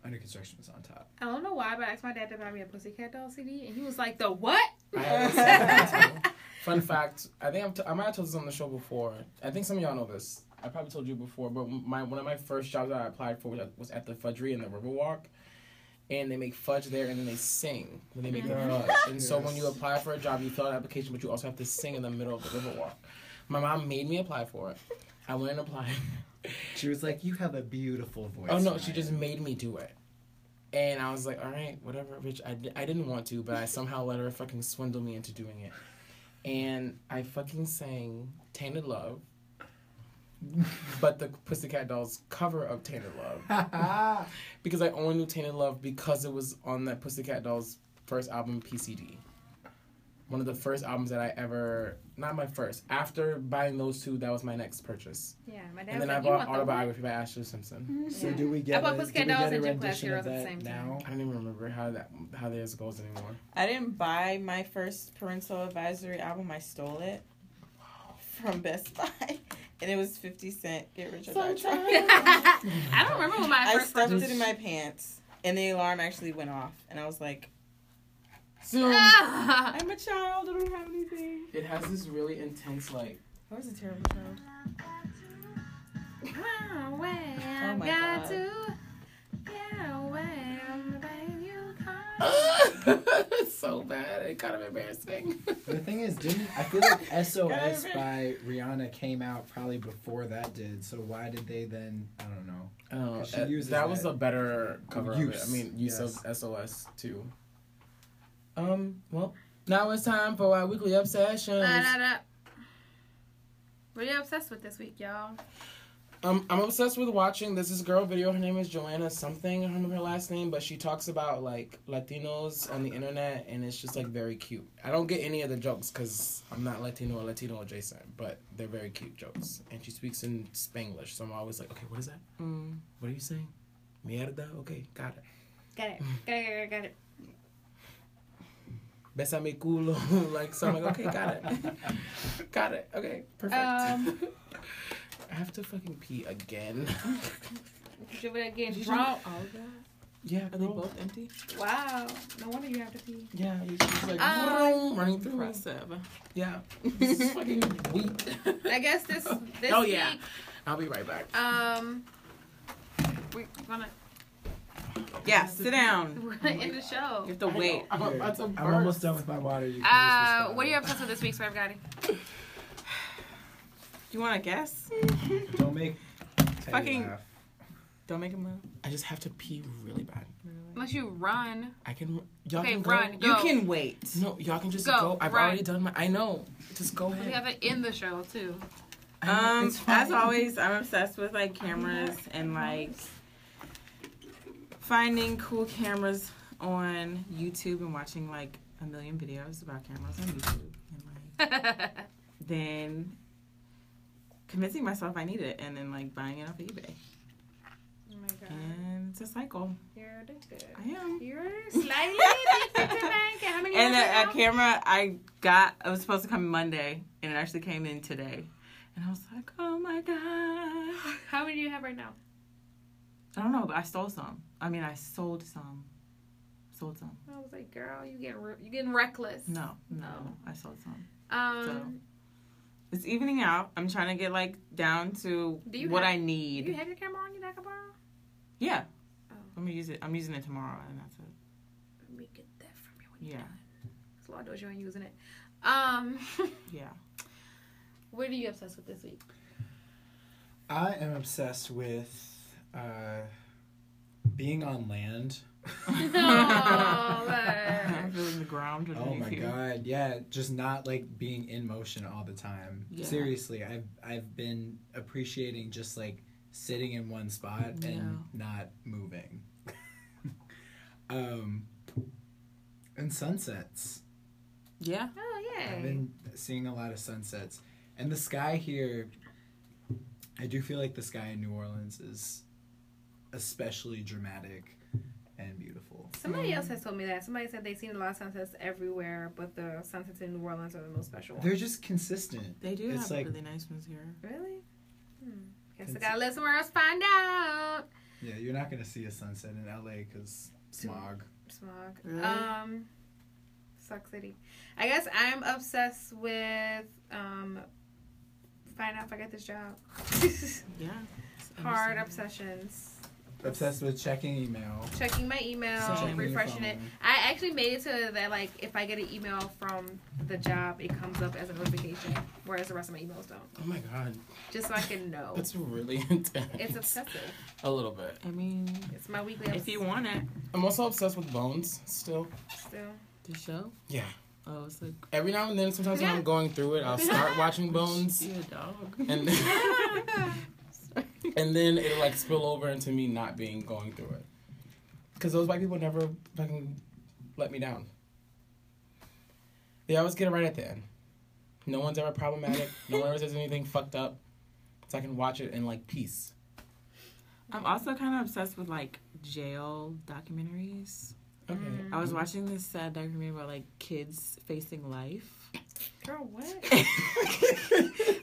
Under Construction was on top. I don't know why, but I asked my dad to buy me a Pussycat Doll CD, and he was like, "The what?" [LAUGHS] I haven't seen that too. Fun fact: I think I've t- I might have told this on the show before. I think some of y'all know this. I probably told you before, but my one of my first jobs that I applied for was at, was at the Fudgery in the Riverwalk, and they make fudge there, and then they sing when they make the fudge. And so when you apply for a job, you fill out an application, but you also have to sing in the middle of the Riverwalk. My mom made me apply for it. I went and applied. [LAUGHS] She was like, "You have a beautiful voice." Oh no, she Ryan." just made me do it. And I was like, all right, whatever, bitch. I, di- I didn't want to, but I somehow let her fucking swindle me into doing it. And I fucking sang Tainted Love, but the Pussycat Dolls cover of Tainted Love. because I only knew Tainted Love because it was on that Pussycat Dolls first album, PCD. One of the first albums that I ever, not my first, after buying those two, that was my next purchase. Yeah, my dad And was then I like, "You bought want the what?" Autobiography by Ashley Simpson. So Yeah. do we I get? a, bought do we Pussycat get Dolls a and Gym Class rendition Heroes of at the same that time. now? I don't even remember how that how theirs goes anymore. I didn't buy my first parental advisory album. I stole it from Best Buy, [LAUGHS] and it was Fifty Cent. Get rich or [LAUGHS] die trying. I don't remember when my I first [LAUGHS] stuffed purchase. it in my pants, and the alarm actually went off, and I was like, So [LAUGHS] Ah. "I'm a child. I don't have anything." it has this really intense [LAUGHS] like I was a terrible child. Oh, well, Oh my got God. to get away from the way you come. it's so bad. It kind of embarrassing. The thing is, didn't I feel like SOS Garbage. by Rihanna came out probably before that did? So why did they then? I don't know. Oh, She uh, uses that was it. a better cover of it. I Use, mean, use yes. of SOS too. Um. Well, now it's time for our weekly obsessions. Da, da, da. What are you obsessed with this week, y'all? Um, I'm obsessed with watching this this girl video. Her name is Joanna something. I don't remember her last name, but she talks about like Latinos on the internet, and it's just like very cute. I don't get any of the jokes because I'm not Latino or Latino adjacent, but they're very Mm. cute jokes. And she speaks in Spanglish, so I'm always like, okay, what is that? What are you saying? Mierda. Okay, got it. Got it. Got it. Got it. Besame culo. [LAUGHS] like, so I'm like, okay, got [LAUGHS] it. got it. Okay, perfect. Um. [LAUGHS] I have to fucking pee again. [LAUGHS] Should we get Did drunk? you- yeah, are they both empty? Wow. No wonder you have to pee. Yeah, you just like Um, running through. impressive. Yeah, this is fucking weak. I guess this this oh yeah, week, [LAUGHS] I'll be right back. um, we're [LAUGHS] gonna [LAUGHS] Yeah, sit down. we're gonna end the show. You have to wait. I'm about to I'm burst. almost done with my water. You Uh, what are you up to this week, Swerve Gotti? You want to guess? don't make Teddy Fucking- laugh. Don't make him laugh. I just have to pee really bad. Unless you run. I can. Y'all Okay, can go. run. You Go. can wait. No, y'all can just Go, go. I've run. already done my. I know. Just go We ahead. have to end the show too. [LAUGHS] I know, Um, it's fine. [LAUGHS] as always, I'm obsessed with like cameras and like finding cool cameras on YouTube and watching like a million videos about cameras on YouTube and like then convincing myself I need it and then like buying it off eBay. Oh my god. And it's a cycle. You're addicted. [LAUGHS] I am. You're slightly addicted to bank. How many And a, a hours camera I got, it was supposed to come Monday and it actually came in today. And I was like, oh my God. now? How many do you have right now? I don't know, but I stole some. I mean, I sold some. Sold some. I was like, girl, you getting re- you getting reckless. No, no, I sold some. Um, It's evening out. I'm trying to get like down to Do you what have- I need. you have your camera on you that I can borrow? yeah. Oh. I'm gonna use it. I'm using it tomorrow, and that's it. Let me get that from you. [LAUGHS] Yeah, It's a lot of doors you ain't using it. Um, [LAUGHS] yeah. what are you obsessed with this [LAUGHS] week? I am obsessed with uh, being on land. Oh, [LAUGHS] I'm feeling the ground Oh underneath my you. god, yeah, just not like being in motion all the time. Yeah. Seriously, I've I've been appreciating just like sitting in one spot and Yeah. not moving. [LAUGHS] um and sunsets. Yeah. Oh yeah. I've been seeing a lot of sunsets. And the sky here I do feel like the sky in New Orleans is especially dramatic and beautiful. Somebody else has told me that. Somebody said they've seen a lot of sunsets everywhere, but the sunsets in New Orleans are the most special ones. They're just consistent. They do It's have like- really nice ones here. Really? Hmm. Guess I It's- gotta let somewhere else find out. Yeah, you're not going to see a sunset in LA cuz smog. Smog. Really? Um, Sock City. I guess I'm obsessed with um, find out if I get this job. Yeah. Hard obsessions. Obsessed with checking email. Checking my email, Checking your refreshing it. phone. I actually made it to that like if I get an email from the job, it comes up as a notification, whereas the rest of my emails don't. Oh my god, Just so I [LAUGHS] can know. that's really [LAUGHS] intense. It's obsessive. a little bit. I mean, It's my weekly. if you want it, I'm also obsessed with bones still. Still. the show. Yeah. Oh, it's like Every now and then, sometimes when I'm going through it, I'll start watching Bones, you a dog. and [LAUGHS] and then it'll like spill over into me not being going through it. Because those white people never fucking let me down. They always get it right at the end. No one's ever problematic. no one ever says anything fucked up. So I can watch it in like peace. I'm also kind of obsessed with like jail documentaries. Okay. Mm. I was watching this sad documentary about like kids facing life. Girl, what?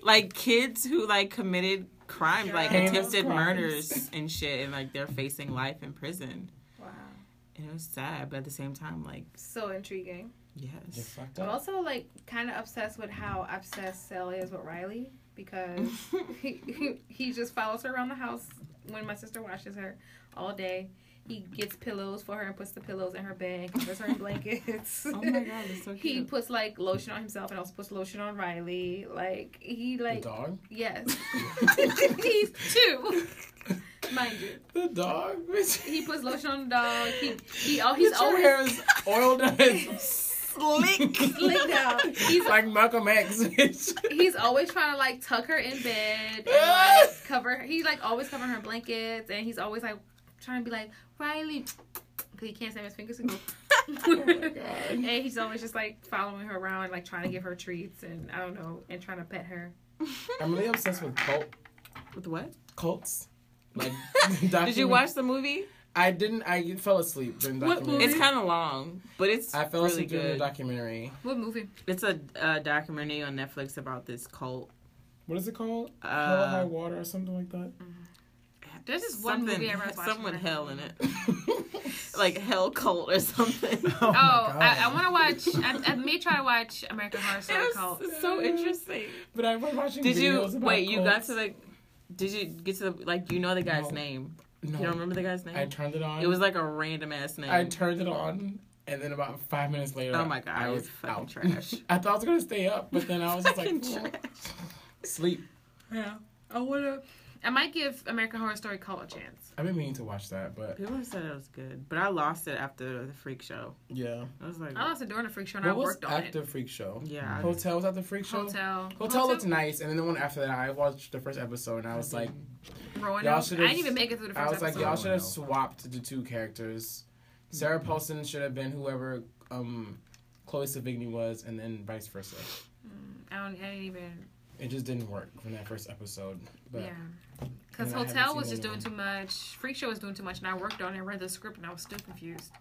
like kids who like committed crimes, like Sure. attempted Crimes. murders and shit, and like they're facing life in prison. wow. And it was sad, but at the same time, like So intriguing. You're yes, fucked I'm up. also like kind of obsessed with how obsessed Sel is with Riley [LAUGHS] because he, he he just follows her around the house when my sister watches her all day. He gets pillows for her and puts the pillows in her bed and [LAUGHS] covers her in blankets. Oh my God, that's [LAUGHS] so He cute. puts like lotion on himself and also puts lotion on Riley. Like he The like dog. [LAUGHS] yes, [LAUGHS] he's two, mind you. [LAUGHS] The dog. [LAUGHS] Bitch. He puts lotion on the dog. He he oh He's he's your hair [LAUGHS] always is oiled up. [LAUGHS] slick. slicked out. [LAUGHS] He's like Malcolm X. [LAUGHS] Bitch. he's always trying to like tuck her in bed and [LAUGHS] like cover her. He's like always covering her blankets and he's always like trying to be like Riley because he can't snap his fingers [LAUGHS] and go. Oh and he's always just like following her around and like trying to give her treats and I don't know and trying to pet her. I'm really obsessed with cult With what? cults. [LAUGHS] Like, [LAUGHS] Did you watch the movie? I didn't. I fell asleep during the What documentary. movie? It's kind of long, but it's I fell really asleep during the good. documentary. What movie? It's a, uh documentary on Netflix about this cult. What is it called? Uh, Hell or High Water or something like [LAUGHS] that. There's this one something- movie I was watching. Someone hell in it, like hell cult or something. Oh, I, I want to watch. [LAUGHS] I, I may try to watch American Horror Story Cult. so interesting. But I was watching. Did you videos about wait? You got cults. to the. Did you get to the like? You know the guy's No. name. No. You don't remember the guy's name? I turned it on. It was like a random ass name. I turned it on, and then about five minutes later, Oh my God, I it's was fucking out. trash. [LAUGHS] I thought I was gonna stay up, but then I was just like, sleep. Yeah. I wanna. I might give American Horror Story Cult a chance. I've been meaning to watch that, but People have said it was good, but I lost it after the freak show. yeah. I was like, I Oh. lost it during a freak show and I What was worked on it. after Freak Show? Yeah. Hotel was after Freak Show. Hotel. Hotel, looked nice, and then the one after that, I watched the first episode, and I was like, Roanoke. y'all I should have. didn't even make it through the first I was like, episode. Hmm. y'all should have swapped the two characters. Sarah Paulson should have been whoever um, Chloe Savigny was, and then vice versa. I, don't, I didn't even. It just didn't work from that first episode. But Yeah. Because And I haven't Hotel seen was just any doing of too much. Freak Show was doing too much, and I worked on it, read the script, and I was still confused.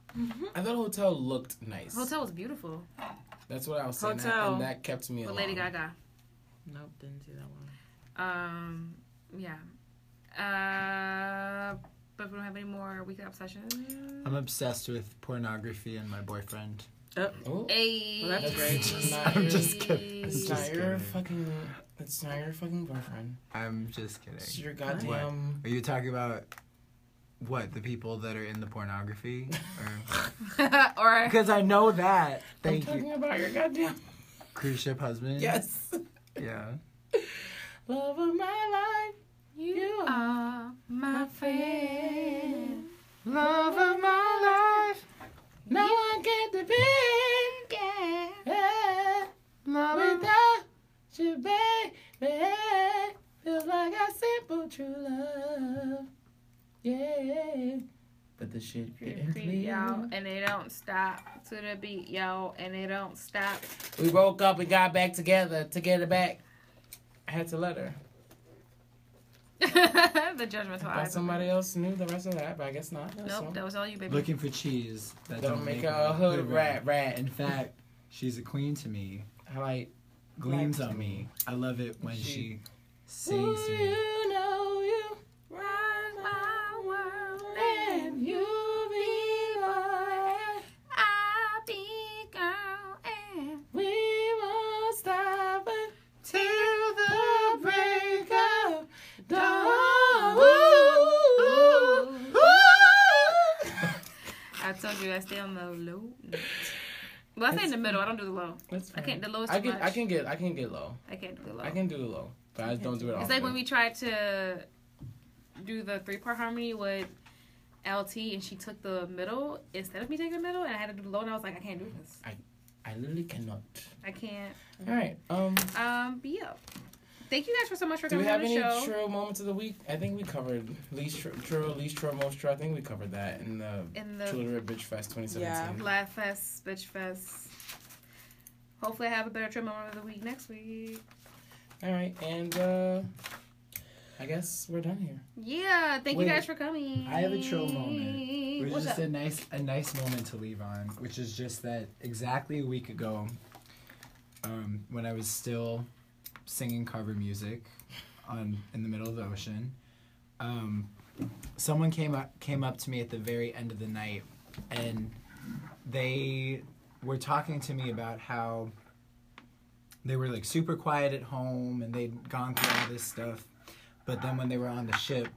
I thought Hotel looked nice. Hotel was beautiful That's what I was saying, Hotel. that, and that kept me with alive. Lady Gaga. nope, didn't see that one. Um, yeah. Uh, but we don't have any more weekly obsessions. I'm obsessed with pornography and my boyfriend. Oh, Hey. Well, that's great. [LAUGHS] I'm just kidding. It's It's not just your kidding. fucking. It's not your fucking boyfriend. I'm just kidding. It's your What? goddamn- Are you talking about what the people that are in the [LAUGHS] pornography? Or... or because I know that. Thank I'm you. talking about your goddamn Cruise ship husband. yes. Yeah. Love of my life, you are my friend. love of my life. Now I get the bend. Yeah. Without you, baby, feels like a simple true love. Yeah. But the shit getting Creep, y'all, clear. and they don't stop to the beat, y'all, and they don't stop. [LAUGHS] We broke up and got back together to get it back. I had to let her. the judgment's I thought wise. somebody else knew the rest of that, but I guess not. Nope, that was all you, baby. Looking for cheese. That Don't make a hood rat, rat. In fact, she's a queen to me. I like Gleams like- on me. I love it when she, Ooh, sings to me. you know you rock my world, and you be mine. I'll be girl, and We won't stop until the break of dawn. Ooh, ooh. I told you I stay on the low. note. Well, I stay in the middle. I don't do the low. That's I can't. The low is too I can much. I can get I can get low. I can't do the low. I can do the low, but I just don't do it often. It's like when we tried to do the three part harmony with LT, and she took the middle instead of me taking the middle, and I had to do the low, and I was like, I can't do this. I literally cannot. I can't. All right. Um. Um, but yeah. Thank you guys for so much for Do we coming on have the any show. true moments of the week? I think we covered least tru- true, least true, most true. I think we covered that in the, In the- True Literate Bitch Fest 2017. Laugh Fest, Bitch Fest. Hopefully, I have a better trim moment of the week next week. All right, and uh, I guess we're done here. Yeah, thank Wait, you guys for coming. I have a troll moment. Which What's is just up? a nice a nice moment to leave on, which is just that exactly a week ago, um, when I was still singing cover music on in the middle of the ocean, um, someone came up came up to me at the very end of the night and they were talking to me about how they were like super quiet at home and they'd gone through all this stuff. But then when they were on the ship,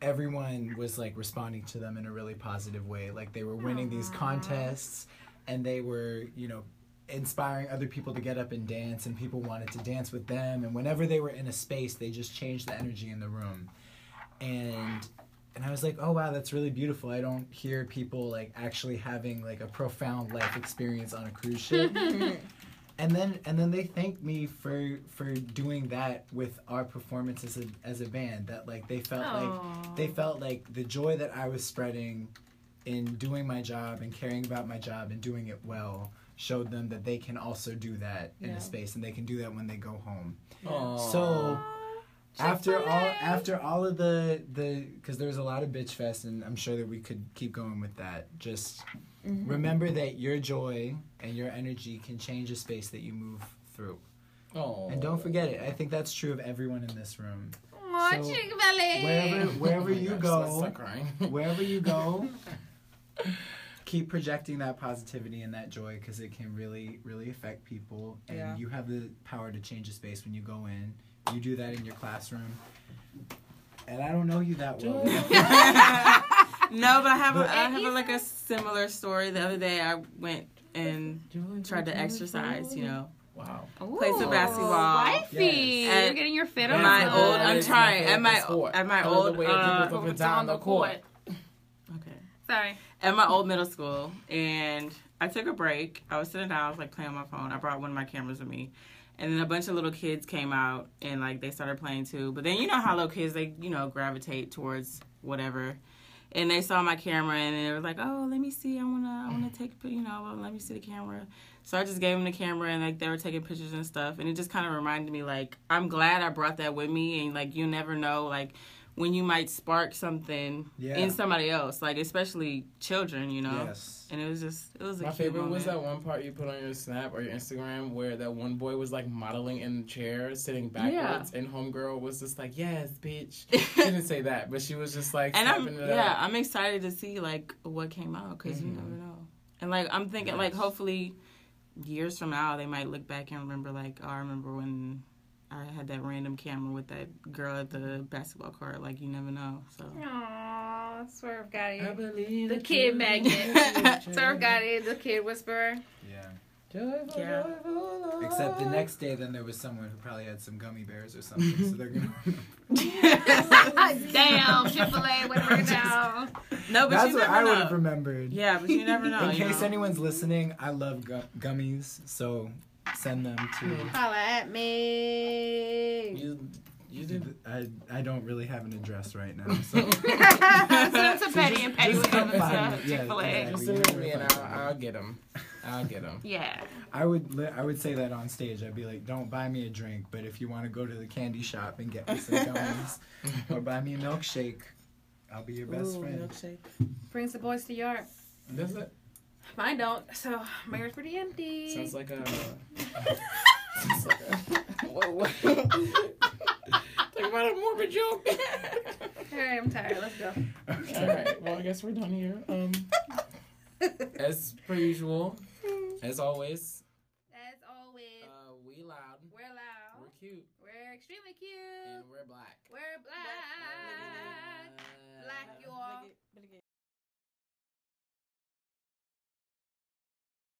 everyone was like responding to them in a really positive way. Like they were winning these contests and they were, you know, inspiring other people to get up and dance and people wanted to dance with them and whenever they were in a space they just changed the energy in the room. And and I was like, "Oh wow, that's really beautiful. I don't hear people like actually having like a profound life experience on a cruise [LAUGHS] ship." and then and then they thanked me for for doing that with our performance as a as a band that like they felt Aw. like they felt like the joy that I was spreading in doing my job and caring about my job and doing it well showed them that they can also do that in Yeah. a space and they can do that when they go home. Aw. So after all after all of the the because there was a lot of bitch fest and i'm sure that we could keep going with that just Mhm. remember that your joy and your energy can change the space that you move through oh and don't forget it i think that's true of everyone in this room Aw, So, Chick Belly. wherever Oh wherever you gosh, let's go [LAUGHS] stop crying. wherever you go keep projecting that positivity and that joy because it can really really affect people and Yeah. you have the power to change a space when you go in you do that in your classroom and i don't know you that well [LAUGHS] [LAUGHS] No, but I have a, But- I have a, like a similar story. The other day, I went and tried to exercise. You know. Wow. Play Ooh, some basketball. Wifey, At- you're getting your fit at on. my old. That I'm is my trying. At my favorite sport. at my Other old. way uh, people moving down the court. Sorry. at my old middle school and I took a break. I was sitting down, I was like playing on my phone. I brought one of my cameras with me. And then a bunch of little kids came out and like they started playing too. But then you know how little kids they, you know, gravitate towards whatever. And they saw my camera and they were like, "Oh, let me see. I want to I want to take, a pi- you know, well, let me see the camera." So I just gave them the camera and like they were taking pictures and stuff. And it just kind of reminded me like I'm glad I brought that with me and like you never know like when you might spark something Yeah. in somebody else, like especially children, you know. Yes. And it was just it was a My cute favorite was that moment. one part you put on your Snap or your Instagram where that one boy was like modeling in the chair, sitting backwards, and homegirl was just like, "Yes, [LAUGHS] bitch." She didn't say that, but she was just like, And I'm snapping it yeah, up. I'm excited to see like what came out because you never know. And like I'm thinking like hopefully years from now they might look back and remember like oh I remember when I had that random camera with that girl at the basketball court. Like you never know. So [LAUGHS] Aw, Swerve got it. I believe Mm. the that kid [LAUGHS] you- [LAUGHS] magnet. Swerve got it. The kid whisperer. Joyful, Yeah. joyful except the life. next day then there was someone who probably had some gummy bears or something so they're [LAUGHS] gonna Ah, Damn, Chick Fil A, whatever [LAUGHS] it down. No, that's what i would have remembered Yeah, but you never know. in you case know? anyone's listening i love gu- gummies so send them Hmm. to Holla [LAUGHS] at me. You, you did. [LAUGHS] I, I don't really have an address right now. [LAUGHS] [LAUGHS] So. Send to Petty and Petty Just with come them find to me. Yeah, Chick Fil A. Just exactly. send it to me You're and fine. I'll, I'll get them. I'll get [LAUGHS] them. Yeah. I would li- I would say that on stage. I'd be like, "Don't buy me a drink, but if you want to go to the candy shop and get me [LAUGHS] some gummies, or buy me a milkshake, I'll be your best Ooh, friend." milkshake. Brings the boys to yard. Does it? Mine don't, so my yard's pretty empty. Sounds like a. [LAUGHS] sounds like a. Whoa, whoa. [LAUGHS] Talk about a morbid [LAUGHS] joke. All right, I'm tired. Let's go. All right. Well, I guess we're done here. Um, [LAUGHS] as per usual, as always, As always, uh, we loud. we're loud. We're cute. We're extremely cute. And we're black. We're black. Black, you all.